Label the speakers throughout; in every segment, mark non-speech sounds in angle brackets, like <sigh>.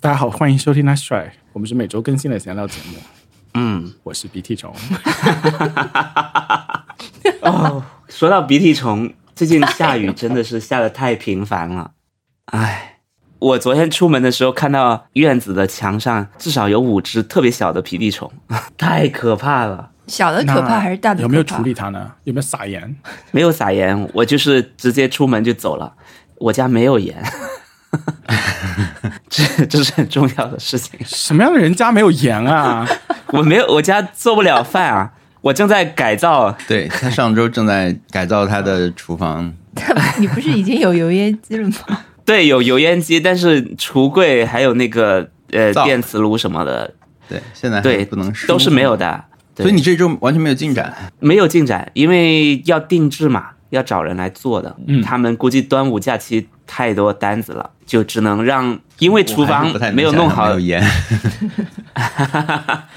Speaker 1: 大家好，欢迎收听《他帅》，我们是每周更新的闲聊节目。
Speaker 2: 嗯，
Speaker 1: 我是鼻涕
Speaker 3: <laughs>
Speaker 1: 虫，
Speaker 2: 哦，说到鼻涕虫，最近下雨真的是下的太频繁了，唉，我昨天出门的时候看到院子的墙上至少有五只特别小的鼻涕虫， <laughs> 太可怕了。
Speaker 3: 小的可怕还是大的可怕？ <laughs>
Speaker 1: 有没有处理它呢？有没有撒盐？
Speaker 2: 没有撒盐，我就是直接出门就走了。我家没有盐， <laughs> 这这是很重要的事情。
Speaker 1: 什么样的人家没有盐啊？ <laughs>
Speaker 2: 我没有，我家做不了饭啊，我正在改造。
Speaker 4: <laughs> 对他上周正在改造他的厨房，
Speaker 3: 你不是已经有
Speaker 2: <laughs>
Speaker 3: 油烟机了吗？
Speaker 2: 对，有油烟机，但是橱柜还有那个呃
Speaker 4: 灶
Speaker 2: 电磁炉什么的，
Speaker 4: 对，现在还
Speaker 2: 对，
Speaker 4: 不能试，
Speaker 2: 都是没有。的。对
Speaker 4: 所以你这周完全没有进展，
Speaker 2: 没有进展，因为要定制嘛，要找人来做的。
Speaker 1: 嗯
Speaker 2: 他们估计端午假期太多单子了，就只能让，因为厨
Speaker 4: 我还
Speaker 2: 房
Speaker 4: 是不太能
Speaker 2: 没有
Speaker 4: 想象
Speaker 2: 弄好
Speaker 4: 没有，盐，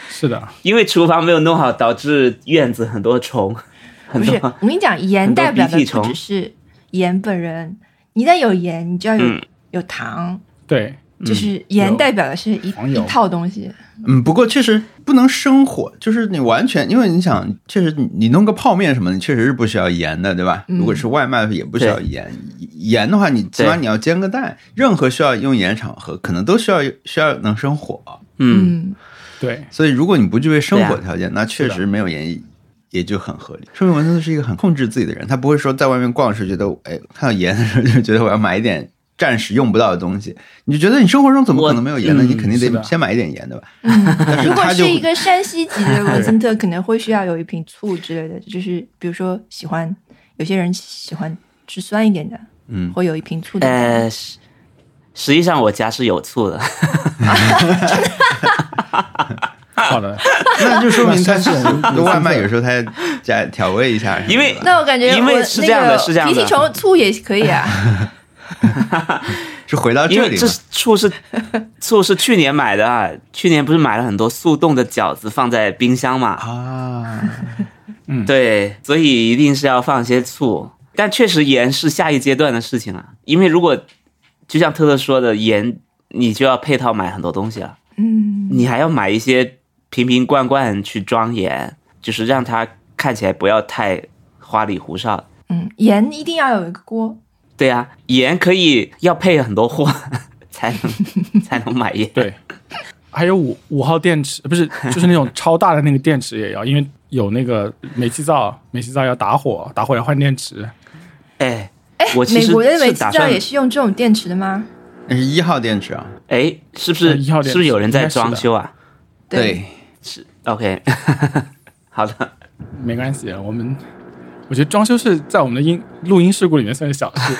Speaker 1: 是的，
Speaker 2: 因为厨房没有弄好，导致院子很多虫，
Speaker 3: 不
Speaker 2: 很
Speaker 3: 是，
Speaker 2: 多。 <laughs>
Speaker 3: 我跟你讲，盐
Speaker 2: 很多
Speaker 3: 代表
Speaker 2: 鼻
Speaker 3: 的
Speaker 2: 涕
Speaker 3: 不
Speaker 2: 虫
Speaker 3: 只是盐本人，你一旦有盐，你就要有、
Speaker 2: 嗯
Speaker 3: 有糖，
Speaker 1: 对，
Speaker 3: 就是盐
Speaker 1: 有
Speaker 3: 代表的是一
Speaker 1: 黄
Speaker 3: 一
Speaker 1: 油
Speaker 3: 套东西。
Speaker 4: 嗯，不过确实不能生火，就是你完全，因为你想，确实你你弄个泡面什么的，你确实是不需要盐的，对吧？
Speaker 3: 嗯
Speaker 4: 如果是外卖也不需要盐，盐的话，你起码
Speaker 2: 对
Speaker 4: 你要煎个蛋，任何需要用盐场合，可能都需要需要能生火。
Speaker 2: 嗯， <laughs>
Speaker 3: 嗯，
Speaker 1: 对，
Speaker 4: 所以如果你不具备生活
Speaker 2: 对啊
Speaker 4: 条件，那确
Speaker 1: 是的
Speaker 4: 实没有演绎。也就很合理，说明文森特是一个很控制自己的人，他不会说在外面逛时觉得，哎，看到盐的时候就觉得我要买一点暂时用不到的东西。你就觉得你生活中怎么可能没有盐
Speaker 2: 我
Speaker 4: 呢？
Speaker 2: 嗯
Speaker 4: 你肯定
Speaker 1: 是的
Speaker 4: 得先买一点盐，对吧？
Speaker 3: 嗯，如果
Speaker 4: 他就是
Speaker 3: 一个山西
Speaker 2: <laughs>
Speaker 3: 籍的文森特，可能会需要有一瓶醋之类的，就是比如说喜欢有些人喜欢吃酸一点的，
Speaker 4: 嗯，
Speaker 3: 会有一瓶醋的。
Speaker 2: 呃，实实际上我家是有醋
Speaker 4: 啊
Speaker 2: 的，
Speaker 3: 啊
Speaker 1: 好的，
Speaker 4: <laughs> 那就说明他
Speaker 1: 那山西人
Speaker 4: 那外卖有时候他加调味一下，
Speaker 2: 因为
Speaker 4: 是吧
Speaker 3: 那我感觉我
Speaker 2: 因为是这样的
Speaker 3: 那个
Speaker 2: 是这样的
Speaker 3: 鼻涕虫醋也可以啊，
Speaker 2: <laughs>
Speaker 4: 是回到
Speaker 2: 因
Speaker 4: 这
Speaker 2: 为
Speaker 4: 里
Speaker 2: 这
Speaker 4: 嘛，
Speaker 2: 是醋是醋是去年买的啊，去年不是买了很多速冻的饺子放在冰箱嘛，
Speaker 4: 啊，
Speaker 2: 对，所以一定是要放些醋，但确实盐是下一阶段的事情啊，因为如果就像特特说的，盐你就要配套买很多东西了，
Speaker 3: 嗯，
Speaker 2: 你还要买一些瓶瓶罐罐去装盐，就是让它看起来不要太花里胡哨。
Speaker 3: 嗯，盐一定要有一个锅，
Speaker 2: 对啊，盐可以要配很多货 <laughs> 才能才能买盐。
Speaker 1: 对，还有五五号电池，呃不是， <laughs> 就是那种超大的那个电池也要，因为有那个煤气灶，煤气灶要打火，打火要换电池，
Speaker 2: 哎，
Speaker 3: 哎，
Speaker 2: 我其
Speaker 3: 美
Speaker 2: 实
Speaker 3: 国的煤
Speaker 2: 是
Speaker 3: 气
Speaker 2: 打
Speaker 3: 灶
Speaker 2: 算
Speaker 3: 也是用这种电池的吗？
Speaker 4: 那是一号电池啊，
Speaker 2: 哎，是不
Speaker 1: 呃
Speaker 2: 是
Speaker 1: 一
Speaker 2: 是
Speaker 1: 号
Speaker 2: 不
Speaker 1: 电池
Speaker 2: 是有人
Speaker 1: 应
Speaker 2: 在
Speaker 1: 该是的
Speaker 2: 装修啊
Speaker 4: 对，
Speaker 2: ？OK，好的，
Speaker 1: 没关系，我们。我觉得装修是在我们的音录音事故里面算是小事，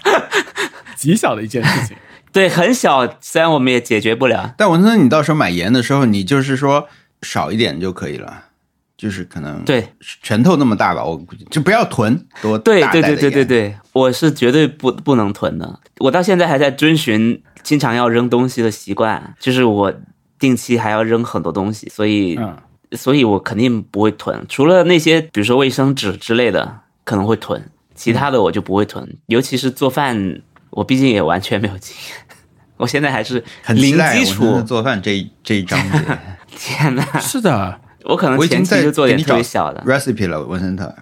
Speaker 1: <laughs> 极小的一件
Speaker 3: <laughs>
Speaker 1: 事情。
Speaker 2: 对，很小，虽然我们也解决不了。
Speaker 4: 但文森特，你到时候买盐的时候，你就是说少一点就可以了，就是可能
Speaker 2: 对
Speaker 4: 拳头那么大吧，我估计就不要囤多
Speaker 2: 对
Speaker 4: 大
Speaker 2: 对
Speaker 4: 袋的
Speaker 2: 对对对
Speaker 4: 盐
Speaker 2: 对，我是绝对不不能囤的。我到现在还在遵循经常要扔东西的习惯，就是我定期还要扔很多东西，所以、
Speaker 1: 嗯，
Speaker 2: 所以我肯定不会囤。除了那些比如说卫生纸之类的可能会囤，其他的我就不会
Speaker 4: 嗯
Speaker 2: 囤。尤其是做饭，我毕竟也完全没有经验， <laughs> 我现在还是
Speaker 4: 很期
Speaker 2: 零
Speaker 4: 待
Speaker 2: 基
Speaker 4: 文森
Speaker 2: 础
Speaker 4: 特。做饭这一这一章
Speaker 2: <laughs>
Speaker 4: 节，
Speaker 2: 天哪，
Speaker 1: 是的，
Speaker 2: 我可能
Speaker 4: 我已
Speaker 2: 前
Speaker 4: 经
Speaker 2: 期
Speaker 4: 在
Speaker 2: 就做
Speaker 4: 给
Speaker 2: 点
Speaker 4: 你
Speaker 2: 特
Speaker 4: 找
Speaker 2: 别小的。
Speaker 4: recipe 了，文森特，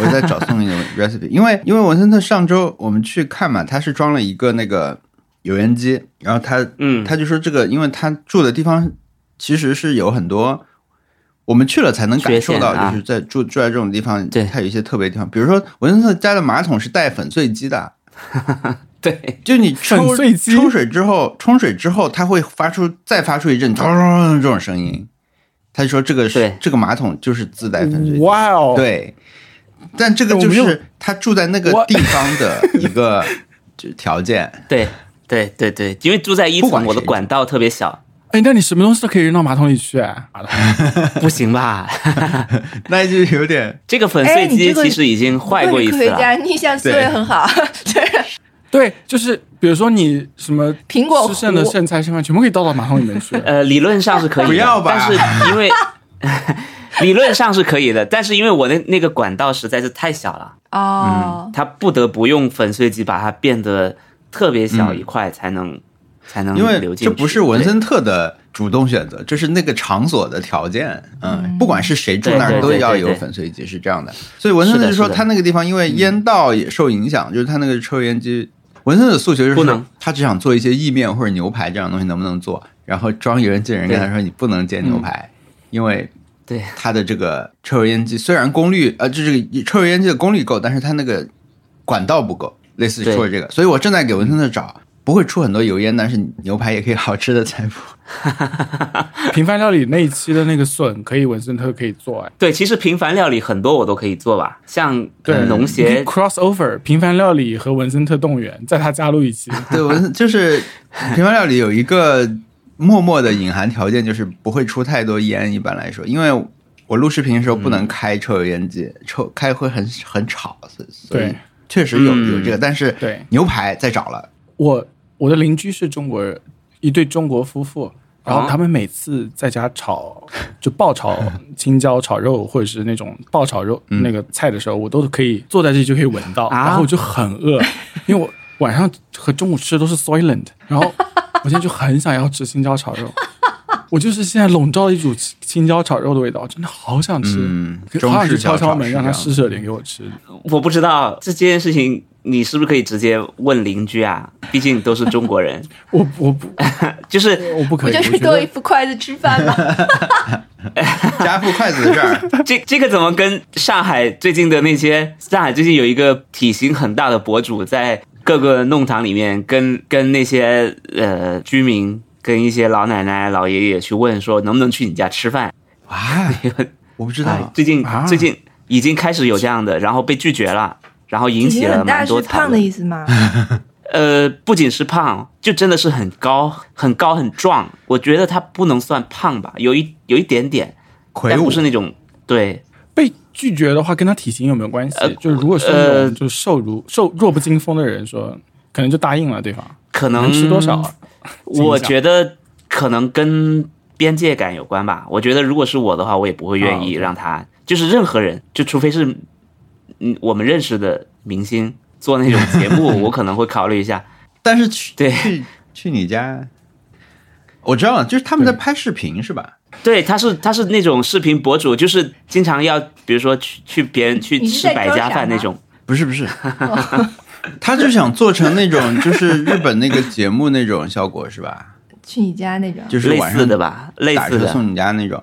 Speaker 4: 我在找送你的 recipe，因为因为文森特上周我们去看嘛，他是装了一个那个油烟机，然后他
Speaker 2: 嗯，
Speaker 4: 他就说这个，因为他住的地方其实是有很多，我们去了才能感受
Speaker 2: 缺陷的
Speaker 4: 到，
Speaker 2: 啊
Speaker 4: 就是在住住在这种地方，
Speaker 2: 对
Speaker 4: 它有一些特别的地方，比如说文森特家的马桶是带粉碎机的，
Speaker 2: 对，
Speaker 4: 就你抽
Speaker 1: 粉碎机
Speaker 4: 冲水之后，冲水之后，它会发出再发出一阵咚咚
Speaker 1: 啊
Speaker 4: 咚咚这种声音。他就说这个是
Speaker 2: 对
Speaker 4: 这个马桶就是自带粉碎机，
Speaker 1: 哇哦，
Speaker 4: 对。但这个就
Speaker 1: 我们
Speaker 4: 是他住在那个
Speaker 1: 我
Speaker 4: 地方的一
Speaker 1: <laughs>
Speaker 4: 个就条件，
Speaker 2: <laughs> 对，对，对，对，因为住在一
Speaker 4: 不管
Speaker 2: 层，我的
Speaker 4: 谁
Speaker 2: 管道特别小，
Speaker 1: 哎，那你什么东西都可以扔到马桶里去、哎马桶
Speaker 2: 不行吧？ <laughs>
Speaker 4: 那就有点
Speaker 2: 这个粉碎
Speaker 3: 哎你
Speaker 2: 机
Speaker 3: 这个
Speaker 2: 其实已经坏过一
Speaker 3: 科
Speaker 2: 次啊
Speaker 3: 学
Speaker 2: 了。。
Speaker 3: 家逆向思维
Speaker 4: 对
Speaker 3: 很好， <laughs> 就是
Speaker 1: 对，就是比如说你什么
Speaker 3: 苹果
Speaker 1: 吃剩的
Speaker 3: 核
Speaker 1: 剩菜剩饭，全部可以倒到马桶里面
Speaker 3: <laughs>
Speaker 1: 去
Speaker 2: 呃，理论上是可以的，
Speaker 4: 不要吧
Speaker 2: 但是因为 <laughs> 理论上是可以的，但是因为我那那个管道实在是太小了，
Speaker 3: 哦，
Speaker 2: 嗯它不得不用粉碎机把它变得特别小
Speaker 4: 嗯
Speaker 2: 一块才能才能
Speaker 4: 因为
Speaker 2: 流进去。
Speaker 4: 这不是文
Speaker 2: 对
Speaker 4: 森特的主动选择，这是那个场所的条件。嗯，
Speaker 3: 嗯
Speaker 4: 不管是谁住那
Speaker 2: 对
Speaker 4: 儿，
Speaker 2: 对
Speaker 4: 都
Speaker 2: 对
Speaker 4: 要
Speaker 2: 对
Speaker 4: 有
Speaker 2: 对
Speaker 4: 粉碎机，是这样的。所以文森特
Speaker 2: 是的
Speaker 4: 就说，
Speaker 2: 是的嗯
Speaker 4: 他那个地方因为烟道也受影响，就是他那个抽烟机。文森特的诉求就是
Speaker 2: 不
Speaker 4: 说
Speaker 2: 能，
Speaker 4: 他只想做一些意面或者牛排这样的东西，能不能做？然后庄园见人跟他说，你不能煎
Speaker 2: 嗯
Speaker 4: 牛排，因为
Speaker 2: 对
Speaker 4: 它的这个抽油烟机虽然功率呃，就是抽油烟机的功率够，但是它那个管道不够，类似于说的这个，所以我正在给文森特找，不会出很多油烟，但是牛排也可以好吃的菜
Speaker 2: <laughs>
Speaker 4: 谱。
Speaker 1: 平凡料理那一期的那个笋可以文森特可以做哎，
Speaker 2: 对，其实平凡料理很多我都可以做吧，像
Speaker 1: 对
Speaker 2: 农协
Speaker 1: crossover 平凡料理和文森特动员，在他加入一期，
Speaker 4: 对，文就是平凡料理有一个默默的隐含条件，就是不会出太多烟。一般来说，因为我录视频的时候不能开抽油烟机，
Speaker 2: 嗯
Speaker 4: 抽开会很很吵，所以所以
Speaker 1: 对
Speaker 4: 确实有
Speaker 2: 嗯
Speaker 4: 有这个，但是
Speaker 1: 对
Speaker 4: 牛排再找了。
Speaker 1: 我我的邻居是中国人，一对中国夫
Speaker 4: 啊
Speaker 1: 妇，然后他们每次在家炒就爆炒青椒炒肉或者是那种爆炒肉、
Speaker 4: 嗯
Speaker 1: 那个菜的时候，我都可以坐在这里就可以闻到，
Speaker 2: 啊
Speaker 1: 然后我就很饿，因为我晚上和中午吃的都是 Soylent，然后我现在就很想要吃青椒炒
Speaker 4: <laughs>
Speaker 1: 肉。我就是现在笼罩一股青椒炒肉的味道，真的好想吃，
Speaker 4: 嗯
Speaker 1: 可
Speaker 4: 中
Speaker 1: 好想去
Speaker 4: 式小
Speaker 1: 敲敲
Speaker 4: 炒
Speaker 1: 门
Speaker 4: 是
Speaker 1: 让
Speaker 4: 这
Speaker 1: 他
Speaker 4: 样
Speaker 1: 施舍点给我吃。
Speaker 2: 我不知道这件事情，你是不是可以直接问邻居啊？毕竟都是中国人， <laughs>
Speaker 1: 我我不
Speaker 2: 就是
Speaker 1: 我不可以，
Speaker 3: 我就
Speaker 4: <laughs>
Speaker 1: 我
Speaker 3: 是
Speaker 1: 觉
Speaker 3: 多一
Speaker 1: 得
Speaker 3: 副筷子吃饭嘛。
Speaker 4: 家父筷子的
Speaker 2: <laughs>
Speaker 4: 事儿，
Speaker 2: 这这个怎么跟上海最近的那些上海最近有一个体型很大的博主在各个弄堂里面跟跟那些呃居民跟一些老奶奶老爷爷去问说能不能去你家吃饭？
Speaker 4: 哇，我不知道。
Speaker 2: 哎最近、
Speaker 1: 啊
Speaker 2: 最近已经开始有这样的，然后被拒绝了，然后 <laughs> 引
Speaker 3: 体
Speaker 2: 起
Speaker 3: 型
Speaker 2: 了蛮
Speaker 3: 很大
Speaker 2: 多
Speaker 3: 是
Speaker 2: 讨
Speaker 3: 胖
Speaker 2: 论
Speaker 3: 的。意思吗？ <laughs>
Speaker 2: 呃，不仅是胖，就真的是很高、很高、很壮。我觉得他不能算胖吧，有一有一点点，
Speaker 4: 魁
Speaker 2: 但
Speaker 4: 梧
Speaker 2: 不是那种对
Speaker 1: 被拒绝的话，跟他体型有没有关系？
Speaker 2: 呃
Speaker 1: 就是如果是那
Speaker 2: 呃
Speaker 1: 种就是瘦如瘦弱不禁风的人说，可能就答应了对方，
Speaker 2: 可
Speaker 1: 能
Speaker 2: 能
Speaker 1: 吃多少？
Speaker 2: 我觉得可能跟边界感有关吧。我觉得如果是我的话，我也不会愿意
Speaker 1: 啊，OK
Speaker 2: 让他，就是任何人，就除非是嗯我们认识的明星做那种节目，我可能会考虑
Speaker 1: <laughs>
Speaker 2: 一下。
Speaker 4: 但是去
Speaker 2: 对
Speaker 4: 去去你家，我知道了，就是他们在拍视频是吧？
Speaker 2: 对，他是他是那种视频博主，就是经常要，比如说去去别人去
Speaker 3: 你是
Speaker 2: 吃
Speaker 3: 在
Speaker 2: 百
Speaker 3: 招
Speaker 2: 家
Speaker 3: 啥
Speaker 2: 饭那
Speaker 3: 吗
Speaker 2: 种。
Speaker 4: 不是不是， <laughs> 他就想做成那种就是日本那个节目那种效果是吧？
Speaker 3: 去你家那种，
Speaker 4: 就是
Speaker 2: 类
Speaker 4: 晚
Speaker 2: 似
Speaker 4: 上
Speaker 2: 的吧，类
Speaker 4: 打
Speaker 2: 似
Speaker 4: 车
Speaker 2: 的。
Speaker 4: 送你家那种。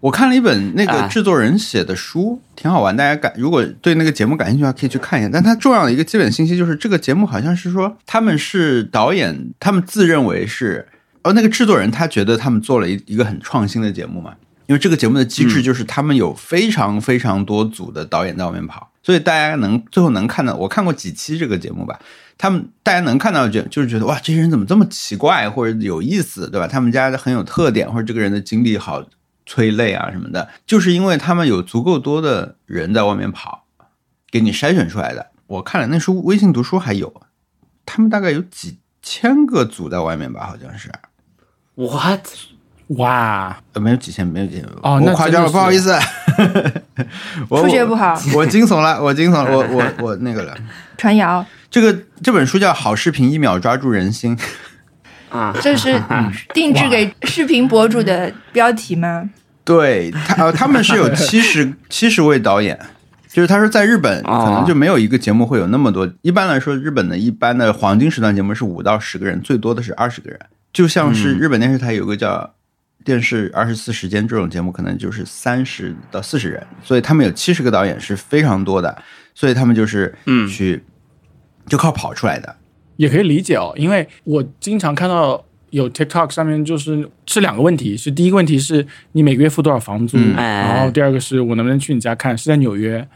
Speaker 4: 我看了一本那个
Speaker 2: 啊
Speaker 4: 制作人写的书，挺好玩。大家感如果对那个节目感兴趣的话，可以去看一下。但它重要的一个基本信息就是，这个节目好像是说他们是导演，他们自认为是哦，那个制作人他觉得他们做了一一个很创新的节目嘛。因为这个节目的机制就是他们有非常非常多组的导演在外面跑，所以大家能最后能看到，我看过几期这个节目吧，他们大家能看到就就是觉得哇，这些人怎么这么奇怪或者有意思，对吧？他们家很有特点，或者这个人的经历好催泪啊什么的，就是因为他们有足够多的人在外面跑，给你筛选出来的。我看了那书，微信读书还有，他们大概有几千个组在外面吧，好像是。
Speaker 2: What？
Speaker 1: 哇，
Speaker 4: 呃，没有几千，没有几千。
Speaker 1: 哦
Speaker 4: 我
Speaker 1: 那
Speaker 4: 夸
Speaker 1: 真的
Speaker 4: 张了，
Speaker 1: 是
Speaker 4: 不好意思，
Speaker 1: <laughs>
Speaker 4: 我
Speaker 3: 数学不好，
Speaker 4: <laughs> 我惊悚了，我惊悚了，我我我那个了。
Speaker 3: 传谣，
Speaker 4: 这个这本书叫《好视频一秒抓住人心》，
Speaker 2: 啊，<laughs>
Speaker 3: 这是定制给视频博主的标题吗？
Speaker 4: 对他呃，他们是有七十七十位导演，就是他说在日本
Speaker 2: 哦
Speaker 4: 可能就没有一个节目会有那么多。一般来说，日本的一般的黄金时段节目是五到十个人，最多的是二十个人。就像是
Speaker 2: 嗯
Speaker 4: 日本电视台有个叫电视二十四时间这种节目，可能就是三十到四十人，所以他们有七十个导演是非常多的，所以他们就是
Speaker 2: 嗯
Speaker 4: 去就靠跑出来的。
Speaker 1: 也可以理解哦，因为我经常看到有 TikTok 上面就是是两个问题，是第一个问题是你每个月付多少房租，
Speaker 4: 嗯
Speaker 2: 哎
Speaker 1: 然后第二个是我能不能去你家看，是在纽约，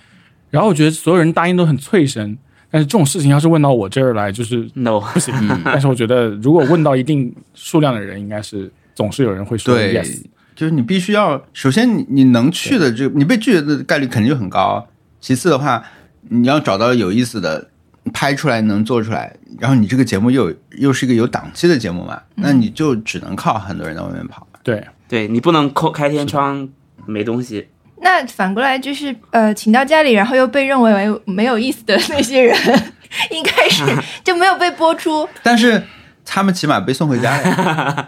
Speaker 1: 然后我觉得所有人答应都很脆生，但是这种事情要是问到我这儿来，就是
Speaker 2: No，
Speaker 1: 不行。但是我觉得如果问到一定数量的人，应该是总是有人会说
Speaker 4: 对
Speaker 1: yes。
Speaker 4: 就是你必须要，首先你你能去的这，你被拒绝的概率肯定就很高。其次的话，你要找到有意思的，拍出来能做出来，然后你这个节目又有又是一个有档期的节目嘛，那你就只能靠很多人在外面跑。
Speaker 1: 对，
Speaker 2: 对你不能扣开天窗，没东西。
Speaker 3: 那反过来就是，呃，请到家里，然后又被认为
Speaker 2: <laughs>
Speaker 3: <laughs> 为没有意思的那些人，应该是就没有被播出。
Speaker 4: 但是他们起码被送回家了呀，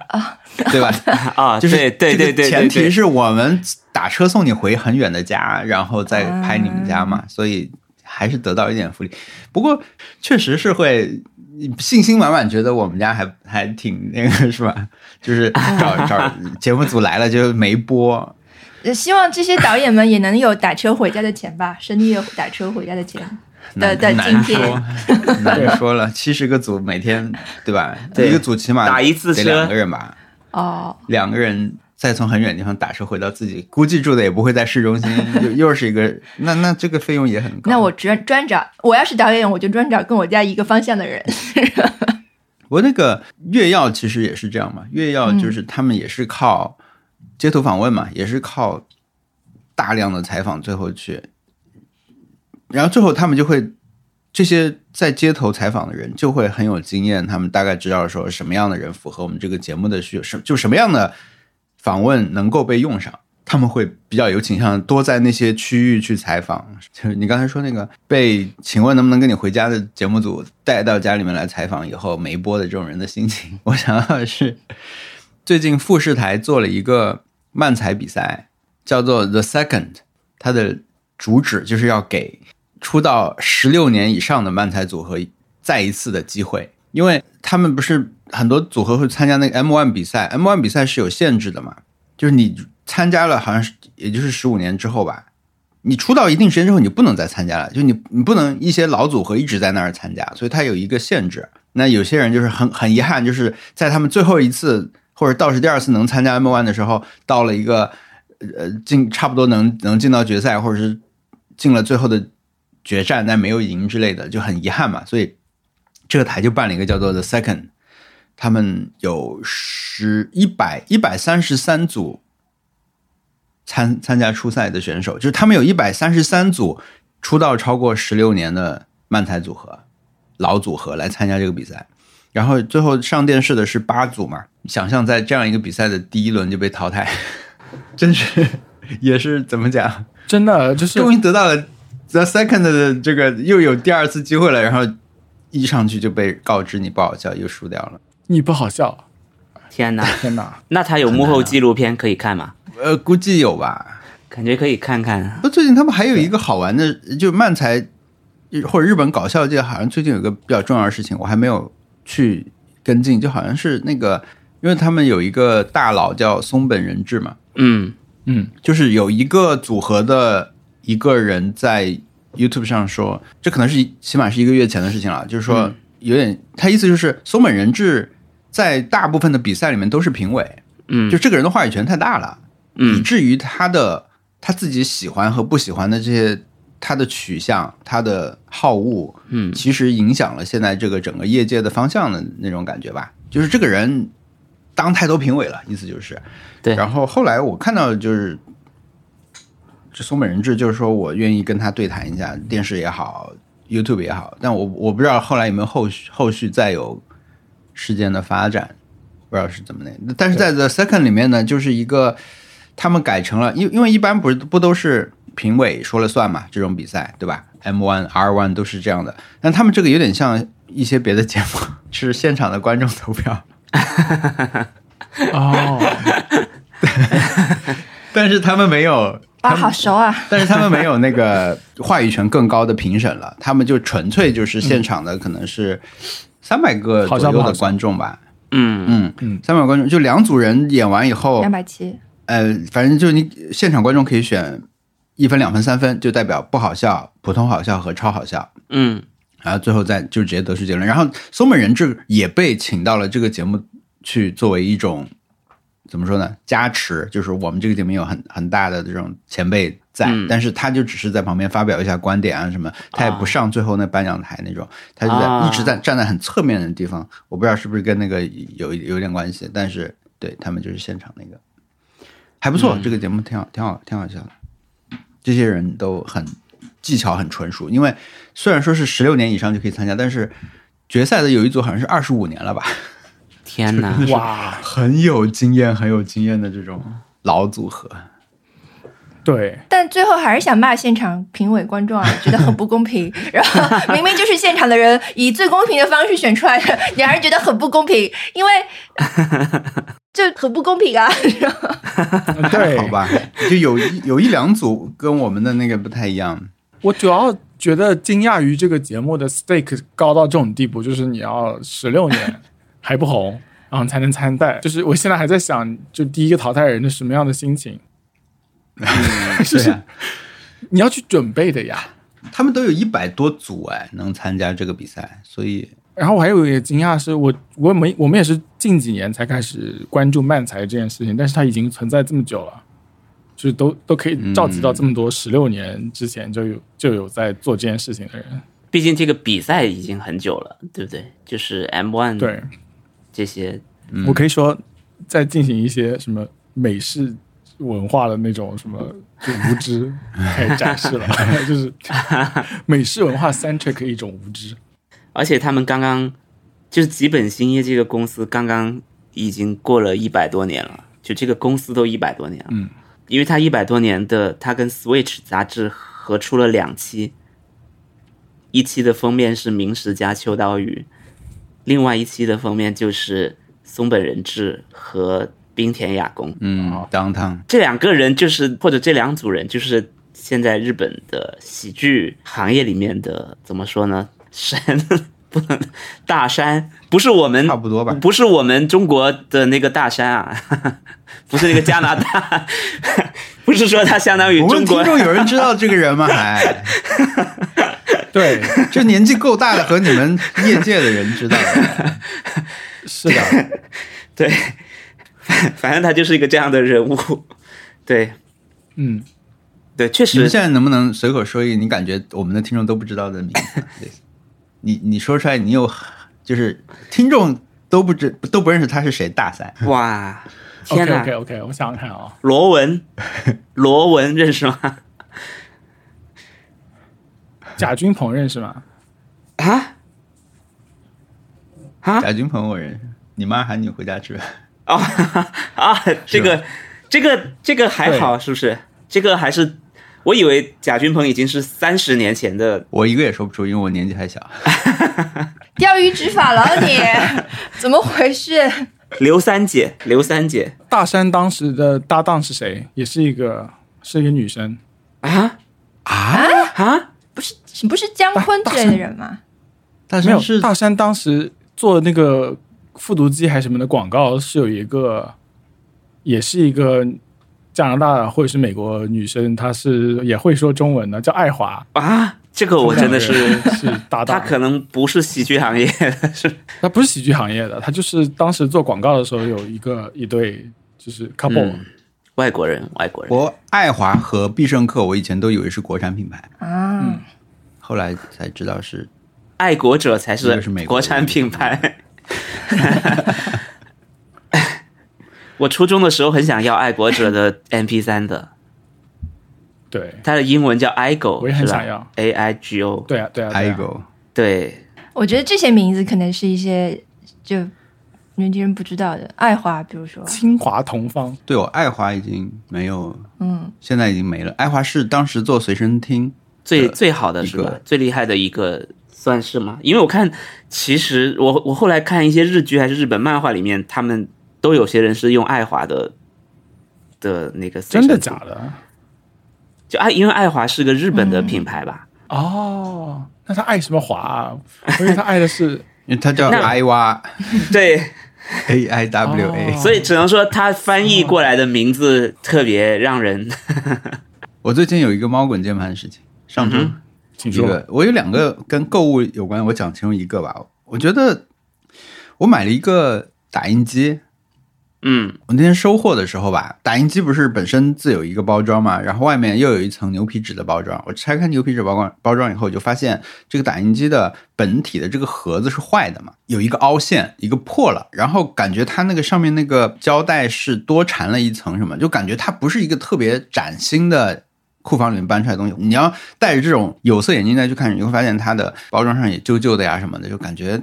Speaker 4: 对吧？
Speaker 2: 啊，
Speaker 4: 就是
Speaker 2: 对对对
Speaker 4: 这个
Speaker 2: 对，
Speaker 4: 前提
Speaker 2: 对
Speaker 4: 是我们打车送你回很远的家，然后再拍你们家嘛，所以还是得到一点福利。不过确实是会信心满满，觉得我们家还还挺那个是吧？就是找找节目组来了就没播，
Speaker 3: 呃希望这些导演们也能有打车回家的钱吧，深夜打车回家的钱的
Speaker 4: 难
Speaker 3: 的津
Speaker 4: 难
Speaker 3: 贴。
Speaker 4: 说难说了。七十个组每天对吧？
Speaker 2: 啊对
Speaker 4: 一个组起码
Speaker 2: 打一次
Speaker 4: 得
Speaker 2: 车
Speaker 4: 两个人吧，
Speaker 3: 哦，
Speaker 4: 两个人。再从很远地方打车回到自己，估计住的也不会在
Speaker 3: <laughs>
Speaker 4: 市中心，又又是一个那那这个费用也很高。
Speaker 3: 那我专专找，我要是导演，我就专找跟我家一个方向的人。
Speaker 4: 我那个越药其实也是这样嘛，越药就是他们也是靠街头访问嘛，
Speaker 3: 嗯
Speaker 4: 也是靠大量的采访，最后去，然后最后他们就会这些在街头采访的人就会很有经验，他们大概知道说什么样的人符合我们这个节目的需求，什就什么样的访问能够被用上。他们会比较有倾向多在那些区域去采访，就是你刚才说那个被“请问能不能跟你回家”的节目组带到家里面来采访以后没播的这种人的心情， <laughs> 我想到的是最近富士台做了一个漫才比赛，叫做 The Second，它的主旨就是要给出道十六年以上的漫才组合再一次的机会，因为他们不是很多组合会参加那个 M1 比赛，M1 比赛是有限制的嘛，就是你参加了，好像是也就是十五年之后吧，你出道一定时间之后，你不能再参加了，就你你不能一些老组合一直在那儿参加，所以它有一个限制。那有些人就是很很遗憾，就是在他们最后一次或者倒数第二次能参加 M1 的时候，到了一个呃进差不多能能进到决赛，或者是进了最后的决战，但没有赢之类的，就很遗憾嘛。所以这个台就办了一个叫做 The Second，他们有十一百一百三十三组参参加初赛的选手，就是他们有一百三十三组出道超过十六年的漫才组合、老组合来参加这个比赛。然后最后上电视的是八组嘛，想象在这样一个比赛的第一轮就被淘汰， <laughs> 真是也是怎么讲，
Speaker 1: 真的就是
Speaker 4: 终于得到了 The Second 的这个又有第二次机会了，然后一上去就被告知你不好笑，又输掉了。
Speaker 1: 你不好笑，
Speaker 2: 天哪！
Speaker 1: 天哪！
Speaker 2: 那他有幕后纪录片可以看吗？
Speaker 4: 呃，估计有吧。
Speaker 2: 感觉可以看看。
Speaker 4: 那最近他们还有一个好玩的，就漫才或者日本搞笑界，好像最近有个比较重要的事情，我还没有去跟进，就好像是那个，因为他们有一个大佬叫松本人志嘛，
Speaker 2: 嗯，
Speaker 1: 嗯，
Speaker 4: 就是有一个组合的一个人在 YouTube 上说，这可能是一起码是一个月前的事情了，就是说
Speaker 2: 嗯
Speaker 4: 有点，他意思就是松本人志在大部分的比赛里面都是评委，
Speaker 2: 嗯
Speaker 4: 就这个人的话语权太大了，以
Speaker 2: 嗯
Speaker 4: 至于他的他自己喜欢和不喜欢的这些他的取向、他的好恶，
Speaker 2: 嗯
Speaker 4: 其实影响了现在这个整个业界的方向的那种感觉吧。就是这个人当太多评委了，意思就是
Speaker 2: 对
Speaker 4: 然后后来我看到就是。这松本人志就是说我愿意跟他对谈一下，电视也好，YouTube 也好，但我我不知道后来有没有后续后续再有事件的发展，不知道是怎么那。但是在 The Second 里面呢，就是一个他们改成了，因因为一般不是不都是评委说了算嘛，这种比赛对吧？M1、R1 都是这样的，但他们这个有点像一些别的节目， <laughs> 是现场的观众投票，
Speaker 1: 哦，
Speaker 4: 但是他们没有
Speaker 3: 哇，好熟啊！
Speaker 4: 但是他们没有那个话语权更高的评审了，他们就纯粹就是现场的可能是三百个左
Speaker 1: 好笑不
Speaker 4: 右
Speaker 1: 好
Speaker 4: 的
Speaker 1: 笑
Speaker 4: 观众吧，
Speaker 2: 嗯
Speaker 4: 嗯
Speaker 1: 嗯
Speaker 4: 三百观众就两组人演完以后
Speaker 3: 两，百七，
Speaker 4: 呃，反正就你现场观众可以选一分、两分、三分，就代表不好笑、普通好笑和超好笑，
Speaker 2: 嗯
Speaker 4: 然后最后再就直接得出结论。然后松本人志也被请到了这个节目去作为一种怎么说呢加持，就是我们这个节目有很很大的这种前辈在，
Speaker 2: 嗯
Speaker 4: 但是他就只是在旁边发表一下观点啊什么，他也不上最后那颁奖台那种，他就在、
Speaker 2: 啊
Speaker 4: 一直在站在很侧面的地方，我不知道是不是跟那个有有点关系，但是对他们就是现场那个还不
Speaker 2: 嗯
Speaker 4: 错，这个节目挺好，挺好，挺好笑的。这些人都很技巧很纯熟，因为虽然说是十六年以上就可以参加，但是决赛的有一组好像是二十五年了吧，
Speaker 1: <laughs>
Speaker 2: 天哪！
Speaker 1: 哇，
Speaker 4: 很有经验、很有经验的这种老组合。
Speaker 1: 对，
Speaker 3: 但最后还是想骂现场评委观众啊，觉得很不公平。 <laughs> 然后明明就是现场的人以最公平的方式选出来的，你还是觉得很不公平，
Speaker 4: <laughs>
Speaker 3: 因为这很不公平啊。 <laughs> 然后
Speaker 1: 对，
Speaker 4: 好吧，就有一有一两组跟我们的那个不太
Speaker 1: <laughs>
Speaker 4: 一样。
Speaker 1: 我主要觉得惊讶于这个节目的 stake 高到这种地步，就是你要十六
Speaker 4: <laughs>
Speaker 1: 年还不红，然后才能参赛。就是我现在还在想，就第一个淘汰人的什么样的心情，
Speaker 4: 嗯
Speaker 1: <laughs>
Speaker 4: 对啊呀、
Speaker 1: 你要去准备的呀。
Speaker 4: 他们都有一百多组哎，能参加这个比赛，所以
Speaker 1: 然后我还有一个惊讶是我，我们我们也是近几年才开始关注漫才这件事情，但是它已经存在这么久了，就是都都可以召集到这么多十六年之前就有就有在做这件事情的人。
Speaker 2: 毕竟这个比赛已经很久了，对不对？就是 M One
Speaker 1: 对
Speaker 2: 这些，
Speaker 1: 我可以说，在进行一些什么美式文化的那种什么就无知开始展
Speaker 2: <laughs>
Speaker 1: 示了，就是美式文化 centric 一种无知。
Speaker 2: 而且他们刚刚就是吉本兴业这个公司刚刚已经过了一百多年了，就这个公司都一百多年了。
Speaker 1: 嗯，
Speaker 2: 因为它一百多年的，它跟 Switch 杂志合出了两期，一期的封面是明石加秋刀鱼，另外一期的封面就是松本人志和冰田雅弓。
Speaker 4: 嗯
Speaker 1: 好，
Speaker 4: 当当
Speaker 2: 这两个人就是，或者这两组人就是现在日本的喜剧行业里面的怎么说呢？神不能大山，不是我们
Speaker 4: 差不多吧。
Speaker 2: 不是我们中国的那个大山啊， <laughs> 不是那个加拿大，不是说它相当于
Speaker 4: 我
Speaker 2: 中
Speaker 4: 问听
Speaker 2: 国。
Speaker 4: 众有人知道这个人吗？还
Speaker 1: 对，
Speaker 4: 这年纪够大的和你们业界的人知道的，
Speaker 1: <laughs> 是的，
Speaker 2: 对，反正他就是一个这样的人物。对
Speaker 1: 嗯，
Speaker 2: 对，确
Speaker 4: 你
Speaker 2: 实
Speaker 4: 们现在能不能随口说一个你感觉我们的听众都不知道的名字？类似你你说出来，你有就是听众都不知都不认识他是谁？大
Speaker 1: 啊
Speaker 4: 赛
Speaker 2: 哇，天
Speaker 1: o
Speaker 2: 哪
Speaker 1: k OK OK，我想想看啊，
Speaker 2: 罗文，罗文认识吗？
Speaker 1: 贾君鹏认识吗？
Speaker 2: 啊啊
Speaker 4: 贾君鹏，我认识。你妈喊你回家吃饭，
Speaker 2: 哦啊，这个这个这个还好，是不是？这个还是我以为贾君鹏已经是三十年前的
Speaker 4: 我一个也说不出，因为我年纪还小。
Speaker 3: 钓鱼执法了你，怎么回事？ <laughs>
Speaker 2: 刘三姐，刘三姐
Speaker 1: 大山当时的搭档是谁？也是一个是一个女生，
Speaker 2: 啊啊啊！
Speaker 3: 不是不是姜昆之类的人吗？
Speaker 4: 大
Speaker 1: 没
Speaker 4: 山
Speaker 1: 有
Speaker 4: 是
Speaker 1: 大山当时做那个复读机还是什么的广告，是有一个，也是一个加拿大或者是美国女生，她是也会说中文的，叫爱华。
Speaker 2: 啊，这个我真的
Speaker 1: 这
Speaker 2: 是
Speaker 1: 两个，人是搭
Speaker 2: 他
Speaker 1: 档，
Speaker 2: 可能不是喜剧行业的，是
Speaker 1: 她不是喜剧行业的，她就是当时做广告的时候有一个一对就是 couple，、
Speaker 2: 嗯外国人，外国人。
Speaker 4: 我爱华和必胜客，我以前都以为是国产品牌，
Speaker 3: 啊，
Speaker 1: 嗯
Speaker 4: 后来才知道是
Speaker 2: 爱国者才
Speaker 4: 这
Speaker 2: 是
Speaker 4: 个是美国
Speaker 2: 国产品牌。 <laughs> 我初中的时候很想要爱国者的 MP 三的，
Speaker 1: 对
Speaker 2: 它的英文叫 IGO，
Speaker 1: 我也很想要
Speaker 2: A I G O。
Speaker 1: 对啊对啊，对啊
Speaker 4: IGO。
Speaker 2: 对，
Speaker 3: 我觉得这些名字可能是一些就年轻人不知道的，爱华，比如说，
Speaker 1: 清华同方，
Speaker 4: 对我爱华已经没有，
Speaker 3: 嗯，
Speaker 4: 现在已经没了。爱华是当时做随身听，
Speaker 2: 最
Speaker 4: 的
Speaker 2: 最好的是
Speaker 4: 一
Speaker 2: 吧
Speaker 4: 个？
Speaker 2: 最厉害的一个算是吗？因为我看，其实我我后来看一些日剧还是日本漫画里面，他们都有些人是用爱华的的那个
Speaker 1: 真的
Speaker 2: 随身
Speaker 1: 假
Speaker 2: 听？
Speaker 1: 的？
Speaker 2: 就爱，因为爱华是个日本的品牌吧？
Speaker 1: 哦，那他爱什么华啊？我以为他爱的是
Speaker 4: 因为它叫
Speaker 2: 那
Speaker 4: i 哇
Speaker 2: 对，
Speaker 4: A I W A。
Speaker 1: 哦
Speaker 2: 所以只能说它翻译过来的名字特别让人
Speaker 4: 我最近有一个猫滚键盘的事情，上周、
Speaker 1: 请
Speaker 4: <laughs> 这
Speaker 1: 说
Speaker 4: 个我有两个跟购物有关，我讲其中一个吧。我觉得我买了一个打印机，
Speaker 2: 嗯
Speaker 4: 我那天收货的时候吧，打印机不是本身自有一个包装嘛，然后外面又有一层牛皮纸的包装。我拆开牛皮纸包装包装以后，我就发现这个打印机的本体的这个盒子是坏的嘛，有一个凹陷，一个破了，然后感觉它那个上面那个胶带是多缠了一层什么，就感觉它不是一个特别崭新的。库房里面搬出来的东西，你要戴着这种有色眼镜再去看，你会发现它的包装上也旧旧的呀什么的，就感觉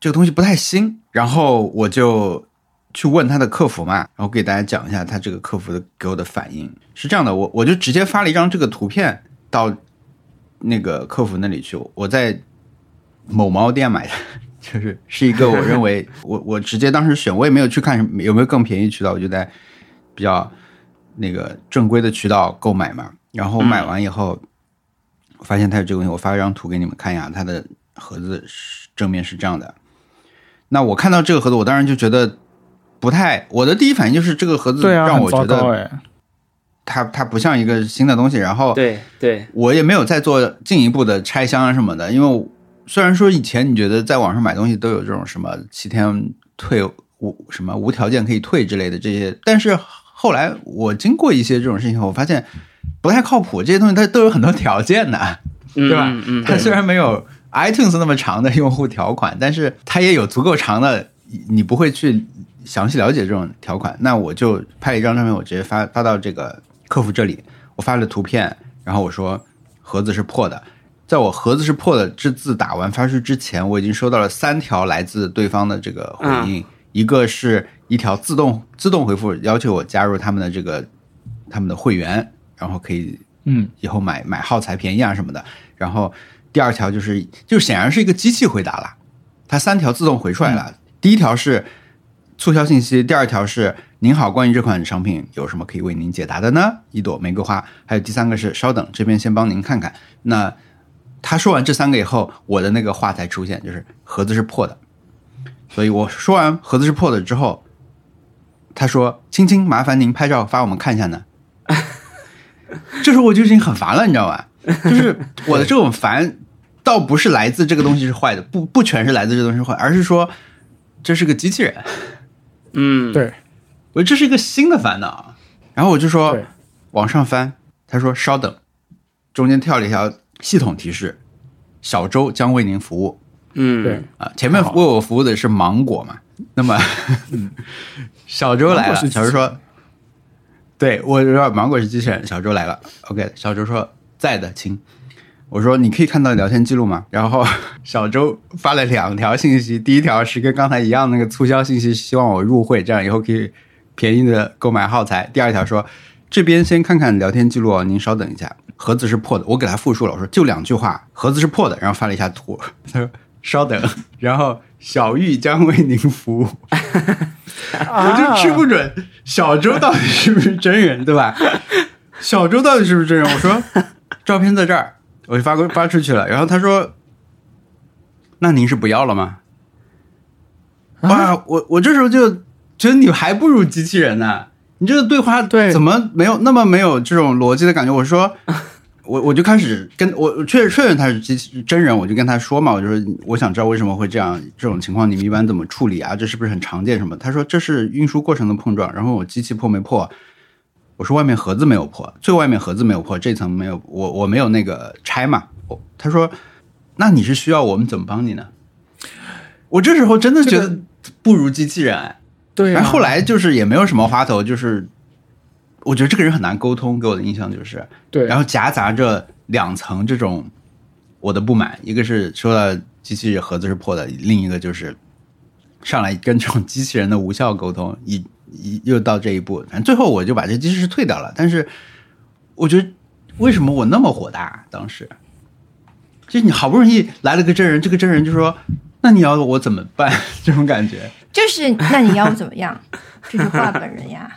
Speaker 4: 这个东西不太新。然后我就去问他的客服嘛，然后给大家讲一下他这个客服的给我的反应是这样的，我我就直接发了一张这个图片到那个客服那里去，我在某猫店买的， <laughs> 就是是一个我
Speaker 1: <laughs>
Speaker 4: 认为我我直接当时选，我也没有去看什么有没有更便宜渠道，我就在比较那个正规的渠道购买嘛，然后买完以后。我发现它有这个东西，我发一张图给你们看一下，它的盒子是正面是这样的。那我看到这个盒子，我当然就觉得不太，我的第一反应就是这个盒子
Speaker 1: 对啊，
Speaker 4: 让我觉
Speaker 1: 很糟糕
Speaker 4: 得
Speaker 1: 哎，
Speaker 4: 它、它不像一个新的东西。然后
Speaker 2: 对对，
Speaker 4: 我也没有再做进一步的拆箱啊什么的，因为我虽然说以前你觉得在网上买东西都有这种什么七天退无什么无条件可以退之类的这些，但是后来我经过一些这种事情后，我发现不太靠谱，这些东西它都有很多条件的。
Speaker 2: 对
Speaker 4: 对吧
Speaker 2: 嗯嗯，
Speaker 4: 它虽然没有 iTunes 那么长的用户条款，但是它也有足够长的，你不会去详细了解这种条款。那我就拍了一张照片，我直接发发到这个客服这里，我发了图片，然后我说盒子是破的。在我盒子是破的这字打完发出去之前，我已经收到了三条来自对方的这个回应，一个是一条自动自动回复要求我加入他们的这个他们的会员，然后可以
Speaker 1: 嗯，
Speaker 4: 以后买买耗材便宜啊什么的。然后第二条就是，就显然是一个机器回答了，它三条自动回出来了。第一条是促销信息，第二条是您好，关于这款商品有什么可以为您解答的呢？一朵玫瑰花，还有第三个是稍等，这边先帮您看看。那他说完这三个以后，我的那个话才出现，就是盒子是破的。所以我说完盒子是破的之后，他说：“青青，麻烦您拍照发我们看一下呢。”这时候我就已经很烦了，你知道吧？就是我的这种烦，倒不是来自这个东西是坏的，不不全是来自这个东西是坏，而是说这是个机器人，
Speaker 2: 嗯，
Speaker 1: 对
Speaker 4: 我这是一个新的烦恼。然后我就说
Speaker 1: 对
Speaker 4: 往上翻，他说稍等，中间跳了一条系统提示，小周将为您服务。
Speaker 1: 对
Speaker 2: 嗯，，
Speaker 4: 啊，前面为我服务的是芒果嘛，那么 <laughs> 小周来
Speaker 1: 嗯芒
Speaker 4: 了，
Speaker 1: 果是机器
Speaker 4: 小周说，对我说芒果是机器人，小周来了，OK，小周说在的，亲，我说你可以看到聊天记录吗？然后 <laughs> 小周发了两条信息，第一条是跟刚才一样那个促销信息，希望我入会，这样以后可以便宜的购买耗材。第二条说这边先看看聊天记录哦，您稍等一下，盒子是破的，我给他复述了，我说就两句话，盒子是破的，然后发了一下图， <laughs> 他说稍等，然后小玉将为您服务。
Speaker 1: 啊
Speaker 4: 我就吃不准小周到底是不是真人，对吧？小周到底是不是真人？我说照片在这儿，我就发过发出去了。然后他说：“那您是不要了吗？”哇，我我这时候就觉得你还不如机器人呢、你这个对话
Speaker 1: 对
Speaker 4: 怎么没有那么没有这种逻辑的感觉？我说。我我就开始跟我我确确认他是机器真人，我就跟他说嘛，我就说我想知道为什么会这样，这种情况你们一般怎么处理啊？这是不是很常见什么？他说这是运输过程的碰撞，然后我机器破没破？我说外面盒子没有破，最外面盒子没有破，这层没有我我没有那个拆嘛。我他说那你是需要我们怎么帮你呢？我这时候真的觉
Speaker 1: 这
Speaker 4: 得不如机器人、哎
Speaker 1: 对啊。
Speaker 4: 然后后来就是也没有什么花头，就是我觉得这个人很难沟通，给我的印象就是，
Speaker 1: 对，
Speaker 4: 然后夹杂着两层这种我的不满，一个是说到机器人盒子是破的，另一个就是上来跟这种机器人的无效沟通，一 <laughs> 一又到这一步，反正最后我就把这机器是退掉了。但是我觉得为什么我那么火大？当时就是你好不容易来了个真人，这个真人就说：“那你要我怎么办？”这种感觉。
Speaker 3: 就是那你要我怎么
Speaker 1: <laughs>
Speaker 3: 样？这是画本人呀。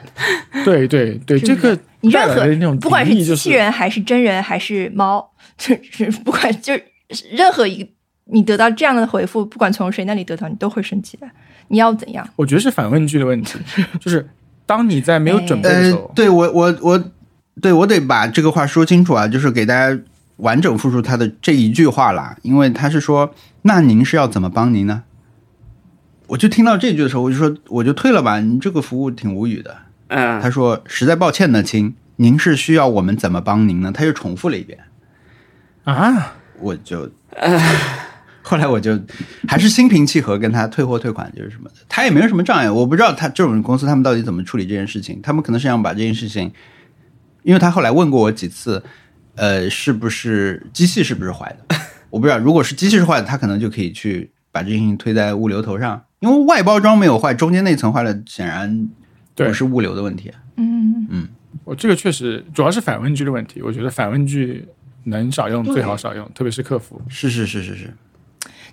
Speaker 1: 对对对，
Speaker 3: 是
Speaker 1: 这
Speaker 3: 不是
Speaker 1: 个
Speaker 3: 你
Speaker 1: 带
Speaker 3: 任
Speaker 1: 来
Speaker 3: 何
Speaker 1: 的那种
Speaker 3: 不管
Speaker 1: 敌
Speaker 3: 是
Speaker 1: 意
Speaker 3: 机
Speaker 1: 就是
Speaker 3: 器人还是真人还是猫， <laughs> 就是不管就是任何一个你得到这样的回复，不管从谁那里得到，你都会生气的。你要怎样？
Speaker 1: 我觉得是反问句的问
Speaker 3: <laughs>
Speaker 1: 题，就是当你在没有准备
Speaker 3: 哎
Speaker 1: 的
Speaker 4: 呃
Speaker 1: 时候，，
Speaker 4: 对我我我，对我得把这个话说清楚啊，就是给大家完整复述他的这一句话啦，因为他是说，那您是要怎么帮您呢？我就听到这句的时候，我就说我就退了吧，你这个服务挺无语的。
Speaker 2: 嗯，
Speaker 4: 他说实在抱歉呢，亲，您是需要我们怎么帮您呢？他又重复了一遍，
Speaker 1: 啊，
Speaker 4: 我就， <laughs> 后来我就还是心平气和跟他退货退款，就是什么的，他也没有什么障碍。我不知道他这种公司他们到底怎么处理这件事情，他们可能是想把这件事情，因为他后来问过我几次，呃，是不是机器 <laughs> 是不是坏的？我不知道，如果是机器是坏的，他可能就可以去把这件事情推在物流头上，因为外包装没有坏，中间那层坏了，显然
Speaker 1: 对
Speaker 4: 不是物流的问题。啊
Speaker 3: 嗯，
Speaker 1: 我这个确实主要是反问句的问题，我觉得反问句能少用最好少用，特别是客服。
Speaker 4: 是是是是是，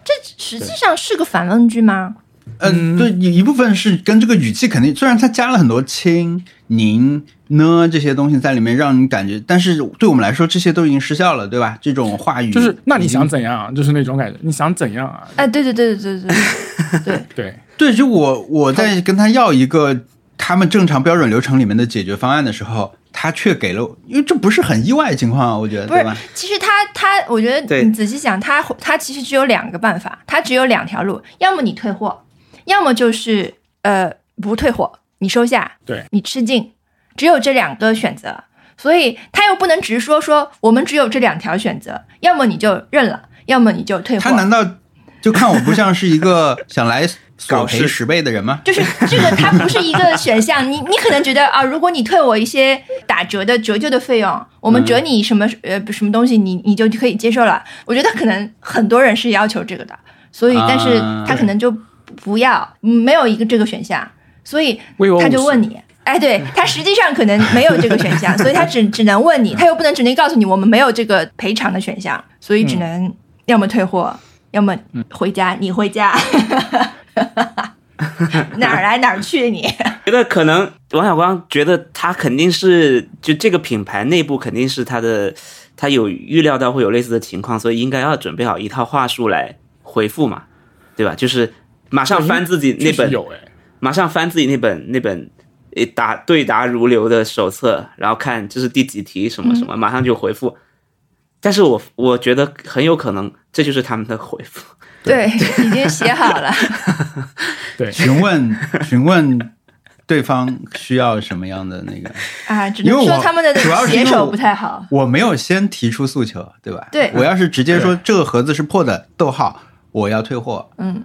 Speaker 3: 这实际上是个反问句吗？
Speaker 4: 嗯，对，一一部分是跟这个语气肯定，虽然它加了很多亲、您、呢这些东西在里面，让你感觉，但是对我们来说，这些都已经失效了，对吧？这种话语
Speaker 1: 就是那你想怎样
Speaker 4: 嗯
Speaker 1: 啊？就是那种感觉，你想怎样啊？
Speaker 3: 哎，对对对对对
Speaker 1: <laughs>
Speaker 3: 对对，
Speaker 1: 对，
Speaker 4: 对，就我我在跟他要一个他们正常标准流程里面的解决方案的时候，他却给了我，因为这不是很意外的情况啊，我觉得，
Speaker 3: 不是
Speaker 4: 对吧？，
Speaker 3: 其实他他，我觉得
Speaker 2: 对
Speaker 3: 你仔细想，他他其实只有两个办法，他只有两条路，要么你退货，要么就是呃不退货，你收下，
Speaker 1: 对
Speaker 3: 你吃尽，只有这两个选择，所以他又不能直说说我们只有这两条选择，要么你就认了，要么你就退
Speaker 4: 他
Speaker 3: 货。
Speaker 4: 难道就看我不像是一个想来索
Speaker 2: 搞
Speaker 4: 赔
Speaker 2: 事
Speaker 4: 十倍的人吗？
Speaker 3: 就是这个，它不是一个选项。你你可能觉得啊，如果你退我一些打折的折旧的费用，我们折你什么、呃什么东西，你你就可以接受了。我觉得可能很多人是要求这个的，所以
Speaker 4: 啊
Speaker 3: 但是他可能就不要，嗯没有一个这个选项，所以
Speaker 1: 为我
Speaker 3: <laughs> 他就
Speaker 1: 50
Speaker 3: 问你。哎，对
Speaker 4: 嗯
Speaker 3: 他实际上可能没有这个选
Speaker 4: <laughs>
Speaker 3: 项，所以他只只能问你，他又不能直接告诉你我们没有这个赔偿的选项，所以
Speaker 4: 嗯
Speaker 3: 只能要么退货，要么回家，你回
Speaker 4: <laughs>
Speaker 3: 家。哪儿来哪儿去你？
Speaker 2: 觉得可能王小光觉得他肯定是就这个品牌内部肯定是他的，他有预料到会有类似的情况，所以应该要准备好一套话术来回复嘛，对吧？就是马上翻自己那
Speaker 1: 确实
Speaker 2: 本，
Speaker 1: 有哎，
Speaker 2: 马上翻自己那本那本诶答对答如流的手册，然后看这是第几题什么什么，马上就回复。但是我我觉得很有可能这就是他们的回复。
Speaker 3: 对，已经写好
Speaker 4: <laughs>
Speaker 3: 了。
Speaker 1: 对，
Speaker 4: 询问 <laughs> 询问对方需要什么样的那个？
Speaker 3: 啊，只
Speaker 4: 因为
Speaker 3: 能
Speaker 4: 我
Speaker 3: 说他们的
Speaker 4: 主要是因
Speaker 3: 写
Speaker 4: 为
Speaker 3: 手
Speaker 4: 我
Speaker 3: 不太好。
Speaker 4: 我没有先提出诉求，对吧？
Speaker 3: 对
Speaker 4: 我要是直接说这个盒子是破的，逗号，我要退货，
Speaker 3: 嗯，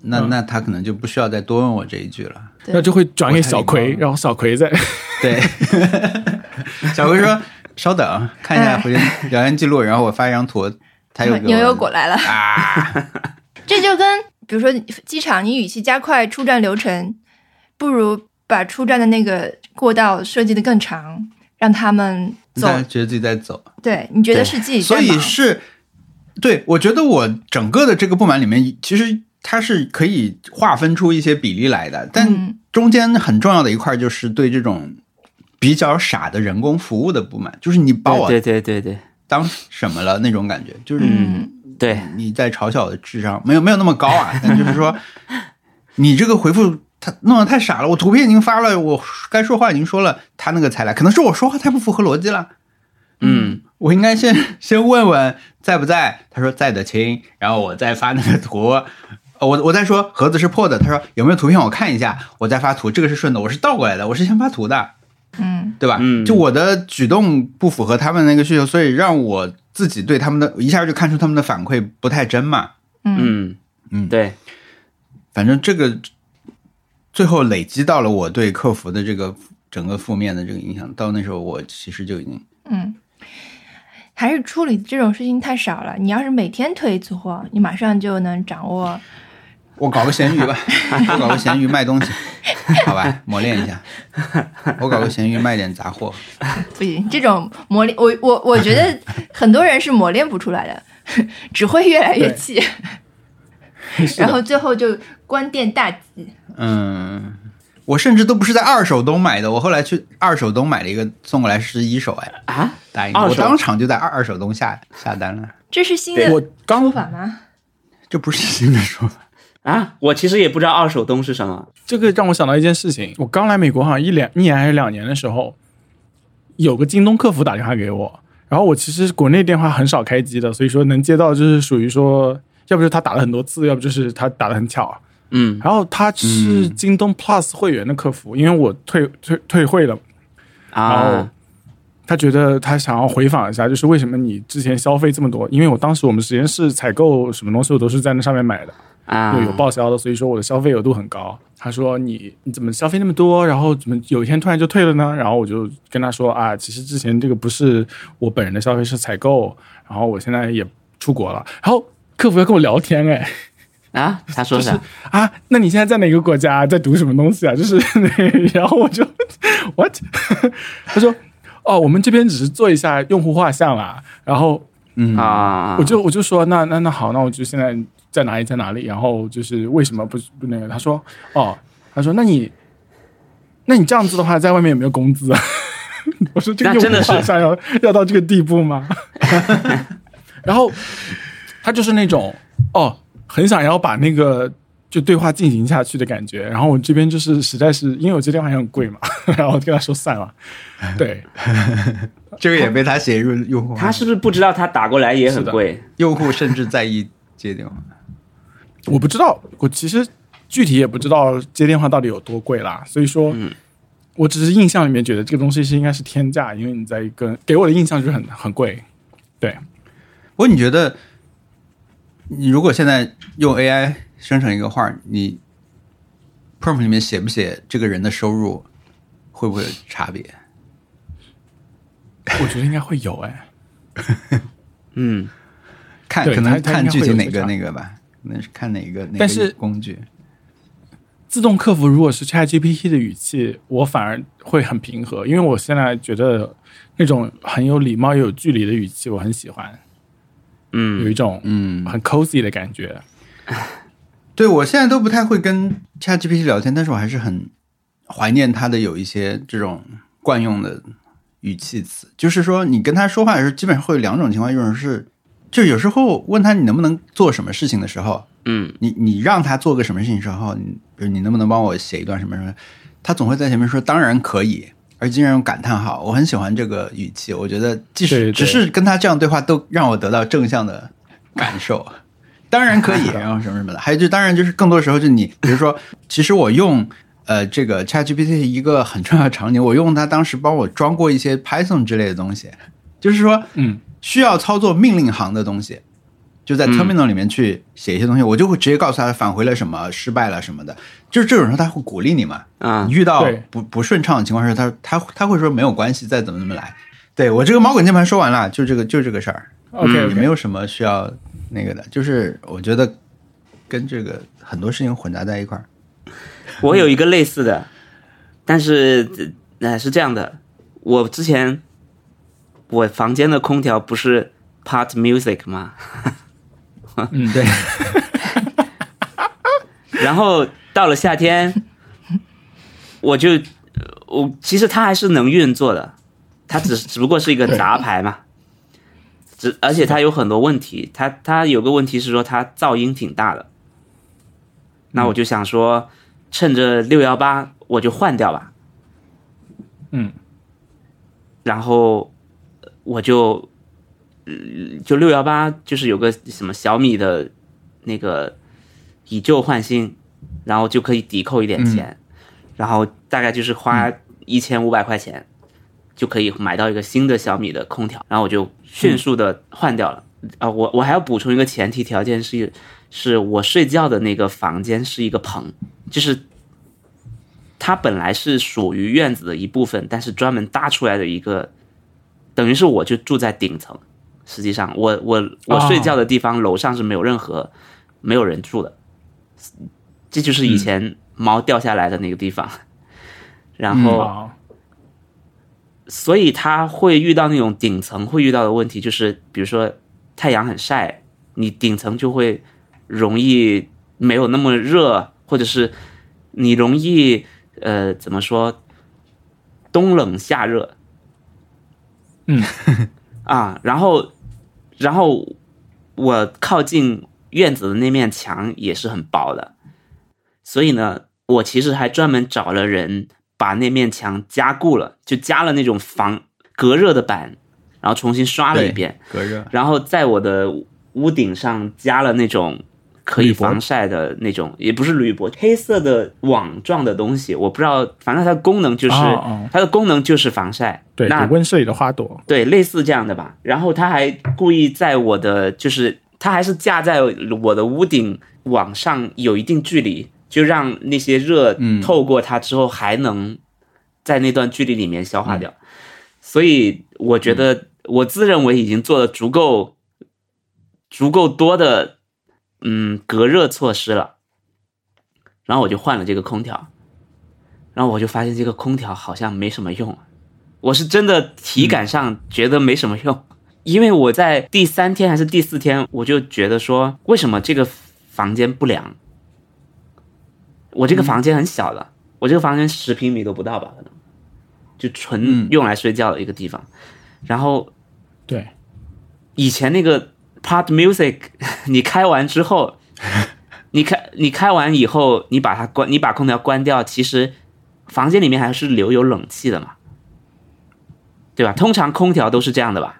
Speaker 4: 那
Speaker 1: 嗯
Speaker 4: 那他可能就不需要再多问我这一句了。
Speaker 3: 对
Speaker 1: 那就会转给小
Speaker 4: 我太
Speaker 1: 葵，
Speaker 4: 礼貌了
Speaker 1: 然后小葵再
Speaker 4: 对， <laughs> 小辉说：“稍等，看一下
Speaker 3: 哎
Speaker 4: 回聊天记录，然后我发一张图，他又给
Speaker 3: <laughs>
Speaker 4: 我
Speaker 3: 牛油果来了，
Speaker 4: 啊，
Speaker 3: <laughs> 这就跟比如说机场，你与其加快出站流程，不如把出站的那个过道设计的更长，让他们走
Speaker 4: 他。觉得自己在走，
Speaker 3: 对，你觉得
Speaker 2: 对
Speaker 3: 是自己
Speaker 4: 所
Speaker 3: 在
Speaker 4: 以
Speaker 3: 忙？
Speaker 4: 是，对我觉得我整个的这个部门里面，其实它是可以划分出一些比例来的，但
Speaker 3: 嗯
Speaker 4: 中间很重要的一块就是对这种。”比较傻的人工服务的不满，就是你把我
Speaker 2: 对对对对
Speaker 4: 当什么了那种感觉，就是
Speaker 3: 嗯，
Speaker 2: 对，
Speaker 4: 你在嘲笑我的智商，没有没有那么高啊，
Speaker 2: <laughs>
Speaker 4: 但就是说，你这个回复他弄得太傻了。我图片已经发了，我该说话已经说了，他那个才来，可能是我说话太不符合逻辑了。
Speaker 2: 嗯，
Speaker 4: 我应该先 <laughs> 先问问在不在，他说在的亲，然后我再发那个图，呃我我再说盒子是破的，他说有没有图片我看一下，我再发图，这个是顺的，我是倒过来的，我是先发图的，
Speaker 3: 嗯，
Speaker 4: 对吧？
Speaker 2: 嗯
Speaker 4: 就我的举动不符合他们那个需求，所以让我自己对他们的一下就看出他们的反馈不太真嘛，
Speaker 2: 嗯
Speaker 4: 嗯
Speaker 2: 对，
Speaker 4: 反正这个最后累积到了我对客服的这个整个负面的这个影响，到那时候我其实就已经
Speaker 3: 还是处理这种事情太少了。你要是每天推一次货，你马上就能掌握。
Speaker 4: 我搞个闲鱼
Speaker 2: <laughs>
Speaker 4: 吧，我搞个闲鱼卖东西，好吧，磨练
Speaker 2: <laughs>
Speaker 4: 一下。我搞个闲鱼卖点杂货，
Speaker 3: 不行，这种磨练，我我我觉得很多人是磨练不出来的， <laughs> 只会越来越气， <laughs> 然后最后就关店大吉。
Speaker 4: 嗯。我甚至都不是在二手东买的，我后来去二手东买了一个送过来是一手哎，
Speaker 2: 啊，
Speaker 4: 答应
Speaker 2: 二
Speaker 4: 我
Speaker 2: 手
Speaker 4: 当场就在二二手东下下单了，
Speaker 3: 这是新
Speaker 1: 我
Speaker 3: 的
Speaker 1: 刚
Speaker 3: 说法吗？
Speaker 4: 这不是新的说法，
Speaker 2: 啊，我其实也不知道二手东是什么。
Speaker 1: 这个让我想到一件事情，我刚来美国好像一两一年还是两年的时候，有个京东客服打电话给我，然后我其实国内电话很少开机的，所以说能接到就是属于说，要不就是他打了很多次，要不就是他打的很巧。
Speaker 2: 嗯
Speaker 1: 然后他是
Speaker 4: 嗯
Speaker 1: 京东 Plus 会员的客服，因为我退退退会了，然后
Speaker 2: 啊，
Speaker 1: 他觉得他想要回访一下，就是为什么你之前消费这么多？因为我当时我们实验室采购什么东西我都是在那上面买的。
Speaker 2: 啊，
Speaker 1: 又有报销的，所以说我的消费额度很高。他说你你怎么消费那么多，然后怎么有一天突然就退了呢？然后我就跟他说啊，其实之前这个不是我本人的消费，是采购，然后我现在也出国了。然后客服要跟我聊天哎，
Speaker 2: 啊，他说啥？
Speaker 1: 啊，那你现在在哪个国家，在读什么东西啊？就是然后我就 <laughs> what？他说哦，我们这边只是做一下用户画像啦。然后
Speaker 2: 啊，
Speaker 1: 嗯我就我就说那那那好，那我就现在在哪里在哪里，然后就是为什么不不那个？他说哦，他说那你那你这样子的话，在外面有没有工资啊？ <laughs> 我说这个
Speaker 2: 那
Speaker 1: 用
Speaker 2: 真的
Speaker 1: 户
Speaker 2: 是
Speaker 1: 画像要要到这个地步吗？ <laughs> 然后他就是那种哦，很想要把那个就对话进行下去的感觉。然后我这边就是实在是因为我这电话也很贵嘛， <laughs> 然后我就跟他说算了，对，
Speaker 4: 这个也被他写入用户，
Speaker 2: 他是不是不知道他打过来也很贵？
Speaker 4: 用户甚至在意接电话。
Speaker 1: 我不知道，我其实具体也不知道接电话到底有多贵啦。所以说，我只是印象里面觉得这个东西是应该是天价，因为你在一个给我的印象就是很很贵。对，
Speaker 4: 不过你觉得，你如果现在用 AI 生成一个画，你 prompt 里面写不写这个人的收入，会不会有差别？
Speaker 1: 我觉得应该会有哎，
Speaker 2: 嗯，
Speaker 4: 看
Speaker 1: 对
Speaker 4: 可能
Speaker 1: 它它应
Speaker 4: 看
Speaker 1: 该会
Speaker 4: 具
Speaker 1: 有
Speaker 4: 体哪
Speaker 1: 这个
Speaker 4: 个
Speaker 1: 差
Speaker 4: 那个吧，那是看哪个哪
Speaker 1: 但
Speaker 4: 个
Speaker 1: 是
Speaker 4: 工具。
Speaker 1: 自动客服如果是 ChatGPT 的语气，我反而会很平和，因为我现在觉得那种很有礼貌又有距离的语气，我很喜欢，
Speaker 2: 嗯
Speaker 1: 有一种
Speaker 4: 嗯，
Speaker 1: 很 cozy 的感觉。
Speaker 4: 对我现在都不太会跟 ChatGPT 聊天，但是我还是很怀念它的有一些这种惯用的语气词。就是说，你跟他说话的时候，基本上会有两种情况，一种是就有时候问他你能不能做什么事情的时候，
Speaker 2: 嗯，
Speaker 4: 你你让他做个什么事情之后，你比如你能不能帮我写一段什么什么，他总会在前面说当然可以，而经常用感叹号。我很喜欢这个语气，我觉得即使
Speaker 1: 对对
Speaker 4: 只是跟他这样对话，都让我得到正向的
Speaker 1: <laughs>
Speaker 4: 感受。当然可以，然后什么什么的，还有就当然就是更多时候就你，比如说，其实我用呃这个 ChatGPT 一个很重要的场景，我用它当时帮我装过一些 Python 之类的东西，就是说
Speaker 1: 嗯，
Speaker 4: 需要操作命令行的东西，就
Speaker 2: 嗯
Speaker 4: 在 terminal 里面去写一些东西，我就会直接告诉他返回了什么，失败了什么的。就是这种时候他会鼓励你嘛。
Speaker 2: 啊
Speaker 4: 你，遇到
Speaker 1: 对
Speaker 4: 不不顺畅的情况下，他他他会说没有关系，再怎么怎么来。对我这个猫滚键盘说完了，就这个就这个事儿
Speaker 1: OK，,
Speaker 4: 也嗯没有什么需要那个的。就是我觉得跟这个很多事情混杂在一块儿。
Speaker 2: 我有一个类似的，但是呃是这样的，我之前我房间的空调不是 Part Music 吗？ <laughs>
Speaker 1: 嗯，
Speaker 4: 对，
Speaker 2: 然后到了夏天，我就我其实它还是能运作的，它只只不过是一个杂牌嘛。只而且它有很多问题，它它有个问题是说它噪音挺大的。那我就想说，趁着六幺八我就换掉吧。
Speaker 1: 嗯，
Speaker 2: 然后呃我就呃就六幺八就是有个什么小米的那个以旧换新，然后就可以抵扣一点钱，然后大概就是花一千五百块钱、就可以买到一个新的小米的空调，然后我就迅速的换掉了。啊、我我还要补充一个前提条件是，是我睡觉的那个房间是一个棚，就是它本来是属于院子的一部分，但是专门搭出来的一个，等于是我就住在顶层。实际上，我我我
Speaker 1: 哦
Speaker 2: 睡觉的地方、楼上是没有任何没有人住的，这就是以前猫掉下来的那个地方。
Speaker 1: 嗯
Speaker 2: 然后、
Speaker 1: 好，
Speaker 2: 所以他会遇到那种顶层会遇到的问题，就是比如说太阳很晒，你顶层就会容易没有那么热，或者是你容易呃怎么说冬冷夏热，
Speaker 1: 嗯
Speaker 2: <laughs> 啊，然后然后我靠近院子的那面墙也是很薄的，所以呢，我其实还专门找了人把那面墙加固了，就加了那种防隔热的板，然后重新刷了一
Speaker 4: 对
Speaker 2: 遍，
Speaker 4: 隔热。
Speaker 2: 然后在我的屋顶上加了那种可以
Speaker 1: 铝箔
Speaker 2: 防晒的那种，也不是铝箔，黑色的网状的东西，我不知道，反正它的功能就是、
Speaker 1: 哦哦
Speaker 2: 它的功能就是防晒。
Speaker 1: 对，
Speaker 2: 那
Speaker 1: 温室里的花朵，
Speaker 2: 对，类似这样的吧。然后他还故意在我的，就是他还是架在我的屋顶往上有一定距离，就让那些热
Speaker 4: 嗯
Speaker 2: 透过它之后，还能在那段距离里面消化掉。
Speaker 1: 嗯
Speaker 2: 所以我觉得我自认为已经做了足够足够多的嗯隔热措施了，然后我就换了这个空调，然后我就发现这个空调好像没什么用，我是真的体感上觉得没什么用，因为我在第三天还是第四天，我就觉得说为什么这个房间不凉？我这个房间很小的，我这个房间十平米都不到吧，可能就纯
Speaker 4: 嗯
Speaker 2: 用来睡觉的一个地方，然后
Speaker 1: 对，
Speaker 2: 以前那个 Part Music，你 <laughs> 开完之
Speaker 4: <laughs>
Speaker 2: 后，你开你开完以后，你把它关，你把空调关掉，其实房间里面还是留有冷气的嘛，对吧？通常空调都是这样的吧？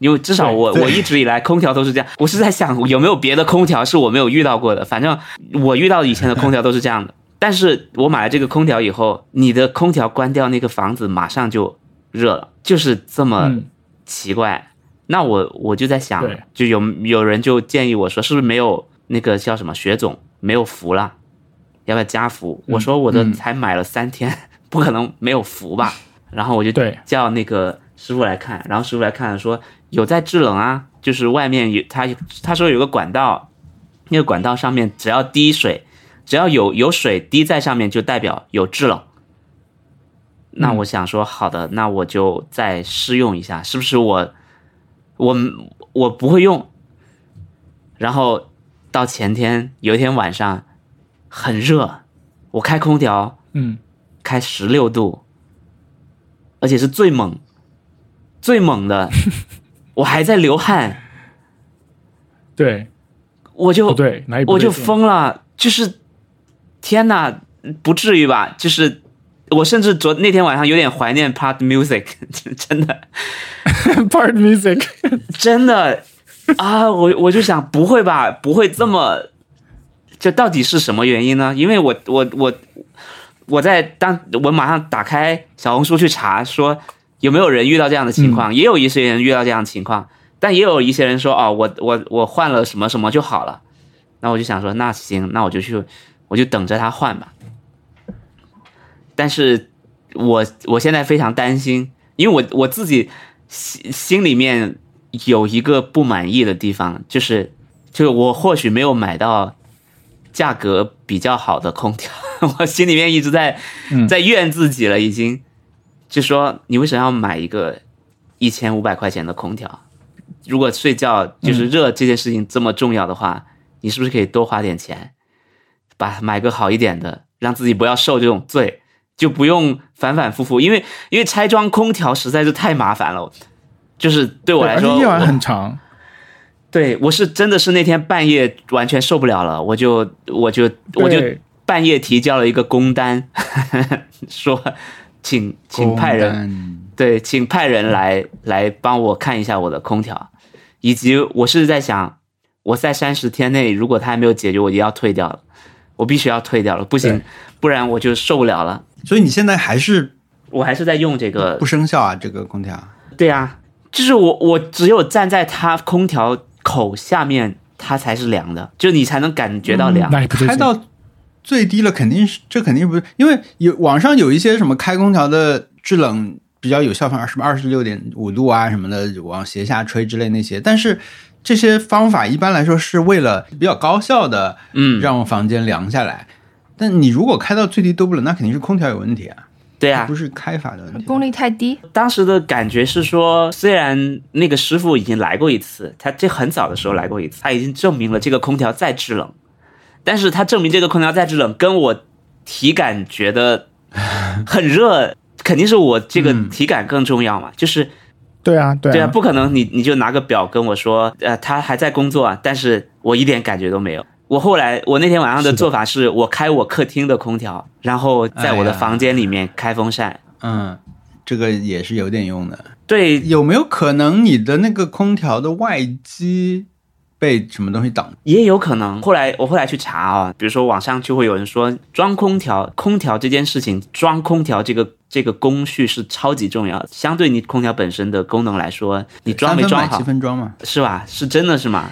Speaker 2: 因为至少我
Speaker 4: 对对
Speaker 2: 我一直以来空调都是这样，我是在想有没有别的空调是我没有遇到过的。反正我遇到以前的空调都是这
Speaker 4: <laughs>
Speaker 2: 样的，但是我买了这个空调以后，你的空调关掉，那个房子马上就热了，就是这么
Speaker 1: 嗯
Speaker 2: 奇怪。那我我就在想
Speaker 1: 对，
Speaker 2: 就有有人就建议我说，是不是没有那个叫什么雪总没有服了，要不要加服？我说我的
Speaker 4: 嗯
Speaker 2: 才买了三天，不可能没有服吧？然后我就
Speaker 1: 对
Speaker 2: 叫那个师傅来看，然后师傅来看说有在制冷啊，就是外面有他他说有个管道，那个管道上面只要滴水，只要有有水滴在上面，就代表有制冷。那我想说，好的，那我就再试用一下，是不是我我我不会用？然后到前天有一天晚上很热，我开空调，
Speaker 1: 嗯，
Speaker 2: 开十六度，而且是最猛、最
Speaker 1: <laughs>
Speaker 2: 猛的，我还在流汗，
Speaker 1: 对，
Speaker 2: 我就
Speaker 1: 不哦对，哪里不
Speaker 2: 哦我就
Speaker 1: 对劲 <laughs>
Speaker 2: 疯了，就是天哪，不至于吧？就是我甚至昨那天晚上有点怀念 Part Music，真 <laughs> 的
Speaker 1: part music，
Speaker 2: <laughs> 真的啊，我我就想不会吧，不会这么，这到底是什么原因呢？因为我我我我在当我马上打开小红书去查，说有没有人遇到这样的情况，也有一些人遇到这样的情况，但也有一些人说哦，我我我换了什么什么就好了。那我就想说，那行，那我就去，我就等着他换吧。但是我我现在非常担心，因为我我自己心心里面有一个不满意的地方，就是就是我或许没有买到价格比较好的空调， <laughs> 我心里面一直在
Speaker 1: 嗯
Speaker 2: 在怨自己了，已经就说你为什么要买一个一千五百块钱的空调？如果睡觉就是热这件事情这么重要的话，你是不是可以多花点钱，把买个好一点的，让自己不要受这种罪，就不用反反复复，因为因为拆装空调实在是太麻烦了，就是对我来
Speaker 1: 而
Speaker 2: 说，
Speaker 1: 且夜晚
Speaker 2: 我
Speaker 1: 很长，
Speaker 2: 对我是真的是那天半夜完全受不了了，我就我就我就
Speaker 1: 对
Speaker 2: 半夜提交了一个工单， <laughs> 说请请派人
Speaker 4: 人，
Speaker 2: 对，请派人来来帮我看一下我的空调，以及我是在想，我在三十天内如果它还没有解决，我就要退掉了，我必须要退掉了，不行
Speaker 1: 对，
Speaker 2: 不然我就受不了了。
Speaker 4: 所以你现在还是
Speaker 2: 我还是在用这个
Speaker 4: 不，生效啊？这个空调，
Speaker 2: 对啊，就是我我只有站在它空调口下面，它才是凉的，就你才能感觉到凉。
Speaker 1: 哪里不对
Speaker 4: 开
Speaker 1: 劲？
Speaker 4: 到最低了，肯定是这肯定不是，因为有网上有一些什么开空调的制冷比较有效方法，什么二十六点五度啊什么的往斜下吹之类那些，但是这些方法一般来说是为了比较高效的
Speaker 2: 嗯，
Speaker 4: 让房间凉下来。但你如果开到最低都不冷，那肯定是空调有问题啊，
Speaker 2: 对啊
Speaker 4: 不，是开法的问
Speaker 1: 嗯
Speaker 4: 题。
Speaker 3: 功率太低，
Speaker 2: 当时的感觉是说，虽然那个师傅已经来过一次，他这很早的时候来过一次，他已经证明了这个空调再制冷，但是他证明这个空调再制冷，跟我体感觉得很热，肯定是我这个体感更重要嘛。就是
Speaker 1: 对啊，对
Speaker 2: 对啊，不可能你你就拿个表跟我说，呃，他还在工作啊，但是我一点感觉都没有。我后来我那天晚上的
Speaker 1: 是的
Speaker 2: 做法是我开我客厅的空调，然后在我的
Speaker 4: 哎呀
Speaker 2: 房间里面开风
Speaker 1: 哎
Speaker 2: 扇。
Speaker 4: 嗯，这个也是有点用的。
Speaker 2: 对，
Speaker 4: 有没有可能你的那个空调的外机被什么东西挡
Speaker 2: 也有可能。后来我后来去查啊，比如说网上就会有人说装空调，空调这件事情，装空调这个这个工序是超级重要的。相对你空调本身的功能来说，你装没装
Speaker 4: 三分买
Speaker 2: 好
Speaker 4: 七，分装嘛？
Speaker 2: 是吧？是真的是吗？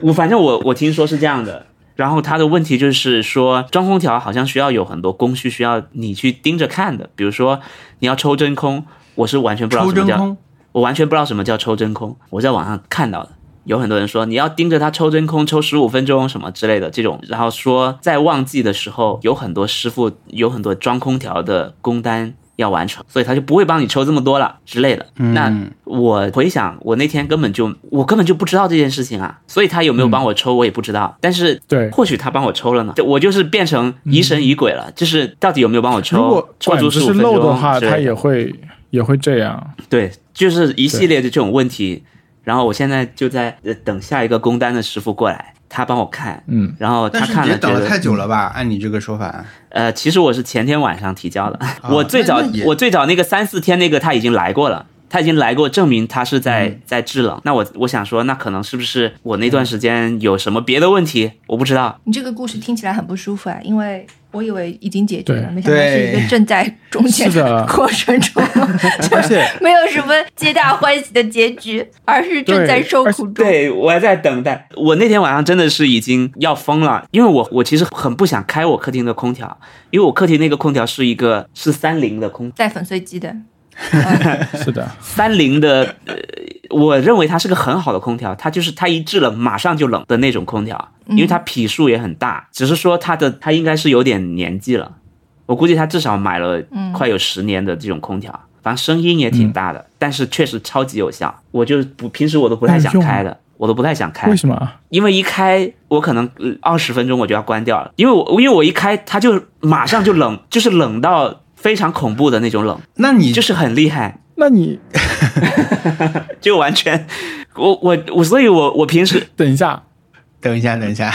Speaker 2: 我反正我我听说是这样的。然后他的问题就是说，装空调好像需要有很多工序需要你去盯着看的，比如说你要抽真空，我是完全不知道
Speaker 4: 抽
Speaker 2: 什么
Speaker 4: 真
Speaker 2: 叫
Speaker 4: 空，
Speaker 2: 我完全不知道什么叫抽真空，我在网上看到的。有很多人说你要盯着它抽真空抽十五分钟什么之类的这种，然后说在旺季的时候有很多师傅有很多装空调的工单要完成，所以他就不会帮你抽这么多了之类的。
Speaker 1: 嗯
Speaker 2: 那我回想，我那天根本就我根本就不知道这件事情啊，所以他有没有帮我抽我也不知道。但是
Speaker 1: 嗯对嗯
Speaker 2: 或许他帮我抽了呢，我就是变成疑神疑鬼了，就是到底有没有帮我
Speaker 1: 如
Speaker 2: 抽
Speaker 1: 果？
Speaker 2: 抽
Speaker 1: 管
Speaker 2: 足
Speaker 1: 子
Speaker 2: 十五
Speaker 1: 是
Speaker 2: 分
Speaker 1: 漏
Speaker 2: 钟
Speaker 1: 的话，
Speaker 2: 之类
Speaker 1: 它也会也会这样。
Speaker 2: 对，就是一系列的这种问题。然后我现在就在呃等下一个工单的师傅过来，他帮我看，
Speaker 1: 嗯，
Speaker 2: 然后哦他
Speaker 4: 但是
Speaker 2: 看
Speaker 4: 你
Speaker 2: 了
Speaker 4: 也
Speaker 2: 觉
Speaker 4: 等了太
Speaker 2: 得，嗯
Speaker 4: 久了吧？按你这个说法，
Speaker 2: 呃，其实我是前天晚上提交的， <laughs> 我最
Speaker 4: 那
Speaker 2: 早
Speaker 4: 那也
Speaker 2: 我最早那个三四天那个他已经来过了。他已经来过，证明他是在、
Speaker 4: 嗯
Speaker 2: 在制冷。那我我想说，那可能是不是我那段时间有什么别的问题？我不知道。
Speaker 3: 你这个故事听起来很不舒服啊，因为我以为已经解决了，
Speaker 1: 对
Speaker 3: 没想到是一个正在中间
Speaker 1: 是的
Speaker 3: 过程中，
Speaker 1: <laughs>
Speaker 3: 就
Speaker 1: 而且
Speaker 3: 没有什么皆大欢喜的结局，而是正在受苦中。
Speaker 2: 对，我还在等待。我那天晚上真的是已经要疯了，因为我我其实很不想开我客厅的空调，因为我客厅那个空调是一个是三菱的空
Speaker 3: 带粉碎机的，
Speaker 1: <laughs> 是的，
Speaker 2: 三菱的，呃，我认为它是个很好的空调，它就是它一制冷马上就冷的那种空调，
Speaker 1: 嗯
Speaker 2: 因为它匹数也很大，只是说它的它应该是有点年纪了，我估计它至少买了
Speaker 1: 嗯
Speaker 2: 快有十年的这种空调，反正声音也挺大的，但是确实超级有效，我就不平时我都不太想
Speaker 1: 那用
Speaker 2: 开的，我都不太想开
Speaker 1: 为，什么？
Speaker 2: 因为一开我可能呃二十分钟我就要关掉了，因为我因为我一开它就马上就冷，就是冷到非常恐怖的那种冷，
Speaker 1: 嗯
Speaker 4: 那你
Speaker 2: 就是很厉害。
Speaker 1: 那你
Speaker 2: 就完全，我我我，所以我我平时
Speaker 1: 等一下，
Speaker 4: 等一下，等一下，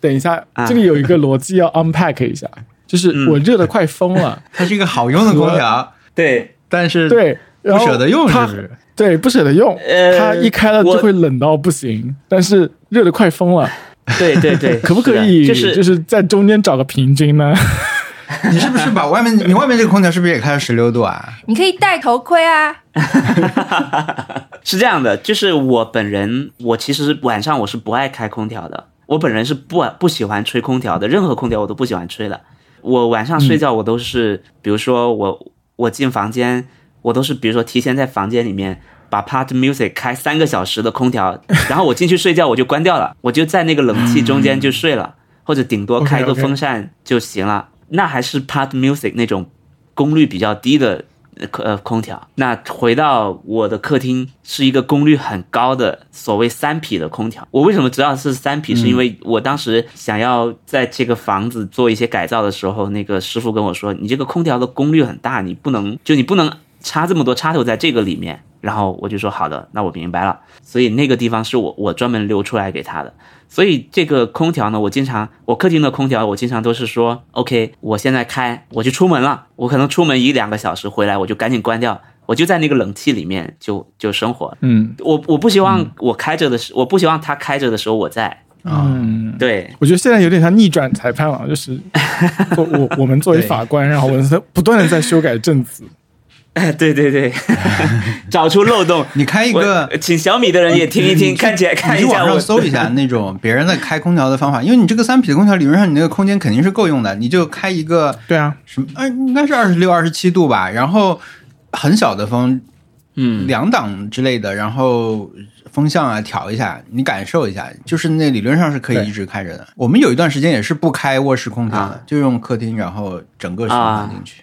Speaker 1: 等一下
Speaker 2: 啊，嗯
Speaker 1: 这里有一个逻辑要 unpack 一下，就是我热的快疯
Speaker 2: <laughs>
Speaker 1: 了，
Speaker 4: 它是一个好用的空调，
Speaker 2: 对
Speaker 4: 但是
Speaker 1: 对，
Speaker 4: 不
Speaker 1: 然后
Speaker 4: 舍得用，
Speaker 1: 它
Speaker 4: 是不是？
Speaker 1: 对不舍得用，
Speaker 2: 呃
Speaker 1: 它一开了就
Speaker 2: 我
Speaker 1: 会冷到不行，但是热的快疯了，
Speaker 2: 对对对，
Speaker 1: <laughs> 可不可
Speaker 2: 是的
Speaker 1: 以
Speaker 2: 就是
Speaker 1: 就是在中间找个平均呢？
Speaker 4: 你是不是把外面你外面这个空调是不是也开了十六度啊？
Speaker 3: 你可以戴头盔啊，
Speaker 2: 是这样的，就是我本人，我其实晚上我是不爱开空调的，我本人是不不喜欢吹空调的，任何空调我都不喜欢吹的。我晚上睡觉我都是，比如说我我进房间，我都是比如说提前在房间里面把 Part Music 开三个小时的空调， <laughs> 然后我进去睡觉我就关掉了，我就在那个冷气中间就睡了，或者顶多
Speaker 1: OK，OK
Speaker 2: 开个风扇就行了。那还是 Part Music 那种功率比较低的呃空呃空调。那回到我的客厅是一个功率很高的所谓三匹的空调。我为什么知道是三匹？是因为我当时想要在这个房子做一些改造的时候，那个师傅跟我说，你这个空调的功率很大，你不能就你不能插这么多插头在这个里面。然后我就说好的，那我明白了。所以那个地方是我我专门留出来给他的。所以这个空调呢，我经常我客厅的空调，我经常都是说，OK，我现在开，我就出门了，我可能出门一两个小时回来，我就赶紧关掉，我就在那个冷气里面就就生活了。
Speaker 1: 嗯
Speaker 2: 我我不希望我开着的时，我不希望它开着的时候我在。
Speaker 1: 嗯，
Speaker 2: 对，
Speaker 1: 我觉得现在有点像逆转裁判了，就是我我我们作为
Speaker 4: 对
Speaker 1: 法官，然后我们在不断的在修改证词，
Speaker 2: 对对对，找出漏洞。
Speaker 4: 你开一
Speaker 2: 我呃
Speaker 4: 个，
Speaker 2: 请小米的人也听一听，
Speaker 4: 你
Speaker 2: 看起来看
Speaker 4: 你
Speaker 2: 一
Speaker 4: 去
Speaker 2: 下
Speaker 4: 网
Speaker 2: 我
Speaker 4: 上。搜一下那种别人的开空调的方法，因为你这个三匹的空调理论上你那个空间肯定是够用的，你就开一个
Speaker 1: 对啊，
Speaker 4: 什么，呃，应该是二十六、二十七度吧，然后很小的风，
Speaker 2: 嗯，
Speaker 4: 两档之类的，然后风向啊调一下，你感受一下，就是那理论上是可以一直开着的。我们有一段时间也是不开卧室空调的，
Speaker 2: 啊
Speaker 4: 就用客厅，然后整个循环进去。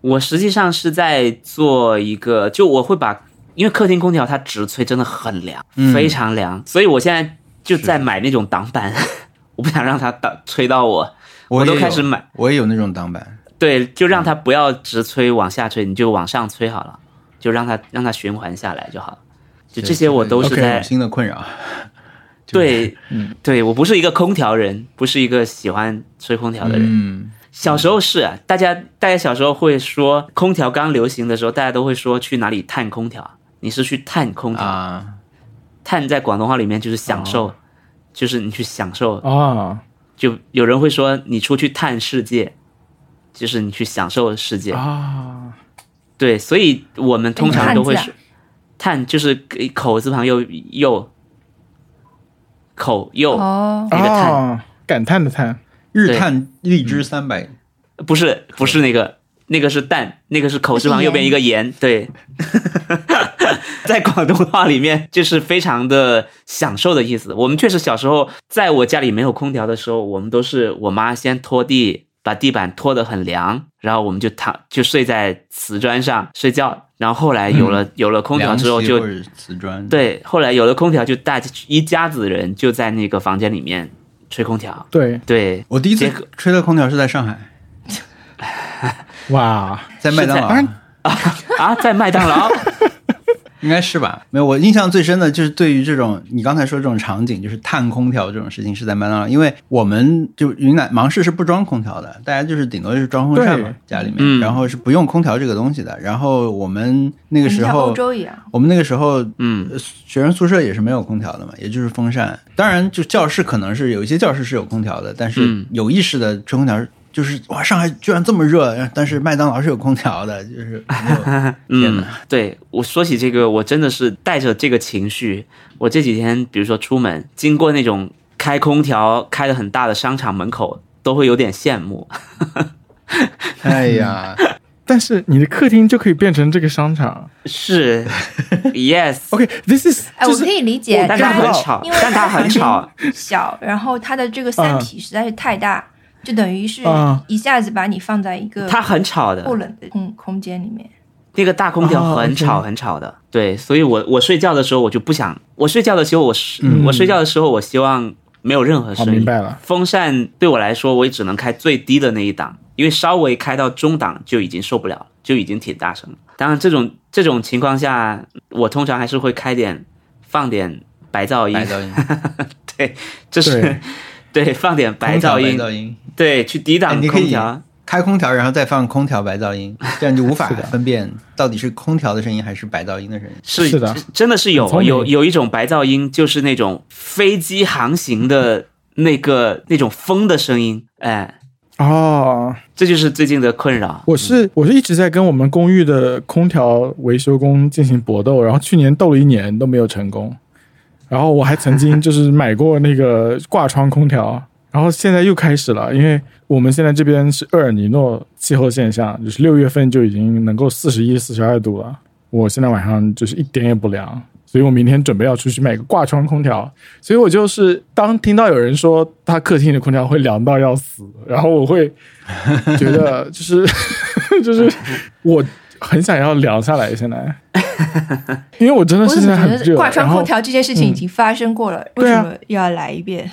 Speaker 2: 我实际上是在做一个，就我会把，因为客厅空调它直吹真的很凉，
Speaker 4: 嗯
Speaker 2: 非常凉，所以我现在就在买那种挡板， <laughs> 我不想让它挡吹到我，
Speaker 4: 我
Speaker 2: 都
Speaker 4: 也
Speaker 2: 开
Speaker 4: 有
Speaker 2: 始买，
Speaker 4: 我也有那种挡板，
Speaker 2: 对，就让它不要直吹往下吹，你就往上吹好了，就让它让它循环下来就好了。就这些我都是
Speaker 4: 这
Speaker 2: 在
Speaker 4: 种新的困扰。
Speaker 2: 对，
Speaker 4: 嗯
Speaker 2: 对我不是一个空调人，不是一个喜欢吹空调的人。
Speaker 4: 嗯，
Speaker 2: 小时候是啊，大家大家小时候会说，空调刚流行的时候，大家都会说去哪里探空调，啊你是去探空调，
Speaker 4: 啊，
Speaker 2: 探在广东话里面就是享受，就是你去享受，
Speaker 1: 啊
Speaker 2: 就有人会说你出去探世界，就是你去享受世界，
Speaker 1: 啊，
Speaker 2: 对，所以我们通常都会
Speaker 3: 哎你
Speaker 2: 说，探就是口字旁右右，口右、
Speaker 3: 哦，
Speaker 2: 那个碳
Speaker 1: 啊，感叹的叹，
Speaker 4: 日
Speaker 2: 嗯
Speaker 4: 探荔枝三百，
Speaker 2: 不是不是那个，那个是蛋，那个是口字旁右边一个盐，对， <laughs> 在广东话里面就是非常的享受的意思。我们确实小时候，在我家里没有空调的时候，我们都是我妈先拖地，把地板拖得很凉，然后我们就躺就睡在瓷砖上睡觉。然后后来有了、有了空调之后
Speaker 4: 嗯凉席
Speaker 2: 就，
Speaker 4: 或者瓷砖，，
Speaker 2: 对，后来有了空调就大家一家子人就在那个房间里面吹空调。
Speaker 1: 对，
Speaker 2: 对，
Speaker 4: 我第一次
Speaker 2: 结果
Speaker 4: 吹的空调是在上海，
Speaker 1: 哇，
Speaker 4: 在麦当劳
Speaker 2: 是在啊，在麦当劳
Speaker 4: 应该是吧？没有，我印象最深的就是对于这种你刚才说这种场景，就是探空调这种事情是在麦当劳，因为我们就云南芒市是不装空调的，大家就是顶多就是装风扇嘛
Speaker 1: 对，
Speaker 4: 家里面，
Speaker 2: 嗯
Speaker 4: 然后是不用空调这个东西的。然后我们那个时
Speaker 3: 像
Speaker 4: 候
Speaker 3: 欧，洲一样，
Speaker 4: 我们那个时候，
Speaker 2: 嗯
Speaker 4: 呃，学生宿舍也是没有空调的嘛，也就是风扇。当然，就教室可能是有一些教室是有空调的，但是
Speaker 2: 嗯
Speaker 4: 有意识的吹空调就是哇，上海居然这么热，但是麦当劳是有空调的，就是没 <laughs> 有天
Speaker 2: 嗯
Speaker 4: 哪，
Speaker 2: 对我说起这个，我真的是带着这个情绪。我这几天，比如说出门，经过那种开空调开的很大的商场门口，都会有点羡慕。
Speaker 4: 哎呀。
Speaker 1: 但是你的客厅就可以变成这个商场。
Speaker 2: 是 <laughs> ，yes，
Speaker 1: OK，this、is
Speaker 3: 哎，
Speaker 1: 就
Speaker 3: 我
Speaker 1: 是
Speaker 3: 可以理解，
Speaker 1: 我
Speaker 2: 哦但
Speaker 1: 知
Speaker 2: 它
Speaker 1: 道
Speaker 2: 很吵
Speaker 3: 因为，
Speaker 2: 但它很吵。
Speaker 3: 小，然后它的这个散体实在是太大，就等于是
Speaker 1: 嗯
Speaker 3: 一下子把你放在一个
Speaker 2: 它很吵
Speaker 3: 不
Speaker 2: 的，
Speaker 3: 冷的空空间里面。
Speaker 2: 那个大空调很
Speaker 1: 哦
Speaker 2: 吵
Speaker 1: ，OK
Speaker 2: 很吵的，对，所以我我睡觉的时候我就不想，我睡觉的时候我是、
Speaker 1: 嗯
Speaker 2: 我睡觉的时候我希望没有任何
Speaker 1: 好
Speaker 2: 声
Speaker 1: 明
Speaker 2: 音，
Speaker 1: 白了，
Speaker 2: 风扇对我来说，我也只能开最低的那一档，因为稍微开到中档就已经受不了了，就已经挺大声了。当然，这种这种情况下，我通常还是会开点，放点白噪音，
Speaker 4: 白噪音，
Speaker 2: 这是
Speaker 1: 对
Speaker 2: 对，放点白噪音，
Speaker 4: <laughs> 空调白噪音，
Speaker 2: <laughs> 对，去抵
Speaker 4: 哎
Speaker 2: 挡
Speaker 4: 你可以
Speaker 2: 空调。
Speaker 4: 开空调然后再放空调白噪
Speaker 1: <laughs>
Speaker 4: 音，这样就无法
Speaker 1: 是的
Speaker 4: 分辨到底是空调的声音还是白噪音的声音。
Speaker 2: 是
Speaker 1: 是的，
Speaker 2: 真的是
Speaker 1: 很
Speaker 2: 有
Speaker 1: 聪明
Speaker 2: 有有一种白噪音，就是那种飞机航行的那个那种风的声音，哎，
Speaker 1: 哦，
Speaker 2: 这就是最近的困扰。
Speaker 1: 我是我是一直在跟我们公寓的空调维修工进行搏斗，然后去年斗了一年都没有成功，然后我还曾经就是买过那个挂窗空调，然后现在又开始了，因为我们现在这边是厄尔尼诺气候现象，就是六月份就已经能够四十一、四十二度了，我现在晚上就是一点也不凉，所以我明天准备要出去买个挂窗空调，所以我就是当听到有人说他客厅里的空调会凉到要死，然后我
Speaker 3: <laughs>
Speaker 1: 会觉得就是 <laughs> 就是我很想要凉下来，
Speaker 3: <laughs>
Speaker 1: 现在，因为我真的
Speaker 3: 我
Speaker 1: 是
Speaker 3: 怎
Speaker 1: 现
Speaker 3: 么
Speaker 1: 在很
Speaker 3: 觉
Speaker 1: 热，
Speaker 3: 得挂窗
Speaker 1: 然后嗯
Speaker 3: 空调这件事情已经发生过了，为
Speaker 1: 对
Speaker 3: 什
Speaker 1: 啊
Speaker 3: 么又要来一遍？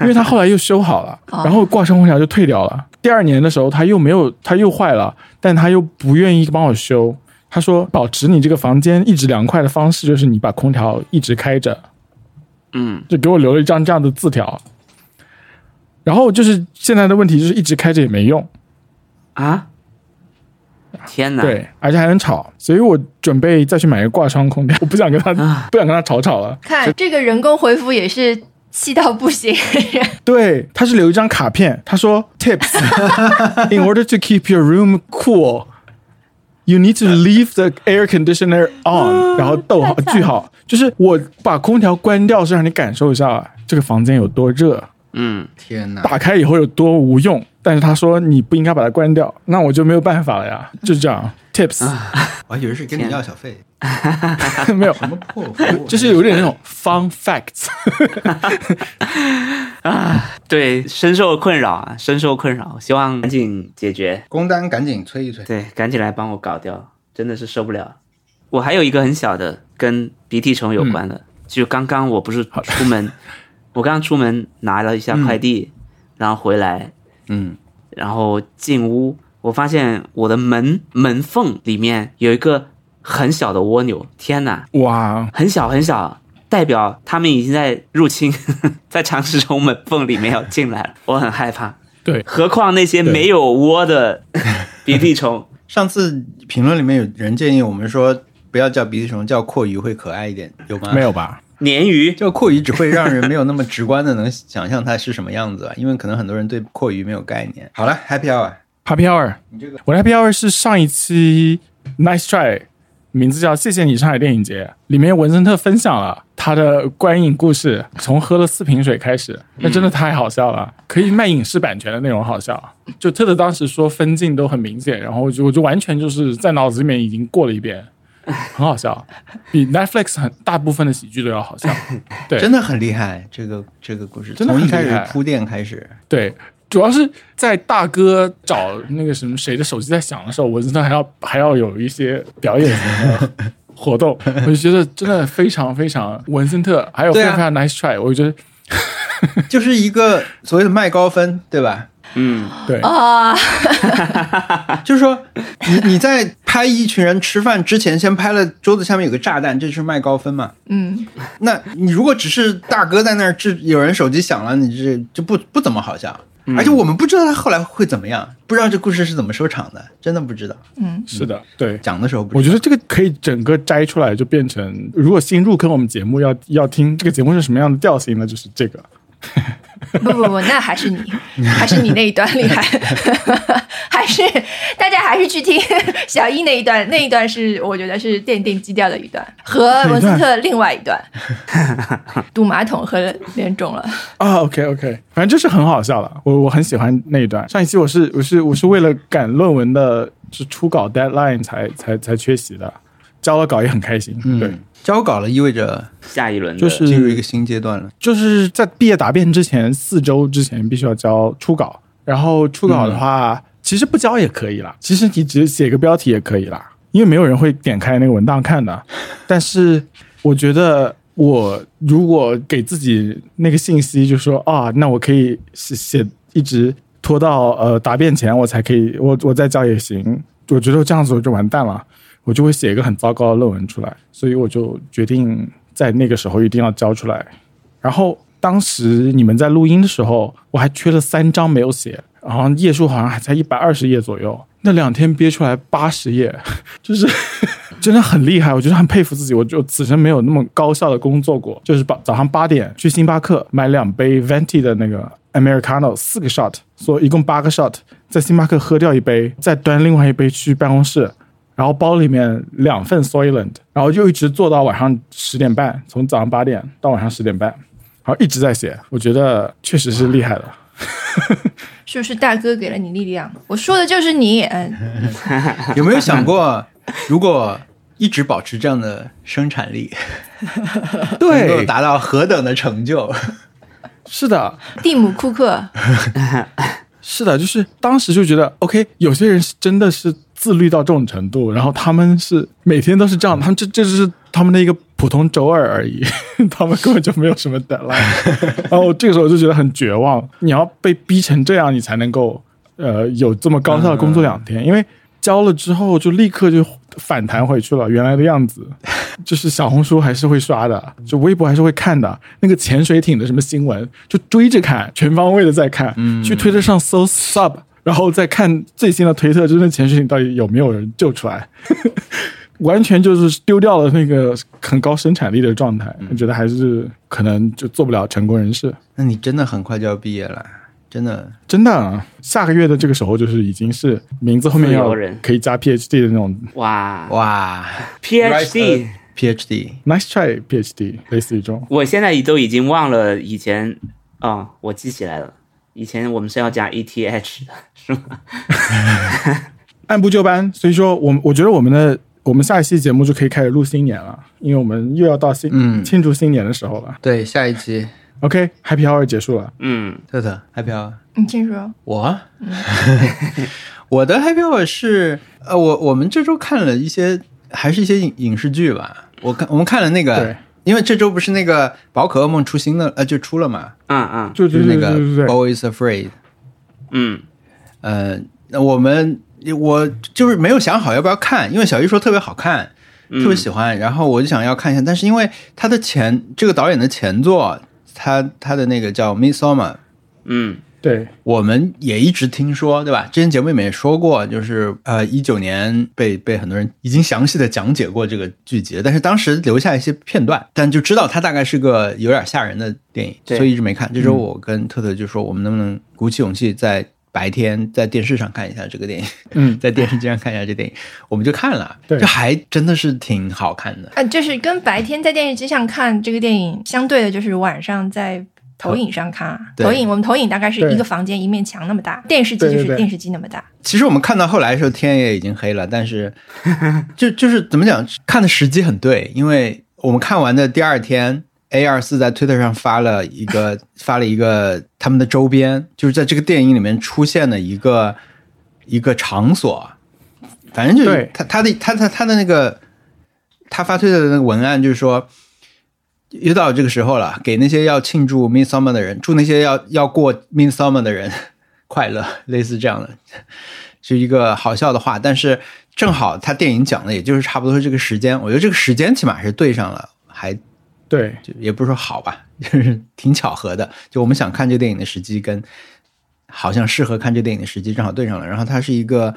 Speaker 1: 因为他后来又修好了，
Speaker 3: 哦
Speaker 1: 然后挂上空调就退掉了。第二年的时候，他又没有，他又坏了，但他又不愿意帮我修。他说，保持你这个房间一直凉快的方式就是你把空调一直开着，
Speaker 2: 嗯，
Speaker 1: 就给我留了一张这样的字条。然后就是现在的问题就是一直开着也没用，
Speaker 2: 啊，天哪！
Speaker 1: 对，而且还很吵，所以我准备再去买一个挂窗空调，我不想跟他、
Speaker 2: 啊
Speaker 1: 不想跟他吵吵了。
Speaker 3: <laughs> 看这个人工回复也是气到不行，
Speaker 1: 对，他是留一张卡片，他说 tips <laughs> in order to keep your room cool。You need to leave the air conditioner on，然后逗号句号，就是我把空调关掉是让你感受一下这个房间有多热，
Speaker 2: 嗯，
Speaker 4: 天哪！
Speaker 1: 打开以后有多无用。但是他说你不应该把它关掉，那我就没有办法了呀，就这样。Tips
Speaker 4: 我还以为是跟你
Speaker 2: 天
Speaker 4: 要小费，
Speaker 1: 没有，
Speaker 4: 什么破服
Speaker 1: <laughs>
Speaker 4: 务？
Speaker 1: 就是有点那种 fun facts。
Speaker 2: 对，深受困扰啊，深受困扰，希望赶紧解决。
Speaker 4: 工单，赶紧催一催。
Speaker 2: 对，赶紧来帮我搞掉，真的是受不了。我还有一个很小的跟鼻涕虫有关的，就刚刚我不是出门， <laughs> 我刚出门拿了一下快递，然后回来，
Speaker 4: 嗯，
Speaker 2: 然后进屋，我发现我的门门缝里面有一个很小的蜗牛，天哪，
Speaker 1: 哇，
Speaker 2: 很小很小，代表他们已经在入侵， <laughs> 在尝试从门缝里面要进来了，我很害怕。
Speaker 1: 对
Speaker 2: 何况那些没有窝的鼻涕虫，
Speaker 4: 上次评论里面有人建议我们说，不要叫鼻涕虫，叫阔鱼会可爱一点，有吗？
Speaker 1: 没，有吧？
Speaker 2: 鲶
Speaker 4: <laughs>
Speaker 2: 鱼。
Speaker 4: 叫阔鱼只会让人没有那么直观的能想象它是什么样子吧，啊 <laughs> 因为可能很多人对阔鱼没有概念。好了，Happy Hour，
Speaker 1: Happy Hour，
Speaker 4: 你这个
Speaker 1: 我的 Happy Hour 是上一期 Nice Try，名字叫《谢谢你上海电影节》，里面文森特分享了他的观影故事，从喝了四瓶水开始，那真的太好笑了，可以卖影视版权的那种好笑。就特特当时说分镜都很明显，然后我就我就完全就是在脑子里面已经过了一遍，很好笑，比 Netflix 很大部分的喜剧都要好笑。对
Speaker 4: 真的很厉害，这个这个故事
Speaker 1: 真的很
Speaker 4: 从一开
Speaker 1: 厉害
Speaker 4: 始铺垫开始，
Speaker 1: 对，主要是在大哥找那个什么谁的手机在响的时候，我真的还要还要有一些表演的活动，我就觉得真的非常非常文森特，还有非
Speaker 4: 对啊
Speaker 1: 常非常 nice try，、我觉得
Speaker 4: 就是一个所谓的卖高分，对吧？
Speaker 2: 嗯，
Speaker 1: 对。
Speaker 3: <laughs>
Speaker 4: 哦
Speaker 3: 啊，
Speaker 4: 就是说，你你在拍一群人吃饭之前，先拍了桌子下面有个炸弹，这是卖高分嘛？
Speaker 3: 嗯，
Speaker 4: 那你如果只是大哥在那儿，这有人手机响了，你这就不不怎么好笑。而且我们不知道他后来会怎么样，不知道这故事是怎么收场的，真的不知道。
Speaker 1: 是的，对，
Speaker 4: 讲的时候不
Speaker 1: 我
Speaker 4: 知
Speaker 1: 觉得这个可以整个摘出来，就变成如果新入坑我们节目要要听这个节目是什么样的调性呢？就是这个，
Speaker 3: 不不不，那还是你，还是你那一段厉
Speaker 1: <laughs>
Speaker 3: 害，还是大家还是去听小一那一段，那一段是我觉得是奠定基调的一段，和文斯特另外一段，堵马桶和连中了，
Speaker 1: 啊，OK，OK、o k OK，反正就是很好笑了，我我很喜欢那一段。上一期我是我是我是为了赶论文的是初稿 deadline 才才才缺席的，交了稿也很开心。
Speaker 4: 道。
Speaker 1: 对
Speaker 4: 嗯，，交稿了意味着
Speaker 2: 下一轮的
Speaker 1: 就是
Speaker 4: 进入一个新阶段了。
Speaker 1: 就是在毕业答辩之前四周之前必须要交初稿，然后初稿的话、其实不交也可以啦，其实你只写个标题也可以啦，因为没有人会点开那个文档看的。但是我觉得我如果给自己那个信息，就说啊，那我可以写写一直拖到呃答辩前我才可以，我我再交也行。我觉得这样子我就完蛋了，我就会写一个很糟糕的论文出来，所以我就决定在那个时候一定要交出来。然后当时你们在录音的时候，我还缺了三张没有写，然后页数好像还才一百二十页左右。那两天憋出来八十页， <laughs> 就是真的很厉害，我觉得很佩服自己。我就此生没有那么高效的工作过，就是把早上八点去星巴克买两杯 venti 的那个 americano，四个 shot，所以一共八个 shot，在星巴克喝掉一杯，再端另外一杯去办公室，然后包里面两份 Soylent，然后就一直做到晚上十点半，从早上八点到晚上十点半，然后一直在写，我觉得确实是厉害 <laughs> 的。
Speaker 3: 是不是大哥给了你力量？我说的就是你，嗯，
Speaker 4: 有没有想过，如果一直保持这样的生产力，能够达到何等的成就？
Speaker 1: 是的，
Speaker 3: 蒂姆·库克，
Speaker 1: 是的，就是当时就觉得，OK，有些人是真的是自律到这种程度，然后他们是每天都是这样，他们这这就是他们的一个普通周二而已， <laughs> 他们根本就没有什么 deadline。然 <laughs> 后这个时候我就觉得很绝望，你要被逼成这样，你才能够呃有这么高效的工作两天，因为交了之后就立刻就反弹回去了原来的样子。就是小红书还是会刷的，就微博还是会看的。那个潜水艇的什么新闻，就追着看，全方位的在看。
Speaker 2: 嗯
Speaker 1: 去推特上搜 sub，然后再看最新的推特，就是那潜水艇到底有没有人救出来， <laughs> 完全就是丢掉了那个很高生产力的状态。
Speaker 2: 嗯
Speaker 1: 我觉得还是可能就做不了成功人士。
Speaker 4: 那你真的很快就要毕业了，真的。
Speaker 1: 真的啊，下个月的这个时候就是已经是名字后面
Speaker 2: 自
Speaker 1: 要
Speaker 2: 由人
Speaker 1: 可以加 PhD 的那种
Speaker 2: 哇
Speaker 4: 哦
Speaker 1: <laughs>
Speaker 4: 哇
Speaker 2: PhD。
Speaker 4: PhD，
Speaker 1: nice try PhD，类似于这种。
Speaker 2: 我现在都已经忘了以前啊、哦我记起来了，以前我们是要加 E ETH 的，是吗？
Speaker 1: 按部就班，所以说我们我觉得我们的我们下一期节目就可以开始录新年了，因为我们又要到新、
Speaker 4: 嗯
Speaker 1: 庆祝新年的时候了。
Speaker 4: 对，下一期
Speaker 1: OK，Happy、Hour 结束了，
Speaker 2: 嗯，
Speaker 4: 特特 Happy Hour，
Speaker 3: 你先说，
Speaker 4: 我， <laughs> 我的 Happy Hour 是呃，我我们这周看了一些，还是一些影影视剧吧。我看我们看了那
Speaker 1: 对
Speaker 4: 个，因为这周不是那个《宝可梦》出新的，呃，就出了嘛，
Speaker 2: 嗯嗯
Speaker 1: 就
Speaker 4: 就
Speaker 1: 就是
Speaker 4: 那
Speaker 1: 对
Speaker 4: 个哦
Speaker 1: 对对
Speaker 4: Boys Afraid。
Speaker 2: 嗯，
Speaker 4: 呃，那我们我就是没有想好要不要看，因为小玉说特别好看，特别喜欢，然后我就想要看一下，但是因为他的前这个导演的前作，他他的那个叫《Midsummer》，
Speaker 2: 嗯
Speaker 1: 对
Speaker 4: 我们也一直听说，对吧？之前节目里面也说过，就是呃，一九年被被很多人已经详细的讲解过这个剧集了，但是当时留下一些片段，但就知道它大概是个有点吓人的电影，
Speaker 2: 对
Speaker 4: 所以一直没看。这周我跟特特就说，我们能不能鼓起勇气在白天在电视上看一下这个电影，
Speaker 1: 嗯
Speaker 4: 在电视机上看一下这电影，我们就看了，
Speaker 1: 对
Speaker 4: 这还真的是挺好看的。
Speaker 3: 呃啊，就是跟白天在电视机上看这个电影相对的，就是晚上在投影上看啊，
Speaker 4: 对
Speaker 3: 投影我们投影大概是
Speaker 1: 哦对
Speaker 3: 一个房间一面墙那么大，电视机
Speaker 1: 对
Speaker 3: 就
Speaker 1: 对
Speaker 3: 是
Speaker 1: 对
Speaker 3: 电视机那么大。
Speaker 4: 其实我们看到后来的时候，天也已经黑了，但是就就是怎么讲，看的时机很对，因为我们看完的第二天，A 二四在推特上发了一个发了一个他们的周边，就是在这个电影里面出现的一个一个场所，反正就是
Speaker 1: 对
Speaker 4: 他他的他他他的那个他发推特的那个文案就是说。又到这个时候了，给那些要庆祝 Midsummer 的人，祝那些要要过 Midsummer 的人 <laughs> 快乐，类似这样的，是一个好笑的话，但是正好他电影讲的也就是差不多是这个时间，我觉得这个时间起码是对上了，还
Speaker 1: 对
Speaker 4: 就也不是说好吧，就是挺巧合的。就我们想看这电影的时机跟好像适合看这电影的时机正好对上了。然后它是一个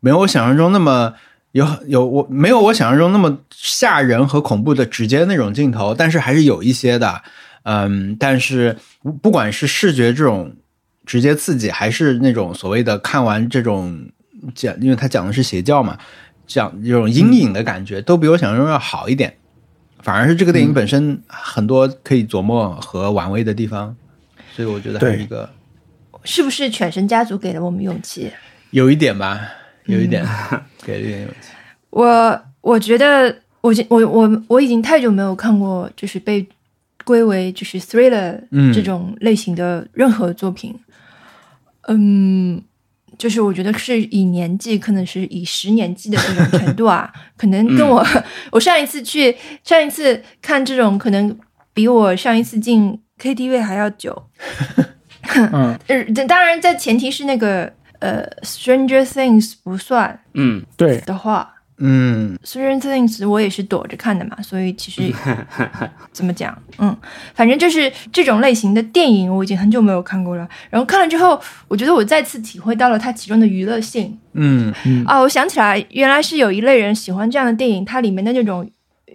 Speaker 4: 没有我想象中那么有有我没有我想象中那么吓人和恐怖的直接那种镜头，但是还是有一些的。嗯，但是不管是视觉这种直接刺激，还是那种所谓的看完这种讲，因为它讲的是邪教嘛，讲这种阴影的感觉，都比我想象中要好一点。反而是这个电影本身很多可以琢磨和玩味的地方，所以我觉得还是一个
Speaker 3: 是不是《犬神家族》给了我们勇气？
Speaker 4: 有一点吧，有一点、给了一点勇气。
Speaker 3: 我我觉得，我已我我我已经太久没有看过，就是被归为就是 thriller
Speaker 4: 嗯
Speaker 3: 这种类型的任何作品。嗯就是我觉得是以年纪，可能是以十年纪的这种程度啊，可能跟我我上一次去上一次看这种，可能比我上一次进 KTV 还要久。
Speaker 1: 嗯，
Speaker 3: 呃，当然，在前提是那个呃《Stranger Things》不算
Speaker 2: 嗯，
Speaker 1: 对，
Speaker 3: 的话，
Speaker 4: 嗯，
Speaker 3: 《Stranger Things》我也是躲着看的嘛，所以
Speaker 1: <laughs>
Speaker 3: 其实怎么讲，嗯，反正就是这种类型的电影，我已经很久没有看过了。然后看了之后，我觉得我再次体会到了它其中的娱乐性
Speaker 4: 嗯
Speaker 3: 啊！我想起来，原来是有一类人喜欢这样的电影，它里面的这种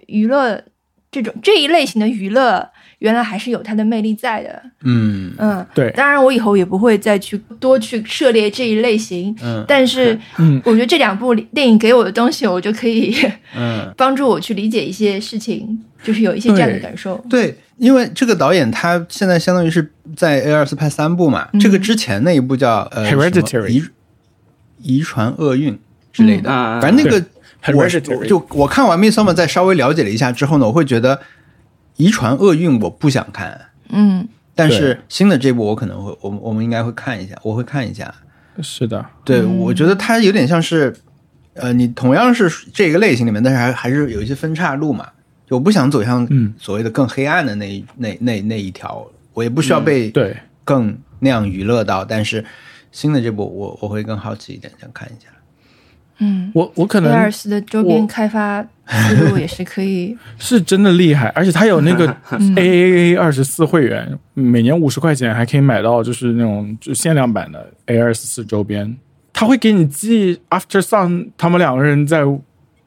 Speaker 3: 娱乐，这种这一类型的娱乐，原来还是有它的魅力在的。
Speaker 4: 嗯
Speaker 3: 嗯，
Speaker 1: 对
Speaker 3: 当然我以后也不会再去多去涉猎这一类型，
Speaker 4: 嗯
Speaker 3: 但是
Speaker 1: 嗯
Speaker 3: 我觉得这两部电影给我的东西，我就可以
Speaker 4: 嗯，
Speaker 3: 帮助我去理解一些事情，就是有一些这样的感受。
Speaker 4: 对，因为这个导演他现在相当于是在 A 二四拍三部嘛，这个之前那一部叫呃什么
Speaker 1: Hereditary
Speaker 4: 遗遗传厄运之类的，
Speaker 2: 嗯
Speaker 4: 反正那个
Speaker 1: 对
Speaker 4: 我
Speaker 1: Hereditary
Speaker 4: 就我看完《Midsummer》再稍微了解了一下之后呢，我会觉得遗传厄运我不想看。
Speaker 3: 嗯，
Speaker 4: 但
Speaker 1: 对
Speaker 4: 是新的这部我可能会，我们我们应该会看一下，我会看一下。
Speaker 1: 是的，
Speaker 4: 对，我觉得它有点像是，呃，你同样是这个类型里面，但是还还是有一些分岔路嘛。就我不想走向
Speaker 1: 嗯
Speaker 4: 所谓的更黑暗的那一、那那那一条，我也不需要被
Speaker 1: 嗯对，
Speaker 4: 更那样娱乐到。但是新的这部我，我会更好奇一点，想看一下。
Speaker 1: 我我可
Speaker 3: 威尔
Speaker 1: 能
Speaker 3: 斯的周边
Speaker 1: 我
Speaker 3: 开发思路也是可以，
Speaker 1: 是真的厉害，而且他有那个 A A A 二十四会员，每年五十块钱还可以买到就是那种就限量版的 A 二十四周边，他会给你寄 After Sun 他们两个人在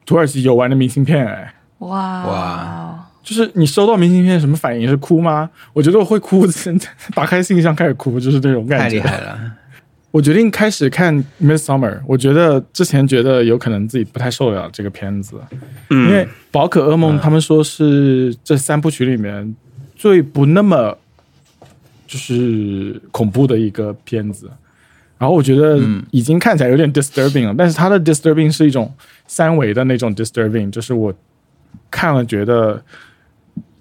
Speaker 1: 土耳其游玩的明信片，哎，
Speaker 3: 哇
Speaker 4: 哇，
Speaker 1: 就是你收到明信片什么反应是哭吗？我觉得我会哭， <laughs> 打开信箱开始哭，就是这种
Speaker 4: 太
Speaker 1: 感
Speaker 4: 厉
Speaker 1: 觉。
Speaker 4: 害了，
Speaker 1: 我决定开始看《Midsummer》，我觉得之前觉得有可能自己不太受得了这个片子，
Speaker 2: 嗯
Speaker 1: 因为《宝可噩梦》他们说是这三部曲里面最不那么就是恐怖的一个片子。然后我觉得已经看起来有点 disturbing 了，但是它的 disturbing 是一种三维的那种 disturbing，就是我看了觉得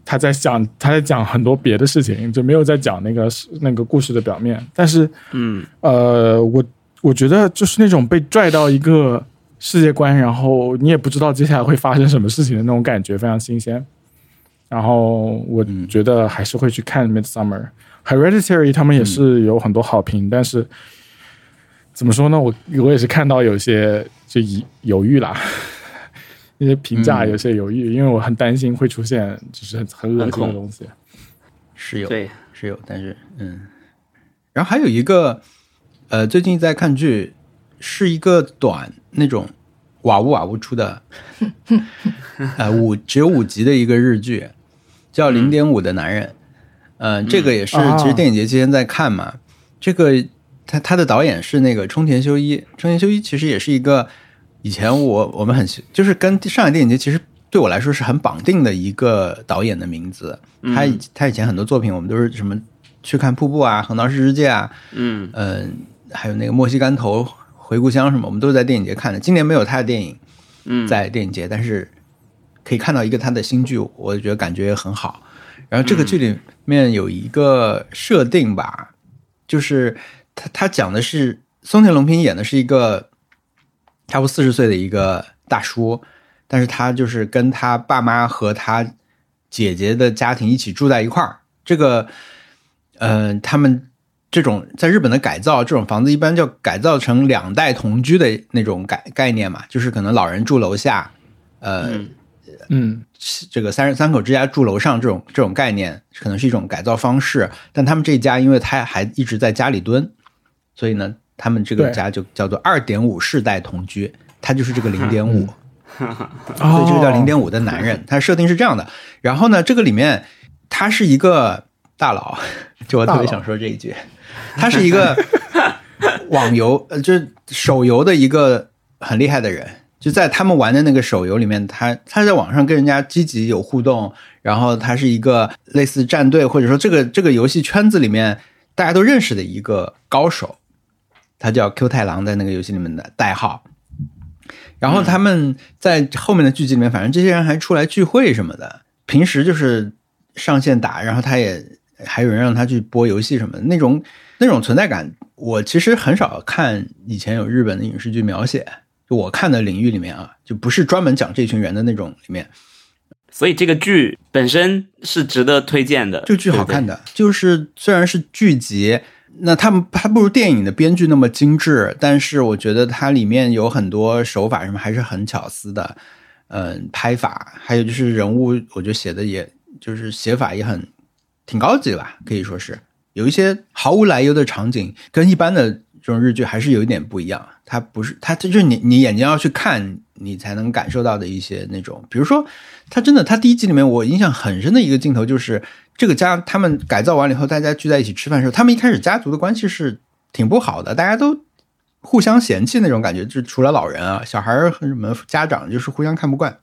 Speaker 1: 他在想他在讲很多别的事情，就没有在讲那个那个故事的表面。但是，
Speaker 2: 嗯，
Speaker 1: 呃，我我觉得就是那种被拽到一个世界观，然后你也不知道接下来会发生什么事情的那种感觉，非常新鲜。然后我觉得还是会去看《Midsummer》。Hereditary 他们也是有很多好评，但是怎么说呢？我我也是看到有些就疑犹豫啦， <laughs> 那些评价有些犹豫，因为我很担心会出现就是很很恶心的
Speaker 2: 很恐
Speaker 1: 东西。
Speaker 4: 是有
Speaker 2: 对，
Speaker 4: 是有，但是嗯，然后还有一个，呃，最近在看剧，是一个短那种瓦屋瓦屋出的， <laughs> 呃五只有五集的一个日剧，叫《零点五的男人》，呃，这个也是
Speaker 1: 啊
Speaker 4: 其实电影节期间在看嘛，这个他他的导演是那个冲田修一，冲田修一其实也是一个以前我我们很喜就是跟上海电影节其实对我来说是很绑定的一个导演的名字。他以他以前很多作品，我们都是什么去看瀑布啊，《横道世之介》啊，
Speaker 2: 嗯
Speaker 4: 嗯、还有那个《莫西干头回故乡》什么，我们都是在电影节看的。今年没有他的电影
Speaker 2: 嗯，
Speaker 4: 在电影节，但是可以看到一个他的新剧，我觉得感觉很好。然后这个剧里面有一个设定吧，就是他他讲的是松田龙平演的是一个差不多四十岁的一个大叔，但是他就是跟他爸妈和他姐姐的家庭一起住在一块儿。这个，呃，他们这种在日本的改造，这种房子一般叫改造成两代同居的那种概概念嘛，就是可能老人住楼下，呃，
Speaker 2: 嗯
Speaker 1: 嗯，
Speaker 4: 这个三十三口之家住楼上这种这种概念，可能是一种改造方式。但他们这一家，因为他还一直在家里蹲，所以呢，他们这个
Speaker 1: 对
Speaker 4: 家就叫做二点五世代同居，他就是这个零点五，所
Speaker 1: 所
Speaker 4: 以这个叫零
Speaker 1: 五。
Speaker 4: 点五的男人。他设定是这样的。然后呢，这个里面他是一个大佬， <laughs> 就我特别
Speaker 1: 大佬
Speaker 4: 想说这一句，他是一
Speaker 1: <laughs>
Speaker 4: 个网游，呃，就是手游的一个很厉害的人。就在他们玩的那个手游里面，他他在网上跟人家积极有互动，然后他是一个类似战队或者说这个这个游戏圈子里面大家都认识的一个高手，他叫 Q 太郎，在那个游戏里面的代号。然后他们在后面的剧集里面，反正这些人还出来聚会什么的，平时就是上线打，然后他也还有人让他去播游戏什么的，那种那种存在感，我其实很少看以前有日本的影视剧描写，就我看的领域里面啊，就不是专门讲这群人的那种里面，
Speaker 2: 所以这个剧本身是值得推荐的，
Speaker 4: 这个剧好看
Speaker 2: 的，
Speaker 4: 的，就是虽然是剧集，那他们还不如电影的编剧那么精致，但是我觉得它里面有很多手法什么还是很巧思的，嗯，拍法，还有就是人物，我觉得写的也就是写法也很挺高级吧，可以说是有一些毫无来由的场景，跟一般的这种日剧还是有一点不一样。它不是，它就是你你眼睛要去看，你才能感受到的一些那种，比如说，它真的，它第一集里面我印象很深的一个镜头就是这个家他们改造完了以后，大家聚在一起吃饭的时候，他们一开始家族的关系是挺不好的，大家都互相嫌弃那种感觉，就除了老人啊，小孩儿和什么家长就是互相看不惯。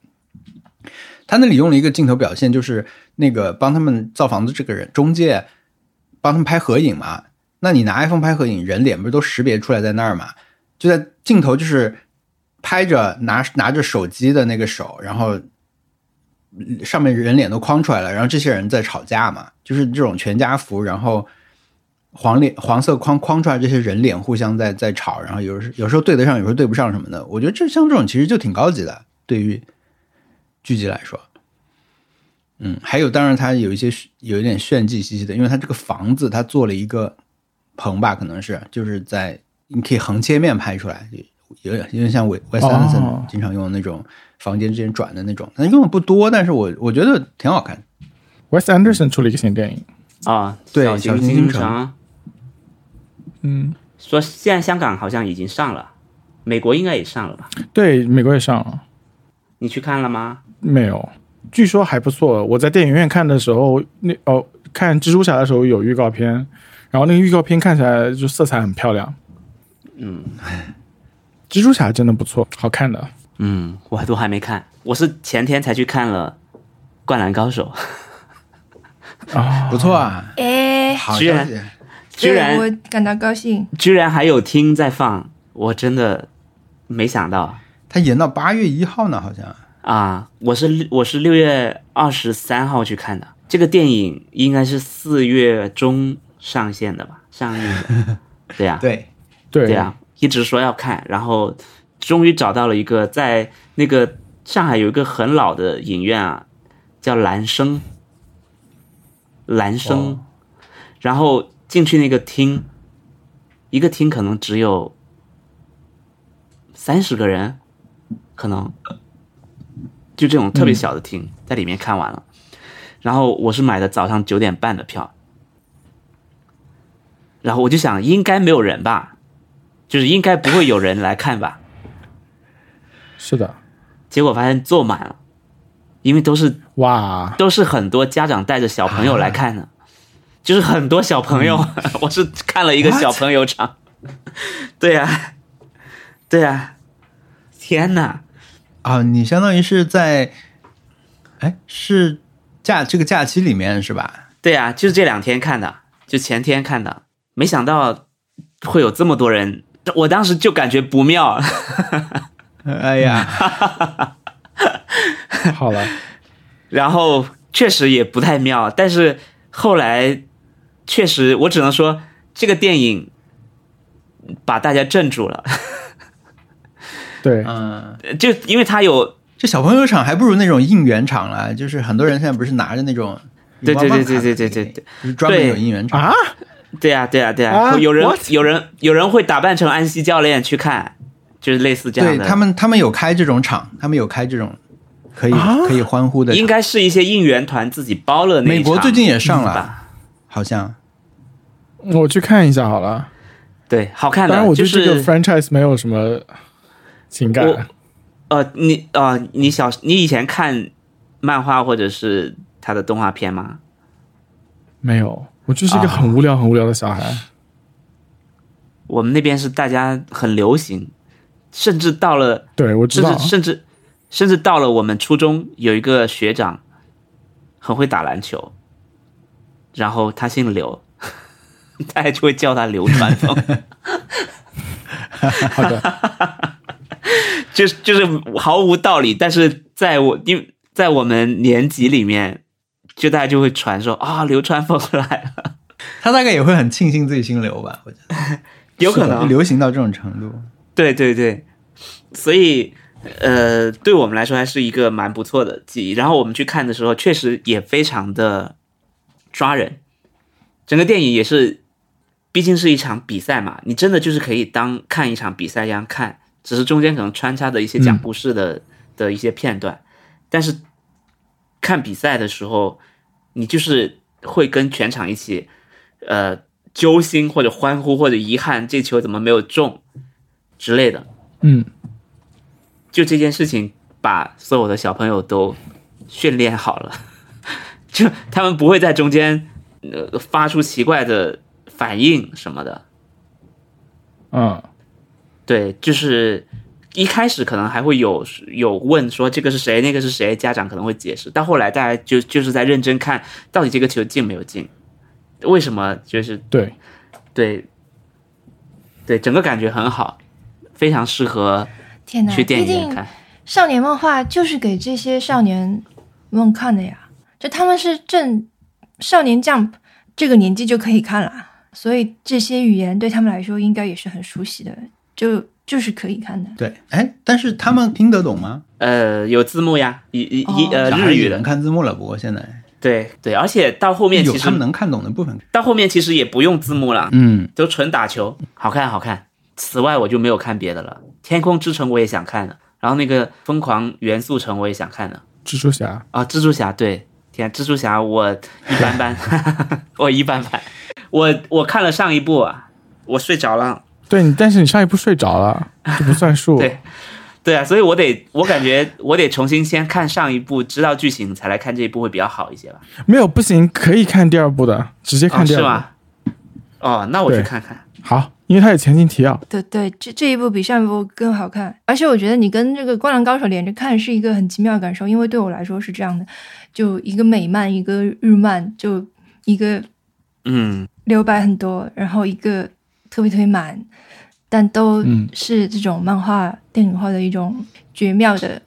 Speaker 4: 他那里用了一个镜头表现，就是那个帮他们造房子这个人中介帮他们拍合影嘛。那你拿 iPhone 拍合影，人脸不是都识别出来在那儿嘛？就在镜头就是拍着拿拿着手机的那个手，然后上面人脸都框出来了，然后这些人在吵架嘛，就是这种全家福，然后黄脸黄色框框出来这些人脸互相在在吵，然后有时有时候对得上，有时候对不上什么的。我觉得这像这种其实就挺高级的，对于剧集来说。嗯，还有，当然它有一些有一点炫技兮兮的，因为它这个房子它做了一个棚吧，可能是就是在你可以横切面拍出来，有点有点像韦 Wes
Speaker 1: 哦
Speaker 4: Anderson 经常用的那种房间之间转的那种，它用的不多，但是我我觉得挺好看。
Speaker 1: Wes Anderson 出了一个新电影，
Speaker 2: 啊，
Speaker 4: 对小
Speaker 2: 小
Speaker 4: 行
Speaker 2: 行
Speaker 4: 星
Speaker 2: 星
Speaker 4: 城
Speaker 2: 城，
Speaker 1: 嗯，
Speaker 2: 说现在香港好像已经上了，美国应该也上了吧？
Speaker 1: 对，美国也上了，
Speaker 2: 你去看了吗？
Speaker 1: 没有，据说还不错。我在电影院看的时候，那哦，看蜘蛛侠的时候有预告片，然后那个预告片看起来就色彩很漂亮，
Speaker 2: 嗯
Speaker 1: 蜘蛛侠真的不错，好看的。
Speaker 2: 嗯，我都还没看，我是前天才去看了《灌篮高手》， <laughs>
Speaker 1: 啊、
Speaker 4: 不错啊，
Speaker 3: 哎，
Speaker 4: 好
Speaker 2: 居
Speaker 4: 消
Speaker 2: 然
Speaker 4: 息。
Speaker 2: 居然
Speaker 3: 对我感到高兴。
Speaker 2: 居然还有听在放，我真的没想到
Speaker 4: 他演到八月一号呢，好像
Speaker 2: 啊！我是我是六月二十三号去看的，这个电影应该是四月中上线的吧？上映的，对啊呀、
Speaker 4: 对，
Speaker 1: 对
Speaker 2: 对呀、啊一直说要看，然后终于找到了一个在那个上海有一个很老的影院啊，叫兰生，兰生，
Speaker 4: 哦
Speaker 2: 然后进去那个厅，一个厅可能只有三十个人，可能就这种特别小的厅，在里面看完了。然后我是买的早上九点半的票，然后我就想应该没有人吧，就是应该不会有人来看吧。
Speaker 1: 是的，
Speaker 2: 结果发现坐满了，因为都是
Speaker 1: 哇，
Speaker 2: 都是很多家长带着小朋友来看的，就是很多小朋友， <laughs> 我是看了一个小朋友场。对呀、对呀、天哪！
Speaker 4: 啊，你相当于是在哎，是假这个假期里面是吧？
Speaker 2: 对啊，就是这两天看的，就前天看的，没想到会有这么多人，我当时就感觉不妙。
Speaker 4: 哎呀，
Speaker 1: 好
Speaker 2: <laughs>
Speaker 1: 了，
Speaker 2: 然后确实也不太妙，但是后来确实，我只能说这个电影把大家镇住了， <laughs>
Speaker 1: 对，
Speaker 4: 嗯，
Speaker 2: 就因为它有
Speaker 4: 这小朋友场还不如那种应援场了，就是很多人现在不是拿着那种
Speaker 2: 对对
Speaker 4: 羽毛棒
Speaker 2: 对
Speaker 4: 卡
Speaker 2: 对对对
Speaker 4: 的
Speaker 2: 对
Speaker 4: 那
Speaker 2: 对，
Speaker 4: 就是专门有应援场
Speaker 1: 啊，
Speaker 2: 对啊对啊对啊，
Speaker 1: 啊
Speaker 2: 有人
Speaker 1: what？
Speaker 2: 有人有人会打扮成安西教练去看，就是类似这样
Speaker 4: 对
Speaker 2: 的。
Speaker 4: 他们，他们有开这种场，他们有开这种可以、
Speaker 1: 啊
Speaker 4: 可以欢呼的场。
Speaker 2: 应该是一些应援团自己包了那一
Speaker 4: 美国
Speaker 2: 场嗯
Speaker 4: 最近也上了
Speaker 2: 吧
Speaker 4: 好像
Speaker 1: 我去看一下好了。
Speaker 2: 对，好看
Speaker 1: 当
Speaker 2: 的。
Speaker 1: 然，我
Speaker 2: 就
Speaker 1: 对这个
Speaker 2: 是
Speaker 1: franchise 没有什么情
Speaker 2: 我
Speaker 1: 感。
Speaker 2: 呃，你呃，你小你以前看漫画或者是他的动画片吗？
Speaker 1: 没有，我就是
Speaker 2: 啊
Speaker 1: 一个很无聊、很无聊的小孩。
Speaker 2: 我们那边是大家很流行，甚至到了
Speaker 1: 对，我知
Speaker 2: 甚
Speaker 1: 道
Speaker 2: 至，甚至甚至到了我们初中有一个学长很会打篮球，然后他姓刘， <laughs> 大家就会叫他刘传
Speaker 1: <laughs>
Speaker 2: 峰。
Speaker 1: 好
Speaker 2: <laughs>
Speaker 1: 的，
Speaker 2: 就是就是毫无道理，但是在我因为在我们年级里面，就大家就会传说啊、流川枫来了，
Speaker 4: 他大概也会很庆幸自己姓刘吧，我觉得
Speaker 2: <laughs> 有可
Speaker 4: 就
Speaker 2: 能，
Speaker 4: 流行到这种程度。
Speaker 2: 对对对，所以呃，对我们来说还是一个蛮不错的记忆。然后我们去看的时候，确实也非常的抓人，整个电影也是，毕竟是一场比赛嘛，你真的就是可以当看一场比赛一样看，只是中间可能穿插的一些讲故事的、的一些片段，但是看比赛的时候，你就是会跟全场一起，呃。揪心或者欢呼或者遗憾，这球怎么没有中？之类的，
Speaker 1: 嗯，
Speaker 2: 就这件事情把所有的小朋友都训练好了，就他们不会在中间呃发出奇怪的反应什么的。
Speaker 1: 嗯，
Speaker 2: 对，就是一开始可能还会有有问说这个是谁，那个是谁，家长可能会解释，到后来大家就就是在认真看到底这个球进没有进，为什么就是
Speaker 1: 对，
Speaker 2: 对对整个感觉很好，非常适合
Speaker 3: 天哪，
Speaker 2: 去电
Speaker 3: 嗯毕
Speaker 2: 影
Speaker 3: 竟
Speaker 2: 院看。
Speaker 3: 少年漫画就是给这些少年们看的呀，就他们是正少年 Jump 这个年纪就可以看了，所以这些语言对他们来说应该也是很熟悉的，就就是可以看的。
Speaker 4: 对，哎，但是他们听得懂吗？
Speaker 2: 呃，有字幕呀，一一一
Speaker 3: 哦
Speaker 2: 呃
Speaker 4: 小孩
Speaker 2: 日
Speaker 4: 也
Speaker 2: 语
Speaker 4: 能
Speaker 2: 的，
Speaker 4: 看字幕了，不过现在
Speaker 2: 对对，而且到后面
Speaker 4: 有
Speaker 2: 其
Speaker 4: 他
Speaker 2: 实
Speaker 4: 们能看懂的部分。
Speaker 2: 到后面其实也不用字幕了，
Speaker 4: 嗯，
Speaker 2: 都纯打球，好看好看。此外我就没有看别的了，《天空之城》我也想看的，然后那个《疯狂元素城》我也想看的
Speaker 1: 蜘蛛侠，
Speaker 2: 啊，《蜘蛛侠》对，天，《蜘蛛侠》我一般
Speaker 4: <laughs>
Speaker 2: 般，我一般般，我我看了上一部啊，我睡着了，
Speaker 1: 对你，但是你上一部睡着
Speaker 2: <laughs>
Speaker 1: 了，这不算数。
Speaker 2: 对对啊，所以我得我感觉我得重新先看上一部，知道剧情才来看这一部会比较好一些吧。
Speaker 1: 没有不行，可以看第二部的，直接看
Speaker 2: 哦
Speaker 1: 第
Speaker 2: 是
Speaker 1: 二部。
Speaker 2: 吗？哦，那我去
Speaker 1: 对
Speaker 2: 看看。
Speaker 1: 好，因为它有前情提要。
Speaker 3: 对对，这这一部比上一部更好看，而且我觉得你跟这个《灌篮高手》连着看是一个很奇妙的感受，因为对我来说是这样的，就一个美漫，一个日漫，就一个
Speaker 2: 嗯，
Speaker 3: 留白很多，然后一个特别特别满，但都
Speaker 1: 嗯
Speaker 3: 是这种漫画电影化的一种绝妙的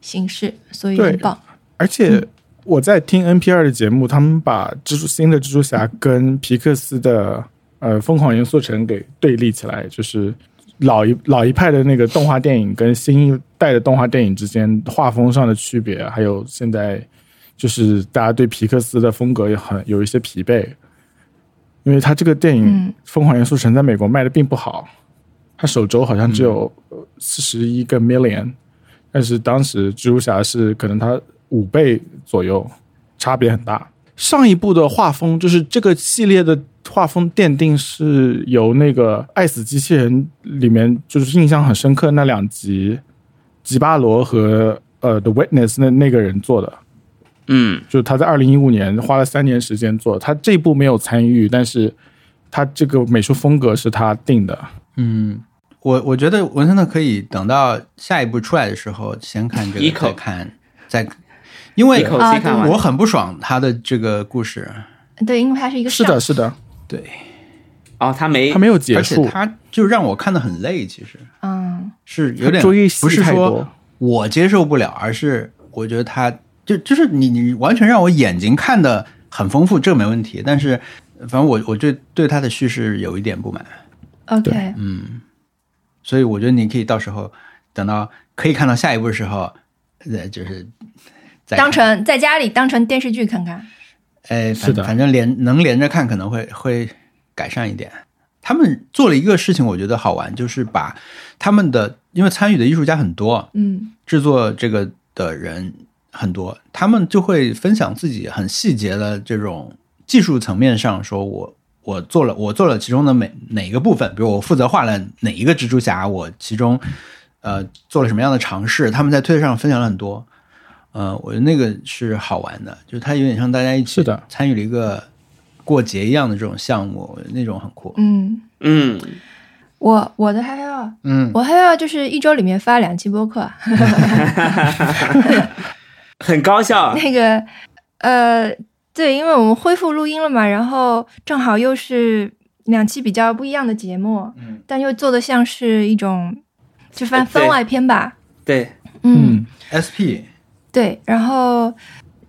Speaker 3: 形式，所以
Speaker 1: 对
Speaker 3: 很棒。
Speaker 1: 而且我在听 NPR 的节目，他们把蜘蛛新的蜘蛛侠跟皮克斯的呃疯狂元素城给对立起来，就是老一老一派的那个动画电影跟新一代的动画电影之间画风上的区别，还有现在就是大家对皮克斯的风格也很有一些疲惫，因为他这个电影
Speaker 3: 嗯
Speaker 1: 《疯狂元素城》在美国卖的并不好，他首周好像只有四十一个 million，、但是当时蜘蛛侠是可能它五倍左右，差别很大。上一部的画风就是这个系列的画风奠定是由那个《爱死机器人》里面就是印象很深刻那两集，吉巴罗和呃 The Witness 那那个人做的，
Speaker 2: 嗯
Speaker 1: 就是他在二零一五年花了三年时间做，他这部没有参与，但是他这个美术风格是他定的。
Speaker 4: 嗯，我我觉得文森特可以等到下一部出来的时候先看这个，
Speaker 2: Eco
Speaker 4: 再看，再因为
Speaker 2: 一口
Speaker 3: 啊
Speaker 2: 气
Speaker 3: 对
Speaker 2: 看完
Speaker 4: 我。很不爽他的这个故事，
Speaker 3: 对，因为它是一个
Speaker 1: 是
Speaker 3: 上
Speaker 1: 的，是的，
Speaker 4: 对，
Speaker 2: 哦，他没
Speaker 1: 他没有结
Speaker 4: 而且
Speaker 1: 束，
Speaker 4: 他就让我看得很累，其实
Speaker 3: 嗯，
Speaker 4: 是有
Speaker 1: 他
Speaker 4: 点
Speaker 1: 注意戏
Speaker 4: 不是
Speaker 1: 太
Speaker 4: 说
Speaker 1: 多。
Speaker 4: 我接受不了，而是我觉得他就就是你你完全让我眼睛看的很丰富，这没问题。但是反正我我对对他的叙事有一点不满，
Speaker 3: OK，
Speaker 4: 嗯所以我觉得你可以到时候等到可以看到下一步的时候，呃，就是再看
Speaker 3: 当成在家里当成电视剧看看。
Speaker 4: 哎，
Speaker 1: 是的
Speaker 4: 反反正连能连着看可能会会改善一点。他们做了一个事情，我觉得好玩，就是把他们的因为参与的艺术家很多，
Speaker 3: 嗯
Speaker 4: 制作这个的人很多，他们就会分享自己很细节的这种技术层面上，说我我做了我做了其中的每哪一个部分，比如我负责画了哪一个蜘蛛侠，我其中呃做了什么样的尝试，他们在推特上分享了很多。呃，我觉得那个是好玩的，就它有点像大家一起
Speaker 1: 是的
Speaker 4: 参与了一个过节一样的这种项目，我觉得那种很酷。
Speaker 3: 嗯，
Speaker 2: 嗯，
Speaker 3: 我我的还要
Speaker 4: 嗯，
Speaker 3: 我还要就是一周里面发两期播客，
Speaker 2: 很高
Speaker 3: <laughs>
Speaker 2: 效。
Speaker 3: <laughs> 那个呃，对，因为我们恢复录音了嘛，然后正好又是两期比较不一样的节目，
Speaker 4: 嗯，
Speaker 3: 但又做的像是一种就番
Speaker 2: 对
Speaker 3: 番外篇吧，
Speaker 2: 对，
Speaker 3: 嗯，
Speaker 1: 嗯，
Speaker 4: SP
Speaker 3: 对，然后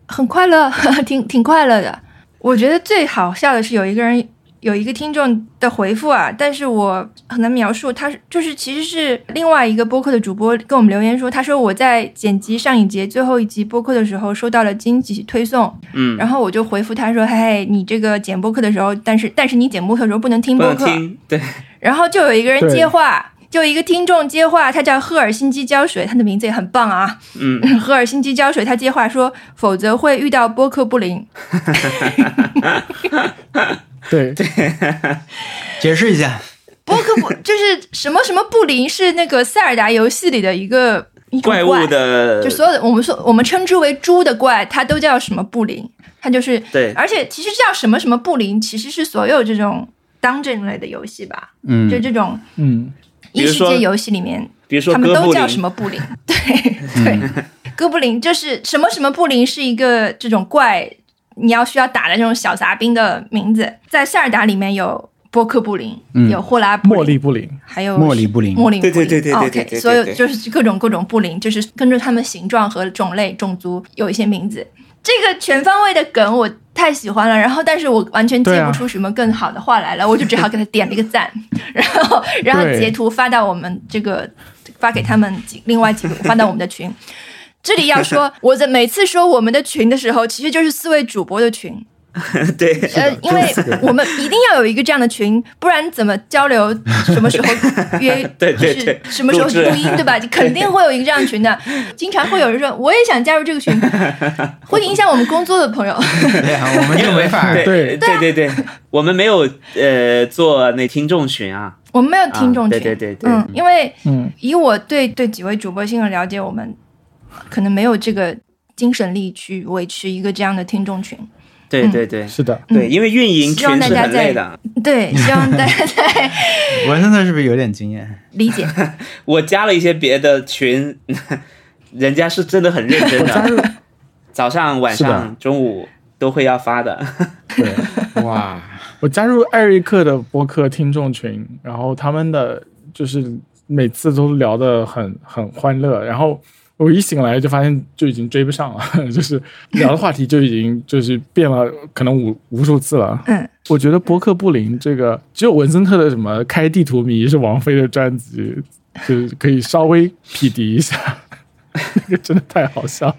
Speaker 3: 很快乐， <laughs> 挺挺快乐的。我觉得最好笑的是有一个人有一个听众的回复啊，但是我很难描述，他是就是其实是另外一个播客的主播跟我们留言说，他说我在剪辑上一节最后一集播客的时候收到了惊喜推送，
Speaker 2: 嗯，
Speaker 3: 然后我就回复他说，嘿嘿，你这个剪播客的时候，但是但是你剪播客的时候不能听
Speaker 2: 不
Speaker 3: 播
Speaker 2: 能
Speaker 3: 客，
Speaker 2: 听。对，
Speaker 3: 然后就有一个人
Speaker 1: 对
Speaker 3: 接话，就一个听众接话，他叫赫尔辛基胶水，他的名字也很棒啊，
Speaker 2: 嗯，
Speaker 3: <laughs> 赫尔辛基胶水，他接话说，否则会遇到播客不灵。
Speaker 1: 对，
Speaker 4: 解释一下，
Speaker 3: 播客不就是什么什么不灵？是那个塞尔达游戏里的一个一种
Speaker 2: 怪物的
Speaker 3: 就所有的我们说我们称之为猪的怪，它都叫什么不灵？它就是
Speaker 2: 对
Speaker 3: 而且其实叫什么什么不灵，其实是所有这种 dungeon 类的游戏吧，
Speaker 4: 嗯
Speaker 3: 就这种
Speaker 1: 嗯，
Speaker 2: 比
Speaker 3: 异
Speaker 2: 如
Speaker 3: 世
Speaker 2: 说
Speaker 3: 界游戏里面，
Speaker 2: 比如说
Speaker 3: 他们
Speaker 2: 哥布
Speaker 3: 都叫
Speaker 2: 林
Speaker 3: 什么布林？ <laughs> 对对，哥布林就是什么什么布林是一个这种怪，你要需要打的这种小杂兵的名字，在塞尔达里面有波克布林，有霍拉布
Speaker 1: 茉
Speaker 3: 林，
Speaker 1: 莉不灵，
Speaker 3: 还有
Speaker 4: 茉莉布林
Speaker 3: 茉莉布
Speaker 2: 对对
Speaker 3: 林，
Speaker 2: 对对对对
Speaker 3: o
Speaker 2: 对
Speaker 3: k
Speaker 2: 对
Speaker 3: 所有
Speaker 2: 对
Speaker 3: 就是各种各种布林，就是根据他们形状和种类、种族有一些名字。这个全方位的梗我太喜欢了，然后但是我完全
Speaker 1: 对
Speaker 3: 接
Speaker 1: 啊
Speaker 3: 不出什么更好的话来了，我就只好给他点了一个赞， <laughs> 然后然后
Speaker 1: 对
Speaker 3: 截图发到我们这个发给他们几另外几个发到我们的群。这里要
Speaker 2: <laughs>
Speaker 3: 说，我在每次说我们的群的时候，其实就是四位主播的群， <laughs>
Speaker 2: 对，
Speaker 3: 呃，因为我们一定要有一个这样的群，不然怎么交流？什么时候约？
Speaker 2: <laughs> 对对
Speaker 3: 就是
Speaker 2: 对
Speaker 3: 什么时候
Speaker 2: 录制
Speaker 3: 录音，
Speaker 2: <laughs>
Speaker 3: 对吧？肯定会有一个这样的群的。经常会有人说，我也想加入这个群， <laughs> 会影响我们工作的朋友。 <laughs>
Speaker 4: 对呀、我们就
Speaker 2: <laughs>
Speaker 4: 没法
Speaker 2: 对
Speaker 1: 对
Speaker 2: 对对对，
Speaker 3: 啊
Speaker 2: 我们没有呃做那听众群啊，
Speaker 3: 我们没有听众群，
Speaker 2: 啊对对对对
Speaker 3: 嗯，因为
Speaker 1: 嗯，
Speaker 3: 以我对对几位主播性的了解，我们可能没有这个精神力去维持一个这样的听众群。
Speaker 2: 对对对
Speaker 1: 是的，
Speaker 2: 对，因为运营
Speaker 3: 嗯希望
Speaker 2: 群
Speaker 3: 大
Speaker 2: 是
Speaker 3: 家
Speaker 2: 很累
Speaker 3: 在
Speaker 2: 的。
Speaker 3: 对，希望大家 <laughs> 在
Speaker 4: 文森特是不是有点经验？
Speaker 3: 理解。
Speaker 2: 我加了一些别的群，人家是真的很认真的，早上、晚
Speaker 1: 是的
Speaker 2: 上、中午都会要发的。
Speaker 1: 对，
Speaker 4: 哇，
Speaker 1: 我加入艾瑞克的播客听众群，然后他们的就是每次都聊得很很欢乐，然后我一醒来就发现就已经追不上了， <laughs> 就是聊的话题就已经就是变了，可能无无数次了。
Speaker 3: 嗯，
Speaker 1: 我觉得博客布林这个只有文森特的什么开地图迷是王菲的专辑，就是可以稍微匹敌一下， <laughs> 这个真的太好笑了。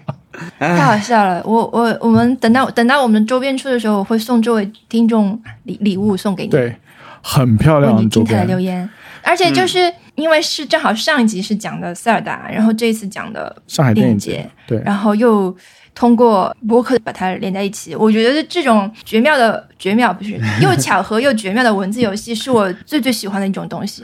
Speaker 3: 太好笑了！我我我们等到等到我们周边出的时候，我会送这位听众礼礼物送给你，
Speaker 1: 对，很漂
Speaker 3: 为
Speaker 1: 亮
Speaker 3: 你
Speaker 1: 的周
Speaker 3: 精彩的
Speaker 1: 边，
Speaker 3: 留
Speaker 1: 嗯
Speaker 3: 言。而且就是因为是正好上一集是讲的塞尔达，然后这一次讲的
Speaker 1: 上海电
Speaker 3: 电
Speaker 1: 影
Speaker 3: 影
Speaker 1: 节
Speaker 3: 节，
Speaker 1: 对，
Speaker 3: 然后又通过播客把它连在一起。我觉得这种绝妙的绝妙不是又巧合又绝妙的文字游戏，是我最最喜欢的一种东西。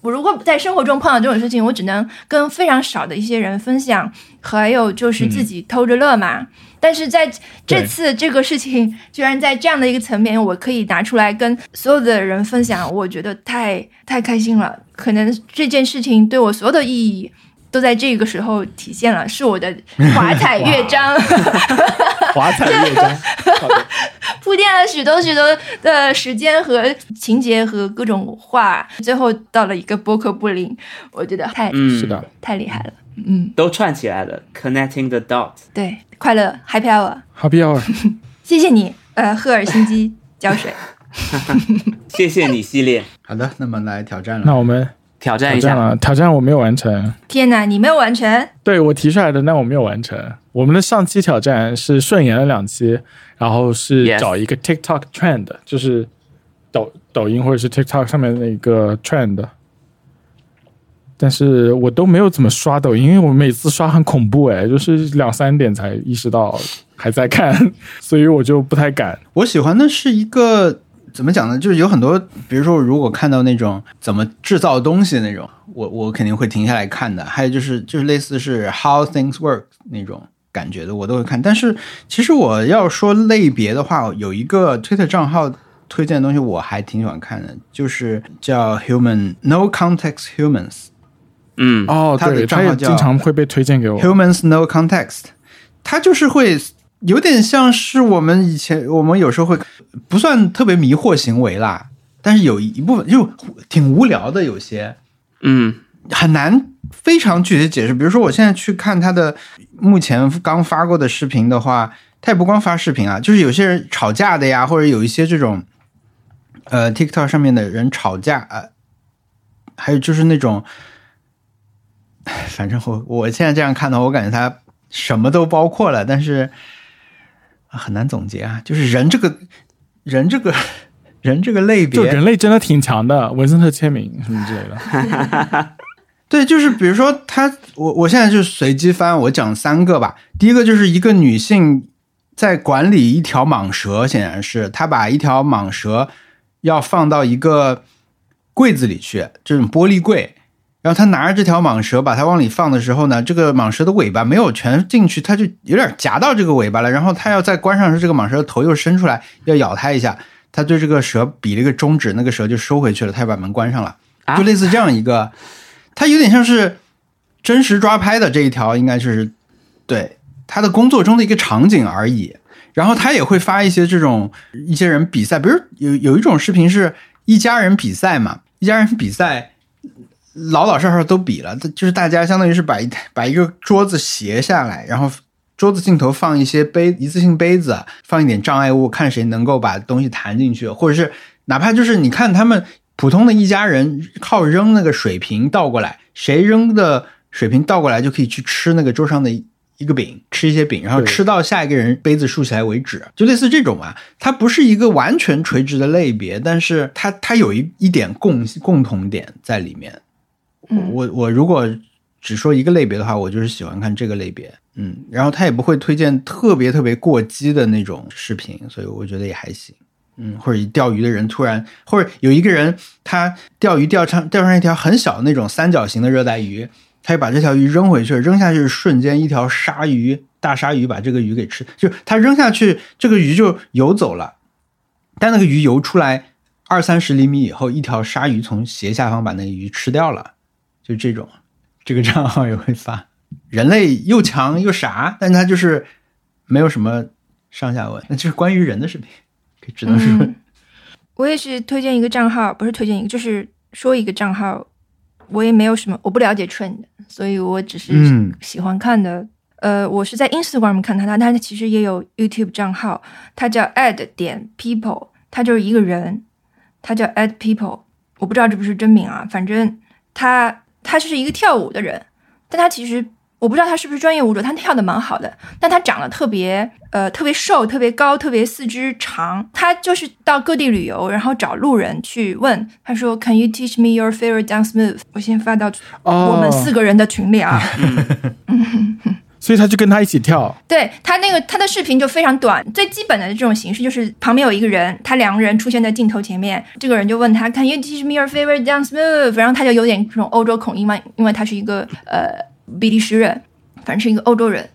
Speaker 3: 我如果在生活中碰到这种事情，我只能跟非常少的一些人分享，还有就是自己偷着乐嘛。但是在这
Speaker 1: 嗯对
Speaker 3: 次这个事情，居然在这样的一个层面，我可以拿出来跟所有的人分享，我觉得太太开心了。可能这件事情对我所有的意义都在这个时候体现了，是我的华彩乐章
Speaker 1: 华彩乐章，好的，
Speaker 3: <laughs> 铺垫了许多许多的时间和情节和各种话，最后到了一个波克布林，我觉得太、
Speaker 2: 嗯，
Speaker 1: 是，的，
Speaker 3: 太厉害了。嗯，
Speaker 2: 都串起来了，connecting the dots。
Speaker 3: 对，快乐 Happy Hour，
Speaker 1: 哈必要
Speaker 3: 谢谢你，呃，赫尔辛基胶水。
Speaker 2: 谢谢你系列，
Speaker 4: <laughs> 好的，那么来挑战了。
Speaker 1: 那我们
Speaker 2: 挑战
Speaker 1: 挑
Speaker 2: 一
Speaker 1: 战
Speaker 2: 下，
Speaker 1: 了，挑战我没有完成，
Speaker 3: 天哪，你没有完成，
Speaker 1: 对我提出来的，但我没有完成。我们的上期挑战是顺延了两期，然后是
Speaker 2: Yes
Speaker 1: 找一个 TikTok trend，就是抖抖音或者是 TikTok 上面那个 trend。但是我都没有怎么刷抖音，因为我每次刷很恐怖哎，就是两三点才意识到还在看，所以我就不太敢。
Speaker 4: 我喜欢的是一个怎么讲呢？就是有很多，比如说，如果看到那种怎么制造东西的那种，我我肯定会停下来看的。还有就是就是类似是 How Things Work 那种感觉的，我都会看。但是其实我要说类别的话，有一个 Twitter 账号。推荐的东西我还挺喜欢看的，就是叫 Human No Context Humans，
Speaker 2: 嗯，
Speaker 1: 哦，
Speaker 4: 他的
Speaker 1: 对，
Speaker 4: 账
Speaker 1: 他
Speaker 4: 号
Speaker 1: 也
Speaker 4: 叫
Speaker 1: 经常会被推荐给我。
Speaker 4: Humans No Context，它就是会有点像是我们以前我们有时候会不算特别迷惑行为啦，但是有一部分就挺无聊的，有些
Speaker 2: 嗯，
Speaker 4: 很难非常具体解释。比如说我现在去看他的目前刚发过的视频的话，他也不光发视频啊，就是有些人吵架的呀，或者有一些这种呃 TikTok 上面的人吵架，呃，还有就是那种，唉反正我我现在这样看的话，我感觉他什么都包括了，但是啊很难总结啊。就是人这个人这个人这个类别，
Speaker 1: 就人类真的挺强的，文森特签名什么之类的。
Speaker 4: 对，就是比如说他，我我现在就随机翻，我讲三个吧。第一个就是一个女性在管理一条蟒蛇，显然是她把一条蟒蛇要放到一个柜子里去，这种玻璃柜。然后她拿着这条蟒蛇，把它往里放的时候呢，这个蟒蛇的尾巴没有全进去，它就有点夹到这个尾巴了。然后她要再关上的时候，这个蟒蛇的头又伸出来要咬它一下，她对这个蛇比了一个中指，那个蛇就收回去了，她就把门关上了。
Speaker 2: 啊
Speaker 4: 就类似这样一个，它有点像是真实抓拍的这一条，应该就是对他的工作中的一个场景而已。然后他也会发一些这种一些人比赛，比如有有一种视频是一家人比赛嘛，一家人比赛老老少少都比了，就是大家相当于是把一把一个桌子斜下来，然后桌子尽头放一些杯一次性杯子，放一点障碍物，看谁能够把东西弹进去，或者是哪怕就是你看他们普通的一家人靠扔那个水瓶倒过来，谁扔的水瓶倒过来就可以去吃那个桌上的一一个饼，吃一些饼，然后
Speaker 1: 对
Speaker 4: 吃到下一个人杯子竖起来为止，就类似这种啊。它不是一个完全垂直的类别，但是它它有一一点共共同点在里面。
Speaker 3: 嗯，
Speaker 4: 我我如果只说一个类别的话，我就是喜欢看这个类别，嗯，然后他也不会推荐特别特别过激的那种视频，所以我觉得也还行，嗯，或者钓鱼的人突然，或者有一个人他钓鱼钓上钓上一条很小的那种三角形的热带鱼，他就把这条鱼扔回去，扔下去瞬间一条鲨鱼大鲨鱼把这个鱼给吃，就他扔下去，这个鱼就游走了，但那个鱼游出来二三十厘米以后，一条鲨鱼从斜下方把那个鱼吃掉了。就这种，这个账号也会发。人类又强又傻，但他就是没有什么上下文，那就是关于人的视频，可只能说、
Speaker 3: 嗯 <laughs> 我也是推荐一个账号，不是推荐一个，就是说一个账号。我也没有什么，我不了解 trend，所以我只是
Speaker 4: 嗯
Speaker 3: 喜欢看的。呃，我是在 Instagram 看他，他他其实也有 YouTube 账号，他叫 ad 点 people，他就是一个人，他叫 ad people，我不知道这不是真名啊，反正他他是一个跳舞的人，但他其实我不知道他是不是专业舞者，他跳的蛮好的，但他长得特别呃特别瘦、特别高、特别四肢长。他就是到各地旅游，然后找路人去问，他说 “Can you teach me your favorite dance move？” 我先发到
Speaker 1: 哦，
Speaker 3: 我们四个人的群里啊。
Speaker 1: 所以他就跟他一起跳。
Speaker 3: 对他那个他的视频就非常短，最基本的这种形式就是旁边有一个人，他两个人出现在镜头前面，这个人就问他 Can you teach me your favorite dance move？然后他就有点这种欧洲口音嘛，因为他是一个呃比利时人，反正是一个欧洲人。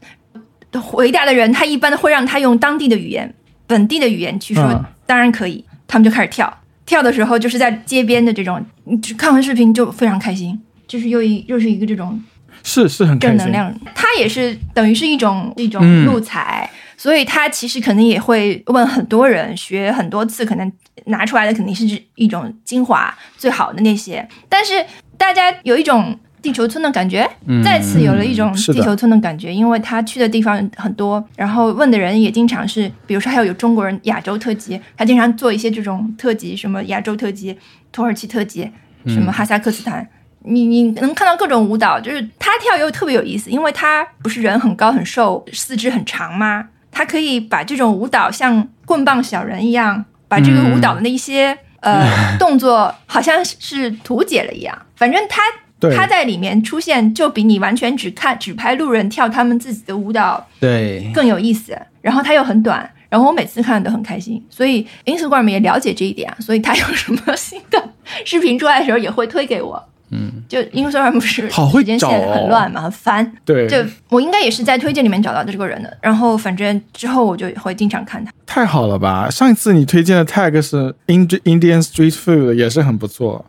Speaker 3: 回答的人他一般会让他用当地的语言、本地的语言去说，
Speaker 1: 嗯
Speaker 3: 当然可以，他们就开始跳。跳的时候就是在街边的这种，你只看完视频就非常开心，就是又一又是一个这种
Speaker 1: 是是很
Speaker 3: 正
Speaker 1: 开
Speaker 3: 能
Speaker 1: 心。
Speaker 3: 量，它也是等于是一种一种
Speaker 4: 嗯
Speaker 3: 路才，所以它其实肯定也会问很多人学很多次，可能拿出来的肯定是一种精华最好的那些，但是大家有一种。地球村的感觉，再次有了一种
Speaker 1: 嗯是的
Speaker 3: 地球村的感觉，因为他去的地方很多，然后问的人也经常是，比如说还有有中国人亚洲特辑，他经常做一些这种特辑，什么亚洲特辑、土耳其特辑，什么哈萨克斯坦，你你能看到各种舞蹈，就是他跳又特别有意思，因为他不是人很高很瘦，四肢很长吗？他可以把这种舞蹈像棍棒小人一样，把这个舞蹈的那一些、呃动作，好像是是图解了一样。反正他
Speaker 1: 对
Speaker 3: 他在里面出现，就比你完全只看只拍路人跳他们自己的舞蹈
Speaker 4: 对，
Speaker 3: 更有意思，然后它又很短，然后我每次看都很开心，所以 Instagram 也了解这一点啊，所以它有什么新的视频出来的时候也会推给我。嗯，就 Instagram 不是
Speaker 1: 好会
Speaker 3: 时间
Speaker 1: 找
Speaker 3: 线
Speaker 1: 哦
Speaker 3: 很乱嘛，很烦。
Speaker 1: 对，
Speaker 3: 就我应该也是在推荐里面找到这个人的，然后反正之后我就会经常看他。
Speaker 1: 太好了吧！上一次你推荐的 tag 是 Ind- Indian Street Food，也是很不错。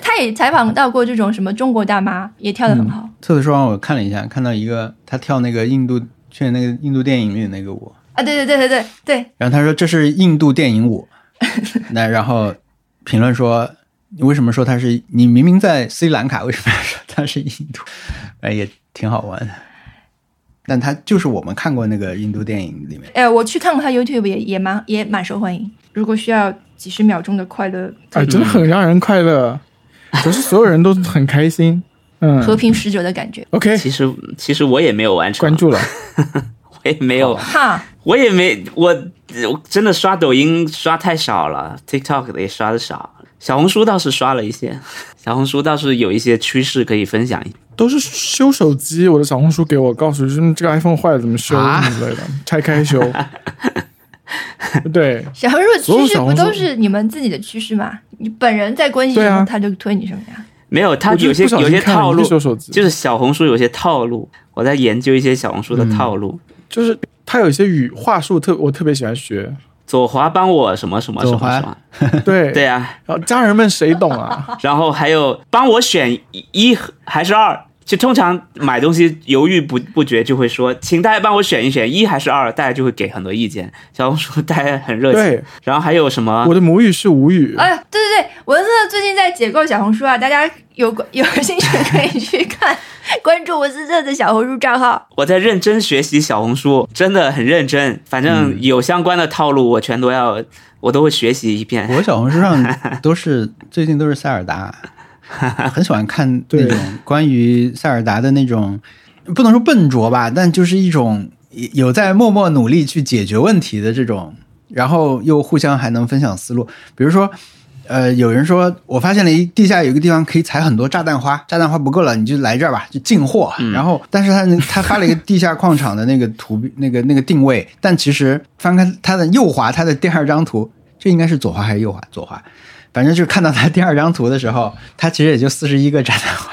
Speaker 3: 他也采访到过这种什么中国大妈，也跳得很
Speaker 1: 嗯
Speaker 3: 好。
Speaker 4: 厕所说完我看了一下，看到一个他跳那个印度，去那个印度电影里的那个舞，
Speaker 3: 啊，对对对对对对，
Speaker 4: 然后他说这是印度电影舞，那然后评论说你为什么说他是你明明在斯里兰卡，为什么要说他是印度？哎，也挺好玩的。但他就是我们看过那个印度电影里
Speaker 3: <laughs>
Speaker 4: 面，
Speaker 3: 哎，我去看过他 YouTube 也也蛮也蛮受欢迎。如果需要几十秒钟的快乐，
Speaker 1: 哎，真的很让人快乐，不是所有人都很开心。嗯
Speaker 3: 和平使者的感觉，
Speaker 1: ，OK，
Speaker 2: 其实其实我也没有完成，
Speaker 1: 关注了。
Speaker 2: 我也没有，
Speaker 3: 哈。
Speaker 2: 我也没我我真的刷抖音刷太少了，TikTok 的也刷的少，小红书倒是刷了一些，小红书倒是有一些趋势可以分享一下。
Speaker 1: 都是修手机，我的小红书给我告诉，就是这个 iPhone 坏了怎么修
Speaker 4: 啊
Speaker 1: 什么之类的，拆开
Speaker 3: <laughs>
Speaker 1: 修。对，
Speaker 3: 小红书的
Speaker 1: 所有
Speaker 3: 趋势
Speaker 1: 小
Speaker 3: 不
Speaker 1: 红书
Speaker 3: 都是你们自己的趋势吗？你本人在关系
Speaker 1: 对
Speaker 3: 什
Speaker 1: 啊
Speaker 3: 么，他就推你什么呀？
Speaker 2: 没有，它
Speaker 1: 我就是
Speaker 2: 有些
Speaker 1: 不小
Speaker 2: 有
Speaker 1: 心
Speaker 2: 些
Speaker 1: 看了
Speaker 2: 套
Speaker 1: 一
Speaker 2: 路
Speaker 1: 个，修手机，
Speaker 2: 就是小红书有些套路，我在研究一些小红书的
Speaker 1: 嗯
Speaker 2: 套路。
Speaker 1: 就是它有一些语话术特，我特别喜欢
Speaker 2: <laughs>
Speaker 1: 学。
Speaker 2: 左滑帮我什么什么什么
Speaker 4: 左滑
Speaker 2: 什么，
Speaker 1: 对，
Speaker 2: 对啊，
Speaker 1: 然后家人们谁懂
Speaker 2: <laughs>
Speaker 1: 啊？
Speaker 2: 然后还有帮我选一一还是二。就通常买东西犹豫不不决，就会说，请大家帮我选一选，一还是二，大家就会给很多意见。小红书大家很热情，
Speaker 1: 对，
Speaker 2: 然后还有什么
Speaker 1: 我的母语是吴语。
Speaker 3: 哎呀，对对对，文森特最近在解构小红书啊，大家有有兴趣可以去看，关注文森特的小红书账号。
Speaker 2: 我在认真学习小红书，真的很认真。反
Speaker 4: 嗯
Speaker 2: 正有相关的套路，我全都要，我都会学习一遍。
Speaker 4: 我小红书上都是最近都是塞尔达，很喜欢看那种
Speaker 1: 对
Speaker 4: 关于塞尔达的那种，不能说笨拙吧，但就是一种有在默默努力去解决问题的这种，然后又互相还能分享思路。比如说，呃，有人说我发现了一地下有一个地方可以采很多炸弹花，炸弹花不够了，你就来这儿吧，就进货。然后，但是他他发了一个地下矿场的那个图，那个那个定位，但其实翻开他的右滑，他的第二张图，这应该是左滑还是右滑？左滑，反正就是看到他第二张图的时候，他其实也就四十一个炸弹花。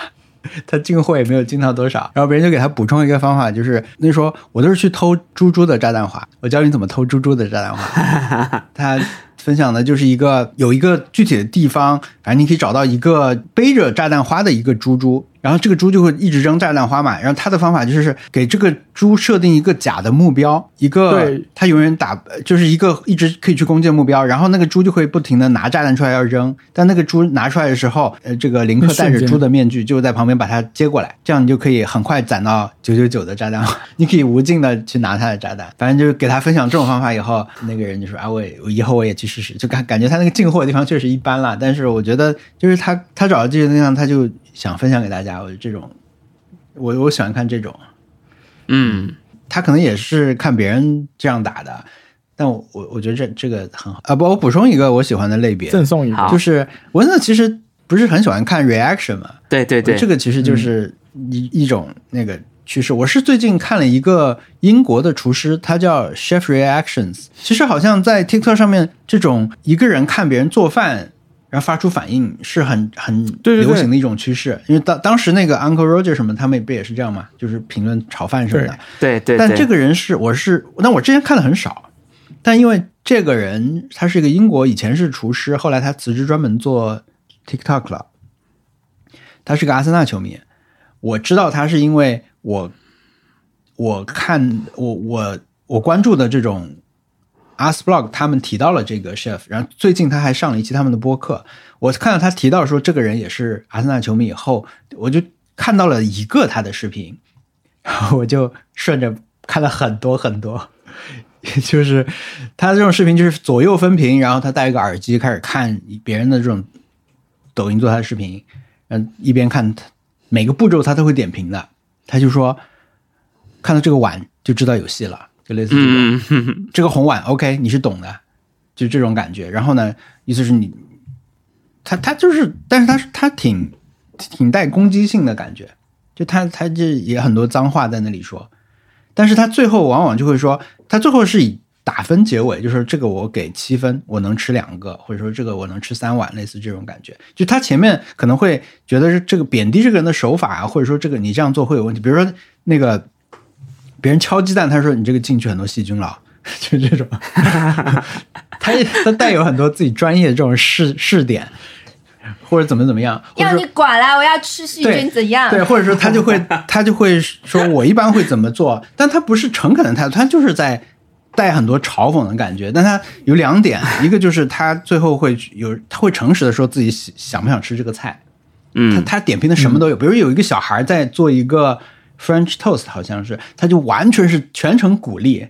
Speaker 4: 他进货也没有进到多少，然后别人就给他补充一个方法，就是那说我都是去偷猪猪的炸弹花，我教你怎么偷猪猪的炸弹花。他分享的就是一个有一个具体的地方，反正你可以找到一个背着炸弹花的一个猪猪，然后这个猪就会一直扔炸弹花嘛。然后他的方法就是给这个猪设定一个假的目标，一个
Speaker 1: 对
Speaker 4: 他永远打就是一个一直可以去攻击的目标，然后那个猪就会不停的拿炸弹出来要扔，但那个猪拿出来的时候，呃，这个林克戴
Speaker 1: 瞬
Speaker 4: 着
Speaker 1: 间
Speaker 4: 猪的面具就在旁边把它接过来，这样你就可以很快攒到九九九的炸弹花， <laughs> 你可以无尽的去拿它的炸弹。反正就是给他分享这种方法以后，那个人就说啊，我也我以后我也去试试。就感感觉他那个进货的地方确实一般啦，但是我觉得就是他他找到这些地方，他就想分享给大家。我觉得这种，我我喜欢看这种。
Speaker 2: 嗯，
Speaker 4: 他可能也是看别人这样打的，但我我我觉得这这个很好啊。不，我补充一个我喜欢的类别，
Speaker 1: 赠送一个
Speaker 2: 好
Speaker 4: 就是文森特其实不是很喜欢看 reaction 嘛，
Speaker 2: 对对对，
Speaker 4: 这个其实就是
Speaker 1: 嗯
Speaker 4: 一、一种那个趋势。我是最近看了一个英国的厨师，他叫 Chef Reactions。其实好像在 TikTok 上面，这种一个人看别人做饭。然后发出反应是很很
Speaker 1: 对对对
Speaker 4: 流行的一种趋势，因为当当时那个 Uncle Roger 什么，他们不也是这样嘛，就是评论炒饭什么的
Speaker 1: 对。
Speaker 2: 对对对，
Speaker 4: 但这个人是我是，但我之前看的很少，但因为这个人他是一个英国，以前是厨师，后来他辞职专门做 TikTok 了。他是个阿森纳球迷，我知道他是因为我我看我我我关注的这种 Us Blog 他们提到了这个 Chef，然后最近他还上了一期他们的播客，我看到他提到说这个人也是阿森纳球迷以后，我就看到了一个他的视频，然后 <laughs> 我就顺着看了很多很多。 <laughs> 就是他这种视频，就是左右分屏，然后他戴一个耳机开始看别人的这种抖音做他的视频，嗯，一边看他每个步骤他都会点评的。他就说，看到这个碗就知道有戏了，就类似这种。
Speaker 2: 嗯，
Speaker 4: 这个红碗，OK，你是懂的，就这种感觉。然后呢，意思是你，他他就是，但是他是他挺挺带攻击性的感觉，就他他这也很多脏话在那里说，但是他最后往往就会说，他最后是以打分结尾，就是说这个我给七分，我能吃两个，或者说这个我能吃三碗，类似这种感觉。就他前面可能会觉得是这个贬低这个人的手法啊，或者说这个你这样做会有问题，比如说那个。别人敲鸡蛋，他说你这个进去很多细菌了， <laughs> 就这种，他也他带有很多自己专业的这种试试点，或者怎么怎么样，或者
Speaker 3: 要
Speaker 4: 说
Speaker 3: 你管啦！我要吃细菌怎样？
Speaker 4: 对，或者说他就会他就会说，我一般会怎么做，但他不是诚恳的态度，他就是在带很多嘲讽的感觉。但他有两点，一个就是他最后会有他会诚实的说自己喜想不想吃这个菜，他
Speaker 2: 嗯，
Speaker 4: 他点评的什么都有，比如有一个小孩在做一个 French toast，好像是，他就完全是全程鼓励，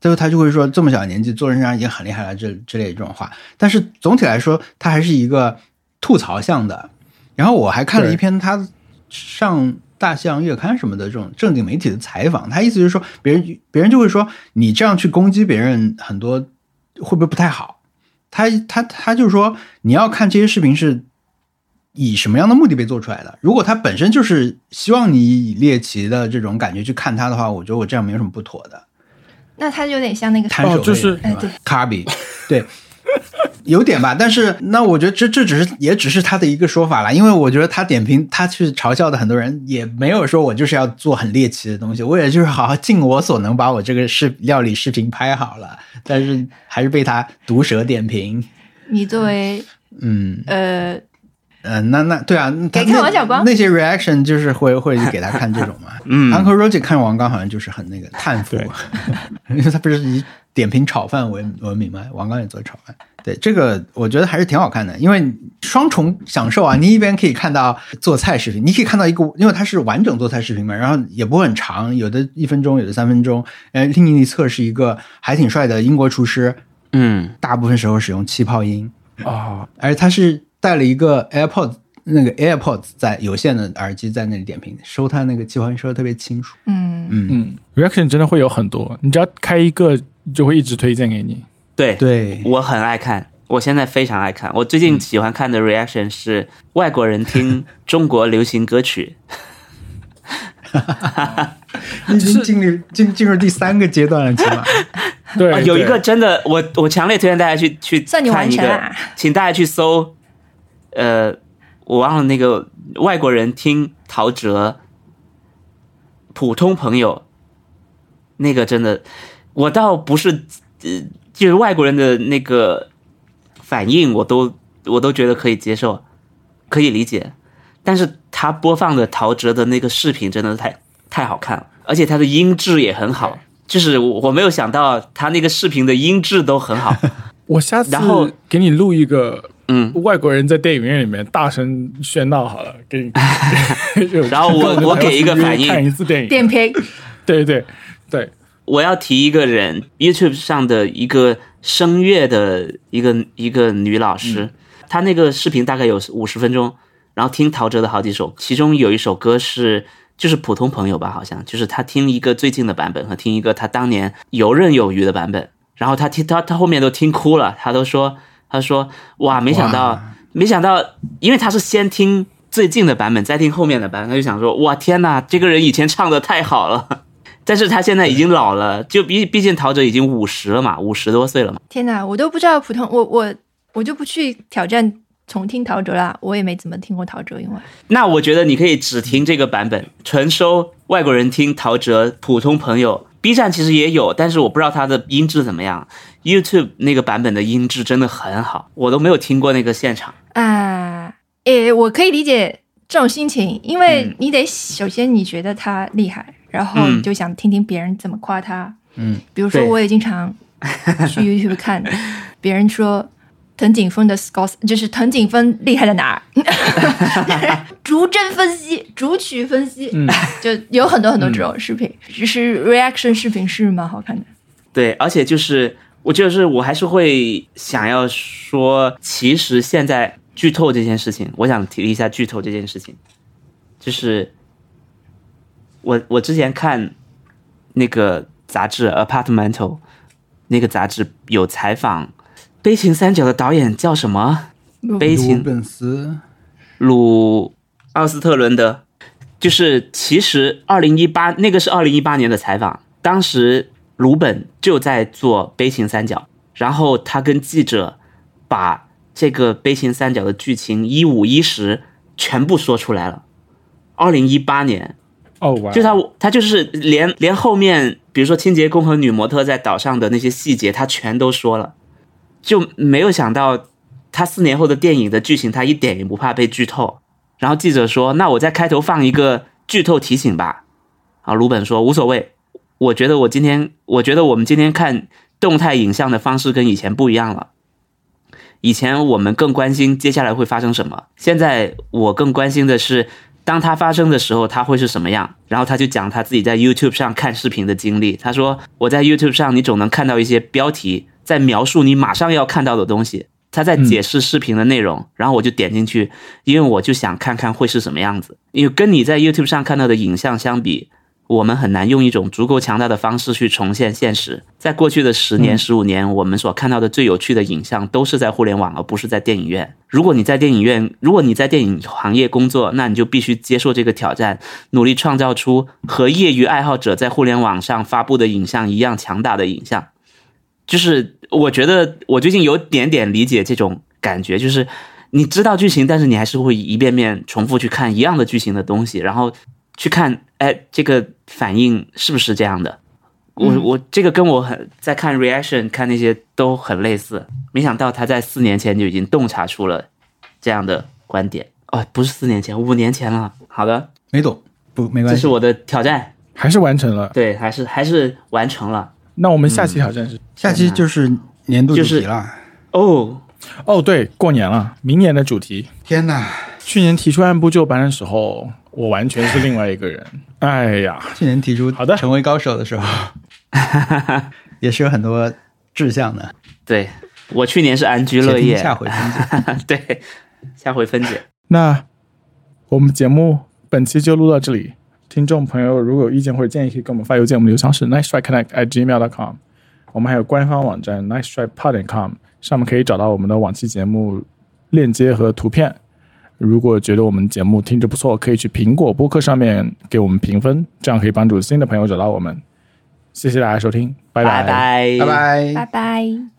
Speaker 4: 最后他就会说这么小年纪做人上已经很厉害了，这之类的这种话。但是总体来说，他还是一个吐槽向的。然后我还看了一篇他上大象月刊什么的这种正经媒体的采访，他意思就是说，别人别人就会说你这样去攻击别人，很多会不会不太好？他他他就说你要看这些视频是以什么样的目的被做出来的。如果他本身就是希望你以猎奇的这种感觉去看他的话，我觉得我这样没有什么不妥的。
Speaker 3: 那他有点像那个
Speaker 4: 摊手
Speaker 1: 哦就是
Speaker 4: 背
Speaker 3: 哎对
Speaker 4: 吧？卡比，对，有点吧。但是那我觉得这这只是也只是他的一个说法啦，因为我觉得他点评他去嘲笑的很多人也没有说我就是要做很猎奇的东西，我也就是好好尽我所能把我这个视料理视频拍好了，但是还是被他毒舌点评。
Speaker 3: 你作为
Speaker 4: 嗯
Speaker 3: 呃，
Speaker 4: 嗯、呃那那对啊，他
Speaker 3: 给看
Speaker 4: 那
Speaker 3: 王小光
Speaker 4: 那些 reaction 就是会会给他看这种嘛。
Speaker 2: 嗯
Speaker 4: Uncle Roger 看王刚好像就是很那个叹服 <laughs>
Speaker 1: 对，
Speaker 4: 因为他不是以点评炒饭闻闻名嘛，王刚也做炒饭。对这个，我觉得还是挺好看的，因为双重享受啊！你一边可以看到做菜视频，你可以看到一个，因为它是完整做菜视频嘛，然后也不会很长，有的一分钟，有的三分钟。呃，另一侧是一个还挺帅的英国厨师，
Speaker 2: 嗯，
Speaker 4: 大部分时候使用气泡音，
Speaker 1: 啊，
Speaker 4: 而他是带了一个 AirPods 那个 AirPods 在有线的耳机在那里点评，收他那个气泡音收的特别清楚。
Speaker 3: 嗯，
Speaker 1: 嗯，reaction 真的会有很多，你只要开一个就会一直推荐给你。
Speaker 2: 对，
Speaker 4: 对，
Speaker 2: 我很爱看，我现在非常爱看。我最
Speaker 1: 嗯
Speaker 2: 近喜欢看的 reaction 是外国
Speaker 1: <laughs>
Speaker 2: 人听中国流行歌曲，
Speaker 4: 已经进入进进入第三个阶段了，起码
Speaker 1: 对，
Speaker 2: 啊，有一
Speaker 1: 对
Speaker 2: 个真的，我我强烈推荐大家去去
Speaker 3: 算你
Speaker 2: 看
Speaker 3: 完
Speaker 2: 一
Speaker 3: 成啊
Speaker 2: 个
Speaker 3: 啦。
Speaker 2: 请大家去搜，呃，我忘了那个外国人听陶喆，普通朋友，那个真的，我倒不是，呃，就是外国人的那个反应，我都我都觉得可以接受，可以理解，但是他播放的陶喆的那个视频真的太太好看了，而且他的音质也很好。就是我我没有想到他那个视频的音质都很好，
Speaker 1: 我下次
Speaker 2: 然后
Speaker 1: 给你录一个
Speaker 2: 嗯，
Speaker 1: 外国人在电影院里面大声喧闹好了，给你。
Speaker 2: <laughs> 然后我我给一个反应
Speaker 1: <laughs> 看一次电影，
Speaker 3: 点评
Speaker 1: 对对对，
Speaker 2: 我要提一个人，YouTube 上的一个声乐的一个一个女老师，她那个视频大概有五十分钟，然后听陶喆的好几首，其中有一首歌是就是普通朋友吧，好像就是她听一个最近的版本和听一个她当年游刃有余的版本，然后她听她她后面都听哭了，她都说她说哇，没想到
Speaker 4: 哇
Speaker 2: 没想到，因为她是先听最近的版本，再听后面的版本，她就想说哇天呐，这个人以前唱的太好了。但是他现在已经老了，就毕毕竟陶喆已经五十了嘛，五十多岁了嘛。
Speaker 3: 天哪，我都不知道普通，我我我就不去挑战重听陶喆啦，我也没怎么听过陶喆，因为
Speaker 2: 那我觉得你可以只听这个版本，纯收外国人听陶喆普通朋友。B 站其实也有，但是我不知道它的音质怎么样。YouTube 那个版本的音质真的很好，我都没有听过那个现场。
Speaker 3: 呃啊，诶，我可以理解这种心情，因为你得首先你觉得他厉害，然后你就想听听别人怎么夸他。
Speaker 4: 嗯，
Speaker 3: 比如说
Speaker 2: 对
Speaker 3: 我也经常去 YouTube 看别人说藤井风的 Scott，就是藤井风厉害在哪儿， <laughs> 逐帧分析、逐曲分析，就有很多很多这种视频，就是 reaction 视频是蛮好看的。
Speaker 2: 对，而且就是我就是我还是会想要说，其实现在剧透这件事情，我想提一下剧透这件事情，就是我我之前看那个杂志《Apartmental》，那个杂志有采访《悲情三角》的导演叫什么？
Speaker 3: 鲁
Speaker 2: 悲
Speaker 4: 鲁
Speaker 2: 情
Speaker 4: 本斯，
Speaker 2: 鲁奥斯特伦德，就是其实二零一八那个是二零一八年的采访，当时鲁本就在做《悲情三角》，然后他跟记者把这个《悲情三角》的剧情一五一十全部说出来了。二零一八年，
Speaker 1: 哦，哇
Speaker 2: 就他他就是连连后面，比如说清洁工和女模特在岛上的那些细节，他全都说了，就没有想到他四年后的电影的剧情，他一点也不怕被剧透。然后记者说：“那我在开头放一个剧透提醒吧。”啊，鲁本说：“无所谓，我觉得我今天，我觉得我们今天看动态影像的方式跟以前不一样了。以前我们更关心接下来会发生什么，现在我更关心的是，当它发生的时候，它会是什么样。然后他就讲他自己在 YouTube 上看视频的经历。他说：“我在 YouTube 上，你总能看到一些标题在描述你马上要看到的东西，他在解释视频的内容。然后我就点进去，因为我就想看看会是什么样子。因为跟你在 YouTube 上看到的影像相比，我们很难用一种足够强大的方式去重现现实。在过去的十年、十五年，我们所看到的最有趣的影像都是在互联网，而不是在电影院。如果你在电影院，如果你在电影行业工作，那你就必须接受这个挑战，努力创造出和业余爱好者在互联网上发布的影像一样强大的影像。就是我觉得我最近有点点理解这种感觉，就是你知道剧情，但是你还是会一遍遍重复去看一样的剧情的东西，然后去看，哎，这个反应是不是这样的？我
Speaker 3: 嗯
Speaker 2: 我这个跟我很在看 reaction 看那些都很类似，没想到他在四年前就已经洞察出了这样的观点哦，不是四年前，五年前了。好的，
Speaker 4: 没懂，不没
Speaker 2: 这
Speaker 4: 关
Speaker 2: 是
Speaker 4: 系。
Speaker 2: 我的挑战，
Speaker 1: 还是完成了。
Speaker 2: 对，还是还是完成了
Speaker 1: 那我们下期挑战是、
Speaker 4: 下期就是年度主题了。
Speaker 2: 哦，
Speaker 1: 哦，对，过年了，明年的主题。
Speaker 4: 天哪，
Speaker 1: 去年提出按部就班的时候，我完全是另外一个人。 <laughs> 哎呀，
Speaker 4: 去年提出
Speaker 1: 好的
Speaker 4: 成为高手的时候，
Speaker 2: <laughs>
Speaker 4: 也是有很多志向的。
Speaker 2: 对我去年是安居乐
Speaker 4: 且听
Speaker 2: 业，哎
Speaker 4: 下回分解。
Speaker 2: <laughs> 对，下回分解。
Speaker 1: 那我们节目本期就录到这里。听众朋友如果有意见或者建议，可以给我们发邮件，我们的邮箱是 nice try connect at gmail dot com。我们还有官方网站 nice try pod dot com，上面可以找到我们的往期节目链接和图片。如果觉得我们节目听着不错，可以去苹果播客上面给我们评分，这样可以帮助新的朋友找到我们。谢谢大家收听，拜
Speaker 2: 拜拜，
Speaker 4: 拜拜。
Speaker 3: 拜拜。